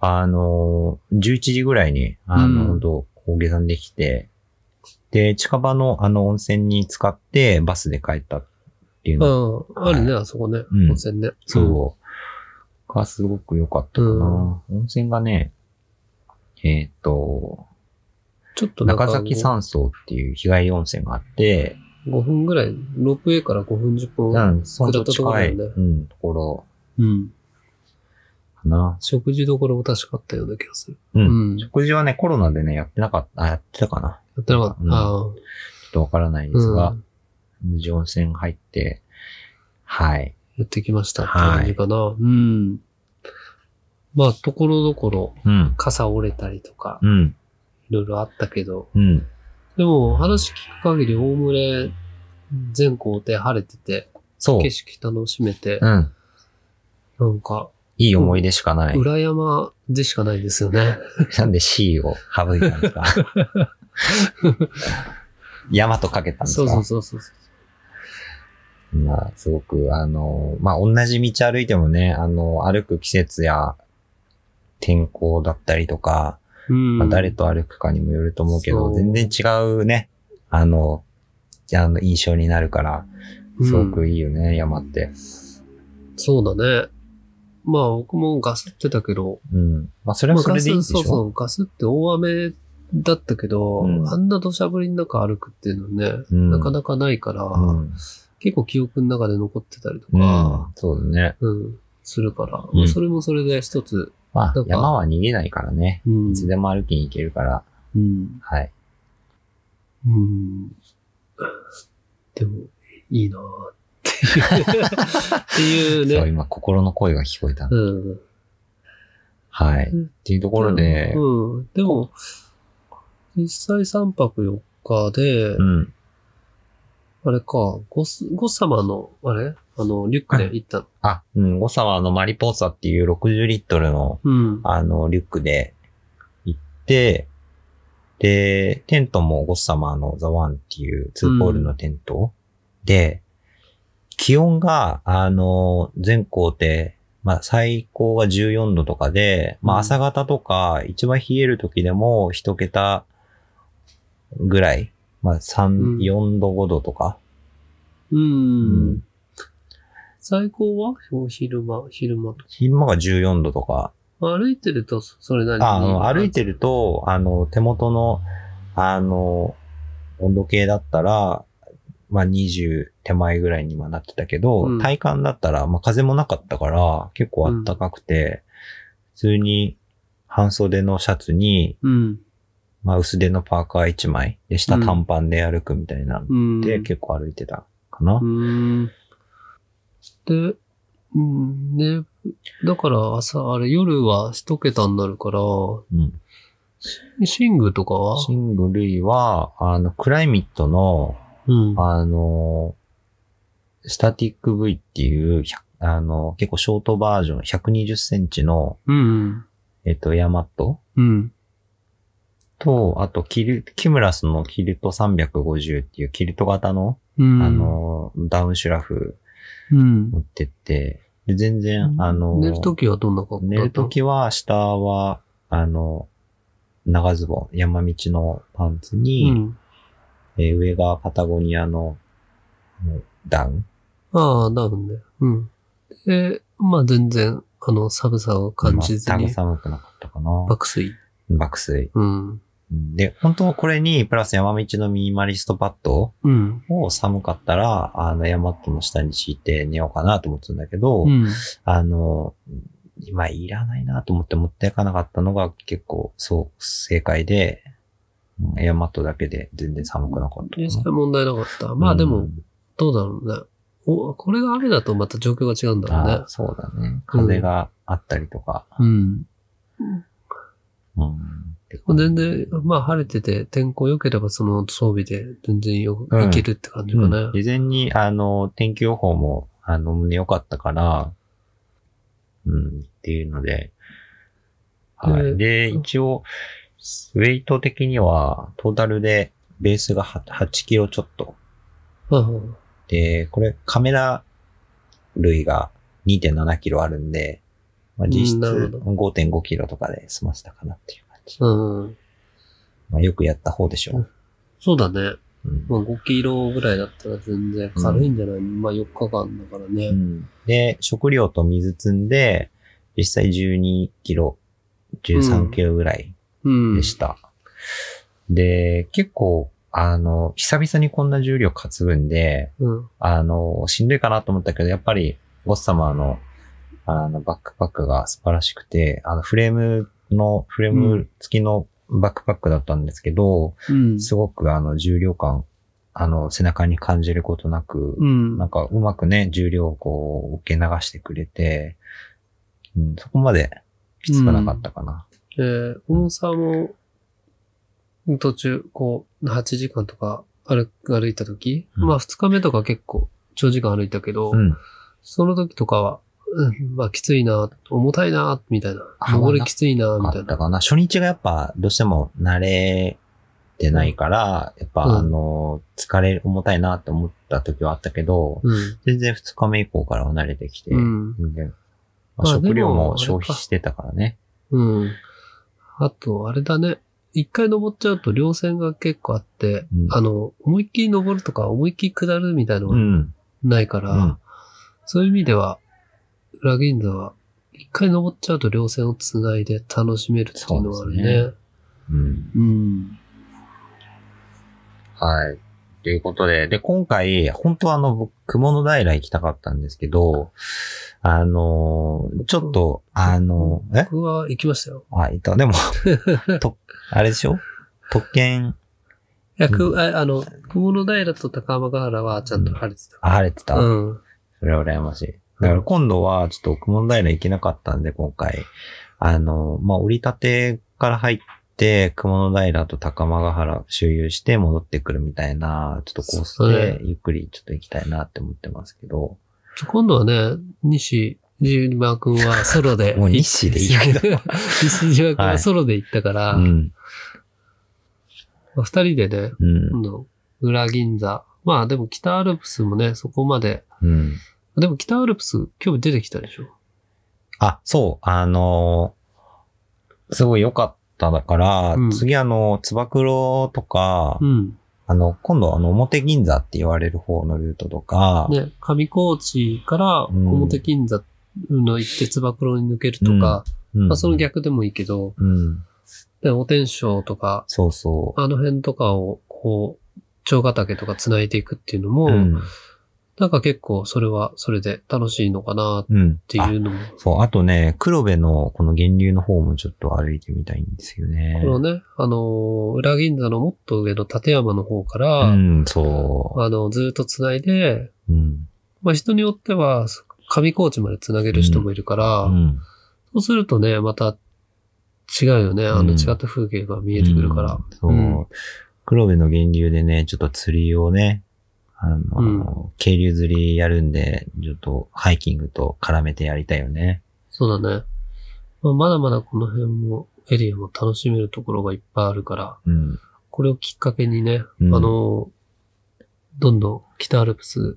Speaker 1: あの、11時ぐらいに、あ
Speaker 2: うん
Speaker 1: の、本当こう下山できて、で、近場のあの温泉に使ってバスで帰ったっていうの
Speaker 2: うん、あるね、あそこね。
Speaker 1: うん
Speaker 2: 温泉ね。
Speaker 1: そう。がすごく良かったかな。温泉がね、えーっと、
Speaker 2: ちょっとなんか
Speaker 1: 中崎山荘っていう日帰り温泉があって、
Speaker 2: 5分ぐらい、ロープウェイから5分10
Speaker 1: う
Speaker 2: 分。
Speaker 1: ん、その近い、
Speaker 2: 下ったところだよね
Speaker 1: うん、ところ
Speaker 2: うん。
Speaker 1: かな。
Speaker 2: 食事どころも確かあったような気がする。
Speaker 1: う。
Speaker 2: うんん。や
Speaker 1: 食事はね、コロナでね、やってなかった、あ、やってたかな。
Speaker 2: ってなかった。
Speaker 1: うん
Speaker 2: ああ。
Speaker 1: ちょっとわからないですが、
Speaker 2: うん。
Speaker 1: 無事温泉入って、はい。
Speaker 2: やってきましたって感じかな。うん。まあ、ところどころ、
Speaker 1: うん、
Speaker 2: 傘折れたりとか、
Speaker 1: うん、
Speaker 2: いろいろあったけど、
Speaker 1: うん、
Speaker 2: でも、話聞く限り、おおむね、全校程晴れてて、
Speaker 1: そう
Speaker 2: 景。色楽しめて、
Speaker 1: うん。
Speaker 2: なんか、
Speaker 1: いい思い出しかない。
Speaker 2: 裏山でしかないですよね。
Speaker 1: なんで C を省いたんです
Speaker 2: [LAUGHS]
Speaker 1: か山とかけたんです
Speaker 2: そ
Speaker 1: か
Speaker 2: うそうそうそう。
Speaker 1: まあ、すごく、あの、まあ、同じ道歩いてもね、あの、歩く季節や天候だったりとか、
Speaker 2: うん
Speaker 1: まあ誰と歩くかにもよると思うけど、
Speaker 2: そう
Speaker 1: 全然違うね、あの、あの印象になるから、すごくいいよね、山って。
Speaker 2: そうだね。まあ僕もガスってたけど、
Speaker 1: うん。まあ、それは
Speaker 2: まあ
Speaker 1: そ
Speaker 2: ガ
Speaker 1: れでいい
Speaker 2: ス、
Speaker 1: でし
Speaker 2: そうそ
Speaker 1: ょ。
Speaker 2: う、ガスって大雨だったけど、
Speaker 1: うん
Speaker 2: あんな土砂降りの中歩くっていうのはね、
Speaker 1: うん
Speaker 2: なかなかないから、
Speaker 1: うん。
Speaker 2: 結構記憶の中で残ってたりと
Speaker 1: う
Speaker 2: か
Speaker 1: ん、。そうだね。
Speaker 2: うん、するから、
Speaker 1: うん
Speaker 2: まあそれもそれで一つ、
Speaker 1: まあ
Speaker 2: なん、か
Speaker 1: 山は逃げないからね。
Speaker 2: うん
Speaker 1: いつでも歩きに行けるから、
Speaker 2: うん、
Speaker 1: はい。
Speaker 2: うん。でも、いいなあっていう。ってい
Speaker 1: そうう、
Speaker 2: ね。
Speaker 1: 今、心の声が聞こえた。
Speaker 2: うん。
Speaker 1: はい。っ
Speaker 2: うん
Speaker 1: ていうところで、
Speaker 2: うん。でも、実際3泊4日で、
Speaker 1: うん。
Speaker 2: あれか、ゴス、ゴス様の、あれあの、リュックで行ったの。
Speaker 1: あ、うん、ゴサはあの、マリポーサっていう60リットルの、
Speaker 2: うん。
Speaker 1: あの、リュックで行って、で、テントもゴッサマーのザワンっていうツーポールのテント、で、気温が、あの、全校で、まあ、最高が14度とかで、ま
Speaker 2: う
Speaker 1: あ、
Speaker 2: ん
Speaker 1: 朝方とか、一番冷える時でも一桁ぐらい、まあ、
Speaker 2: う
Speaker 1: 3、
Speaker 2: ん
Speaker 1: 4度、5度とか、
Speaker 2: うん。
Speaker 1: うん
Speaker 2: 最高はお昼間、昼間と。
Speaker 1: 昼間が14度とか、
Speaker 2: 歩いてると、そそれなりに。
Speaker 1: ああの、歩いてると、あの、手元の、あの、温度計だったら、まあ、20手前ぐらいにはなってたけど、
Speaker 2: うん
Speaker 1: 体感だったら、まあ、風もなかったから、結構暖かくて、普通に半袖のシャツに、
Speaker 2: うん。
Speaker 1: まあ、薄手のパーカー1枚で、下
Speaker 2: うん
Speaker 1: 短パンで歩くみたいなの
Speaker 2: うん。
Speaker 1: で、結構歩いてたかな。
Speaker 2: うん。で、うん、ね、だから朝、あれ、夜は一桁になるから、
Speaker 1: うん
Speaker 2: シングとかは
Speaker 1: シングルイは、あの、クライミットの、
Speaker 2: うん。
Speaker 1: あの、スタティック V っていう、ひゃあの、結構ショートバージョン、120センチの、
Speaker 2: うん。
Speaker 1: えっと、ヤマト
Speaker 2: うん。
Speaker 1: と、あと、キル、キムラスのキルト350っていうキルト型の、
Speaker 2: うん。
Speaker 1: あ、の、ダウンシュラフ
Speaker 2: うん。
Speaker 1: 持ってって、で全然、あの、
Speaker 2: 寝るときはどんな格好だった
Speaker 1: 寝るときは、下は、あの、長ズボン、山道のパンツに、
Speaker 2: うん。
Speaker 1: えー上がパタゴニアの、うんダウン
Speaker 2: ああ、なるね。うん。で、まあ全然、あの、寒さを感じず
Speaker 1: まあ
Speaker 2: に
Speaker 1: 寒、寒くなかったかな。
Speaker 2: 爆睡。
Speaker 1: 爆睡。
Speaker 2: うん。
Speaker 1: うんで、本当はこれに、プラス山道のミニマリストパッド
Speaker 2: うん。
Speaker 1: を寒かったら、あの、山との下に敷いて寝ようかなと思ってたんだけど、
Speaker 2: うん。
Speaker 1: あの、今いらないなと思って持っていかなかったのが結構そう、正解で、うん山とだけで全然寒くなかったかな
Speaker 2: 実際問題なかった。まあで
Speaker 1: う
Speaker 2: も、
Speaker 1: ん
Speaker 2: どうだろうね。お、これが雨だとまた状況が違うんだろう
Speaker 1: あ
Speaker 2: ね。
Speaker 1: そうだね。風があったりとか。
Speaker 2: うん。
Speaker 1: うん
Speaker 2: 全然、まあ晴れてて、天候良ければその装備で全然よ、
Speaker 1: うん
Speaker 2: いけるって感じ
Speaker 1: う
Speaker 2: か
Speaker 1: ん
Speaker 2: ね。
Speaker 1: 事前に、あの、天気予報も、あの、良かったから、うん、っていうので、はい。で、
Speaker 2: うん
Speaker 1: 一応、ウェイト的には、トータルで、ベースがは 8, キロちょっと。
Speaker 2: うん
Speaker 1: で、これ、カメラ類が2.7キロあるんで、まあ、実質
Speaker 2: うんなるほど
Speaker 1: 5.5キロとかで済ませたかなっていう感じ。
Speaker 2: うん。
Speaker 1: まあ、よくやった方でしょう。
Speaker 2: そうだね。
Speaker 1: うん
Speaker 2: まあ5キロぐらいだったら全然軽いんじゃない、まあ4日間だから
Speaker 1: う
Speaker 2: ね。
Speaker 1: んで、食料と水積んで、実際12キロ、13キロぐらい
Speaker 2: うん。
Speaker 1: でした。で、結構、あの、久々にこんな重量担ぐんで、
Speaker 2: うん。
Speaker 1: あの、しんどいかなと思ったけど、やっぱり、ゴッサマーの、あの、バックパックが素晴らしくて、あの、フレームの、フレー
Speaker 2: う
Speaker 1: ム付きのバックパックだったんですけど、
Speaker 2: うん。
Speaker 1: すごくあの、重量感、あの、背中に感じることなく、
Speaker 2: うん。
Speaker 1: なんかうまくね、重量をこう、受け流してくれて、うん、そこまできつくなかったかな。
Speaker 2: えー、重さも、途中、こう、8時間とか歩歩いた時、
Speaker 1: うん
Speaker 2: まあ2日目とか結構長時間歩いたけど、
Speaker 1: うん。
Speaker 2: その時とかは、うん、まあきついな、重たいな、みたいな。
Speaker 1: あ
Speaker 2: 登りきついな、みた
Speaker 1: か
Speaker 2: い
Speaker 1: った
Speaker 2: な。
Speaker 1: かな。初日がやっぱ、どうしても慣れてないから、やっぱ、
Speaker 2: うん
Speaker 1: あの、疲れ、重たいなって思った時はあったけど、
Speaker 2: うん。
Speaker 1: 全然2日目以降からは慣れてきて、
Speaker 2: うん。
Speaker 1: 全然、
Speaker 2: ま
Speaker 1: まあ、
Speaker 2: あでも
Speaker 1: 食料も
Speaker 2: あれか
Speaker 1: 消費してたからね。
Speaker 2: うん。あと、あれだね。一回登っちゃうと稜線が結構あって、
Speaker 1: うん
Speaker 2: あの、思いっきり登るとか思いっきり下るみたいなの
Speaker 1: う
Speaker 2: が
Speaker 1: ん。
Speaker 2: ないから、
Speaker 1: うん
Speaker 2: そういう意味では、裏銀座は、一回登っちゃうと稜線をつないで楽しめるっていうのがある
Speaker 1: そう
Speaker 2: ね。
Speaker 1: ですうん。
Speaker 2: うん。
Speaker 1: はい。ということで、で、今回、本当はあの、僕雲の平行きたかったんですけど、あのーちょっと、あのーえ
Speaker 2: 僕は行きましたよ。
Speaker 1: あ、いた。
Speaker 2: [LAUGHS]
Speaker 1: でも、と、あれでしょ特権、
Speaker 2: いや、
Speaker 1: う
Speaker 2: く、ああの、雲の平と高浜ヶ原はちゃんと晴れてた。
Speaker 1: あ晴れてた。
Speaker 2: うん。
Speaker 1: それは羨ましい。だから今度は、ちょっと雲の平行けなかったんで、今回。あの、まあ、折り立てから入って、雲の平と高間ヶ原周遊して戻ってくるみたいな、ちょっとコースで、ゆっくりちょっと行きたいなって思ってますけど。
Speaker 2: ちょ今度はね、西十島くんはソロ
Speaker 1: [LAUGHS]
Speaker 2: で。
Speaker 1: もう西でいいけど。
Speaker 2: ど。西島くんはソロで行ったから、
Speaker 1: う
Speaker 2: ま
Speaker 1: ん。
Speaker 2: あ二人でね、
Speaker 1: うん。
Speaker 2: 今度裏銀座。まあでも北アルプスもね、そこまで。
Speaker 1: うん。
Speaker 2: でも北アルプス今日出てきたでしょ。
Speaker 1: あ、そう、あのーすごい良かっただから、
Speaker 2: うん
Speaker 1: 次あの、つば九郎とか、
Speaker 2: うん。
Speaker 1: あの、今度あの、表銀座って言われる方のルートとか、
Speaker 2: ね、上高地から
Speaker 1: うん
Speaker 2: 表金座の行ってつば九郎に抜けるとか、
Speaker 1: うん
Speaker 2: まあその。逆でもいいけど、
Speaker 1: うん。
Speaker 2: で、お天章とか、
Speaker 1: そうそ
Speaker 2: あの辺とかを、こう、蝶ヶ岳とか繋いでいくっていうのも、
Speaker 1: う。うん。
Speaker 2: なんか結構それはそれで楽しいのかなっ
Speaker 1: うん。って
Speaker 2: いうのも、
Speaker 1: そう、あとね、黒部のこの源流の方もちょっと歩いてみたいんですよね
Speaker 2: こ。のね、あのー裏銀座のもっと上の立山の方から、
Speaker 1: うん、そ
Speaker 2: あの、ずっと繋いで、
Speaker 1: う。うん。
Speaker 2: まあ人によっては、上高地まで繋げる人もいるから、
Speaker 1: うん。
Speaker 2: そうするとね、また違うよね。あの
Speaker 1: うん
Speaker 2: 違った風景が見えてくるから。
Speaker 1: うんそう、
Speaker 2: うん
Speaker 1: 黒部の源流でね、ちょっと釣りをね、あの、渓流釣りやるんで、ちょっとハイキングと絡めてやりたいよね。
Speaker 2: そうだね。まあ、まだまだこの辺も、エリアも楽しめるところがいっぱいあるから、
Speaker 1: うん。
Speaker 2: これをきっかけにね、
Speaker 1: うん
Speaker 2: あの、どんどん北アルプス、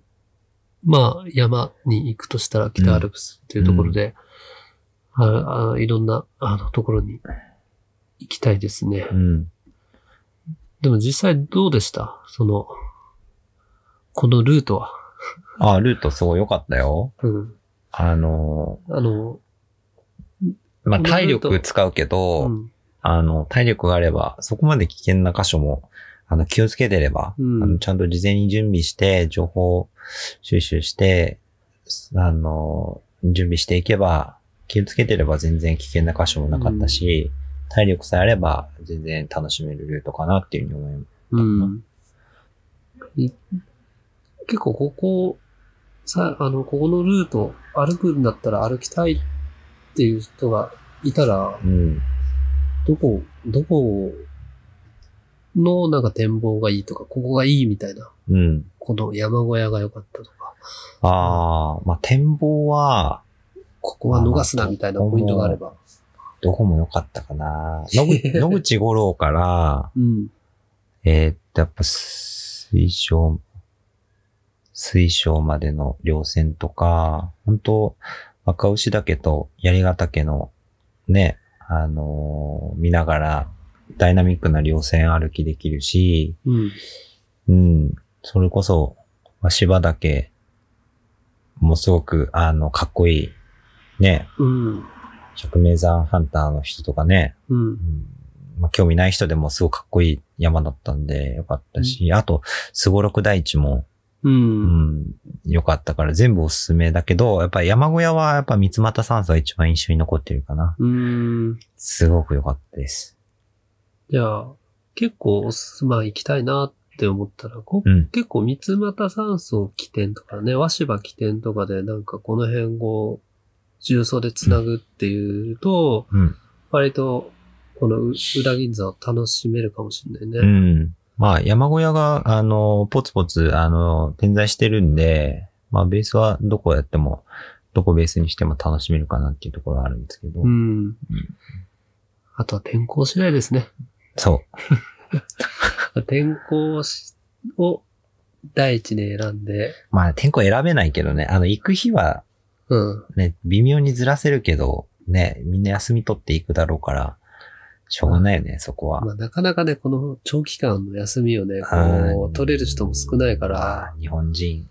Speaker 2: まあ山に行くとしたら北アルプスっていうところで、ああいろんなあのところに行きたいですね。
Speaker 1: うん。
Speaker 2: でも実際どうでしたその、このルートは。
Speaker 1: あ、ルートすごい良かったよ。
Speaker 2: うん。
Speaker 1: あの、
Speaker 2: あの、
Speaker 1: まあ、
Speaker 2: このルート
Speaker 1: 体力使うけど、
Speaker 2: うん。
Speaker 1: あの、体力があれば、そこまで危険な箇所も、あの、気をつけてれば、
Speaker 2: うん
Speaker 1: あのちゃんと事前に準備して、情報収集して、あの、準備していけば、気をつけてれば全然危険な箇所もなかったし、体力さえあれば全然楽しめるルートかなっていうふうに思います。
Speaker 2: うん。い結構ここ、さ、あの、ここのルート歩くんだったら歩きたいっていう人がいたら、
Speaker 1: うん。
Speaker 2: どこ、どこのなんか展望がいいとか、ここがいいみたいな、
Speaker 1: うん。
Speaker 2: この山小屋が良かったとか、
Speaker 1: ああ、まあ、展望は、
Speaker 2: ここは逃すなみたいなポイントがあれば。
Speaker 1: どこも良かったかな。野
Speaker 2: [LAUGHS]
Speaker 1: 口野口五郎から、
Speaker 2: うん。
Speaker 1: えーっと、やっぱ、水晶、水晶までの稜線とか、本当赤牛岳と槍ヶ岳のね、あのー見ながら、ダイナミックな稜線歩きできるし、
Speaker 2: うん。
Speaker 1: うん、それこそ、まあ芝岳もすごく、あの、かっこいい、ね、
Speaker 2: うん。
Speaker 1: 百名山ハンターの人とかね、
Speaker 2: うん
Speaker 1: う。んまあ、興味ない人でもすごくかっこいい山だったんでよかったし、あと、すごろく大地も、
Speaker 2: う。
Speaker 1: うんん、よかったから全部おすすめだけど、やっぱり山小屋はやっぱ三俣山荘が一番印象に残ってるかな。
Speaker 2: うん。
Speaker 1: すごく良かったです。
Speaker 2: じゃあ、結構おすすまあ行きたいなって思ったら、こ
Speaker 1: うん
Speaker 2: 結構三俣山荘起点とかね、鷲羽起点とかでなんかこの辺を重曹で繋ぐっていうと、
Speaker 1: うん。
Speaker 2: 割とこのう裏銀座を楽しめるかもしれないね。
Speaker 1: うん。まあ、山小屋が、あの、ポツポツ、あの、点在してるんで、まあ、ベースはどこやっても、どこベースにしても楽しめるかなっていうところはあるんですけど、
Speaker 2: うん。あとは天候次第ですね。 [LAUGHS]
Speaker 1: そ
Speaker 2: 天候しを第一に選んで、
Speaker 1: う。まあ、天候選べないけどね、あの、行く日は
Speaker 2: うん。
Speaker 1: ね、微妙にずらせるけど、ね、みんな休み取っていくだろうから、しょうがないよね、そこは。
Speaker 2: まあ、なかなかね、この長期間の休みをね、こ
Speaker 1: は
Speaker 2: う、
Speaker 1: い
Speaker 2: 取れる人も少ないから、
Speaker 1: あー日本人、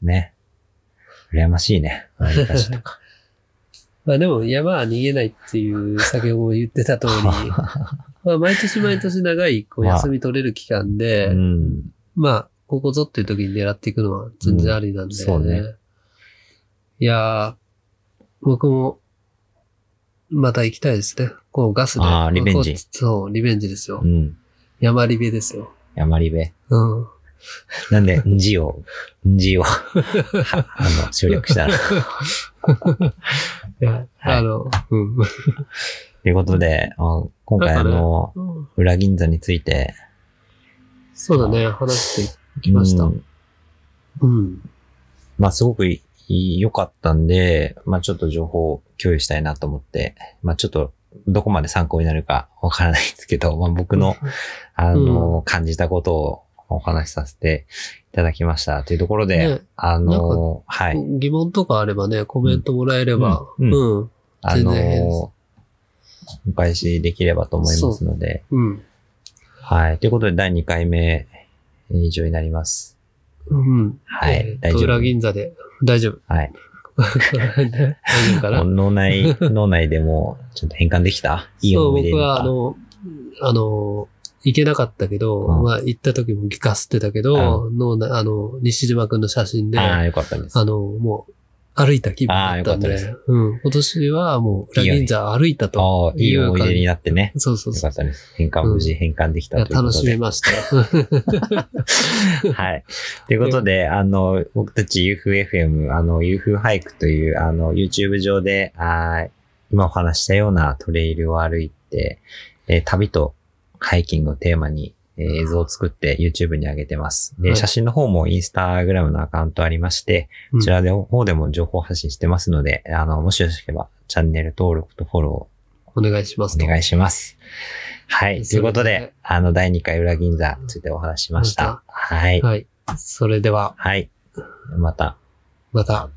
Speaker 1: ね。羨ましいね。アメリカ人と
Speaker 2: [LAUGHS]
Speaker 1: か。
Speaker 2: まあでも山は逃げないっていう、先ほども言ってた
Speaker 1: [LAUGHS]
Speaker 2: 通り、まあ毎年毎年長い、こう、
Speaker 1: まあ
Speaker 2: 休み取れる期間
Speaker 1: う
Speaker 2: で、
Speaker 1: ん。
Speaker 2: まあ、ここぞっていう時に狙っていくのは全然ありなんで、
Speaker 1: うんそうね
Speaker 2: いやー、僕も、また行きたいですね。こうガスで。
Speaker 1: あーリベンジ
Speaker 2: こうそう、リベンジですよ。
Speaker 1: うん。
Speaker 2: 山リベですよ。
Speaker 1: 山リベ。
Speaker 2: うん。
Speaker 1: なんで、んじを、んじを、はあの、省略した
Speaker 2: [LAUGHS]
Speaker 1: ら。
Speaker 2: いや
Speaker 1: はい
Speaker 2: あの、うん。
Speaker 1: ということで、あ今回あ
Speaker 2: なんかね
Speaker 1: の、
Speaker 2: うん
Speaker 1: 裏銀座について、
Speaker 2: そうだね、話してきました
Speaker 1: う。ん
Speaker 2: うん。
Speaker 1: まあ、すごくいい良かったんで、まあ、ちょっと情報を共有したいなと思って、まあ、ちょっと、どこまで参考になるか [LAUGHS] わからないんですけど、まあ、僕の、あの、感じたことをお話しさせていただきました。というところで、
Speaker 2: ね
Speaker 1: あ
Speaker 2: なん
Speaker 1: の、はい。
Speaker 2: 疑問とかあればね、コメントもらえれば、
Speaker 1: う
Speaker 2: うんん。
Speaker 1: う
Speaker 2: うん。
Speaker 1: あ
Speaker 2: 全然いいです
Speaker 1: の、お返しできればと思いますので、
Speaker 2: うん。
Speaker 1: はい。ということで、第2回目以上になります。
Speaker 2: うん。
Speaker 1: はい
Speaker 2: えー
Speaker 1: 大丈夫
Speaker 2: 裏銀座で、大丈夫。 [LAUGHS]
Speaker 1: はい。
Speaker 2: 大丈夫か
Speaker 1: もう
Speaker 2: な
Speaker 1: 脳内、脳内でも、ちょっと変換できたいい
Speaker 2: [LAUGHS] そう、
Speaker 1: 思い出
Speaker 2: 僕
Speaker 1: になっ
Speaker 2: は、
Speaker 1: た
Speaker 2: あの、あの、行けなかったけど、
Speaker 1: うん
Speaker 2: まあ、行った時もギカスってたけど、のなあの、西島くんの写真で、
Speaker 1: ああ、
Speaker 2: あ
Speaker 1: よかったです。
Speaker 2: の、もう、歩いた気分だったん
Speaker 1: あーよ
Speaker 2: で、
Speaker 1: かった
Speaker 2: うん。今年はもう、裏銀座歩いたと。
Speaker 1: ああ、いい思い出になってね。
Speaker 2: そうそう
Speaker 1: よか
Speaker 2: そう
Speaker 1: っ。たです。変換、無事変換でき
Speaker 2: い
Speaker 1: た
Speaker 2: や
Speaker 1: ということ
Speaker 2: 楽し
Speaker 1: で。
Speaker 2: めました。
Speaker 1: [LAUGHS] はい。ということで、あの、僕たち UFFM、あの、UF 俳句という、あの、YouTube 上で、あー今お話ししたようなトレイルを歩いて、えー旅とハイキングをテーマに、えー映像を作って YouTube に上げてます。で、
Speaker 2: はい
Speaker 1: 写真の方も Instagram のアカウントありまして、
Speaker 2: うん
Speaker 1: こちらの方でも情報発信してますので、あの、もしよろしければ、チャンネル登録とフォロー
Speaker 2: お願いしますと。
Speaker 1: お願いします。はい。ということ
Speaker 2: そうです
Speaker 1: で
Speaker 2: ね、
Speaker 1: あの、第2回裏銀座についてお話ししました。はい。
Speaker 2: はい。それでは、
Speaker 1: はい。また。
Speaker 2: また。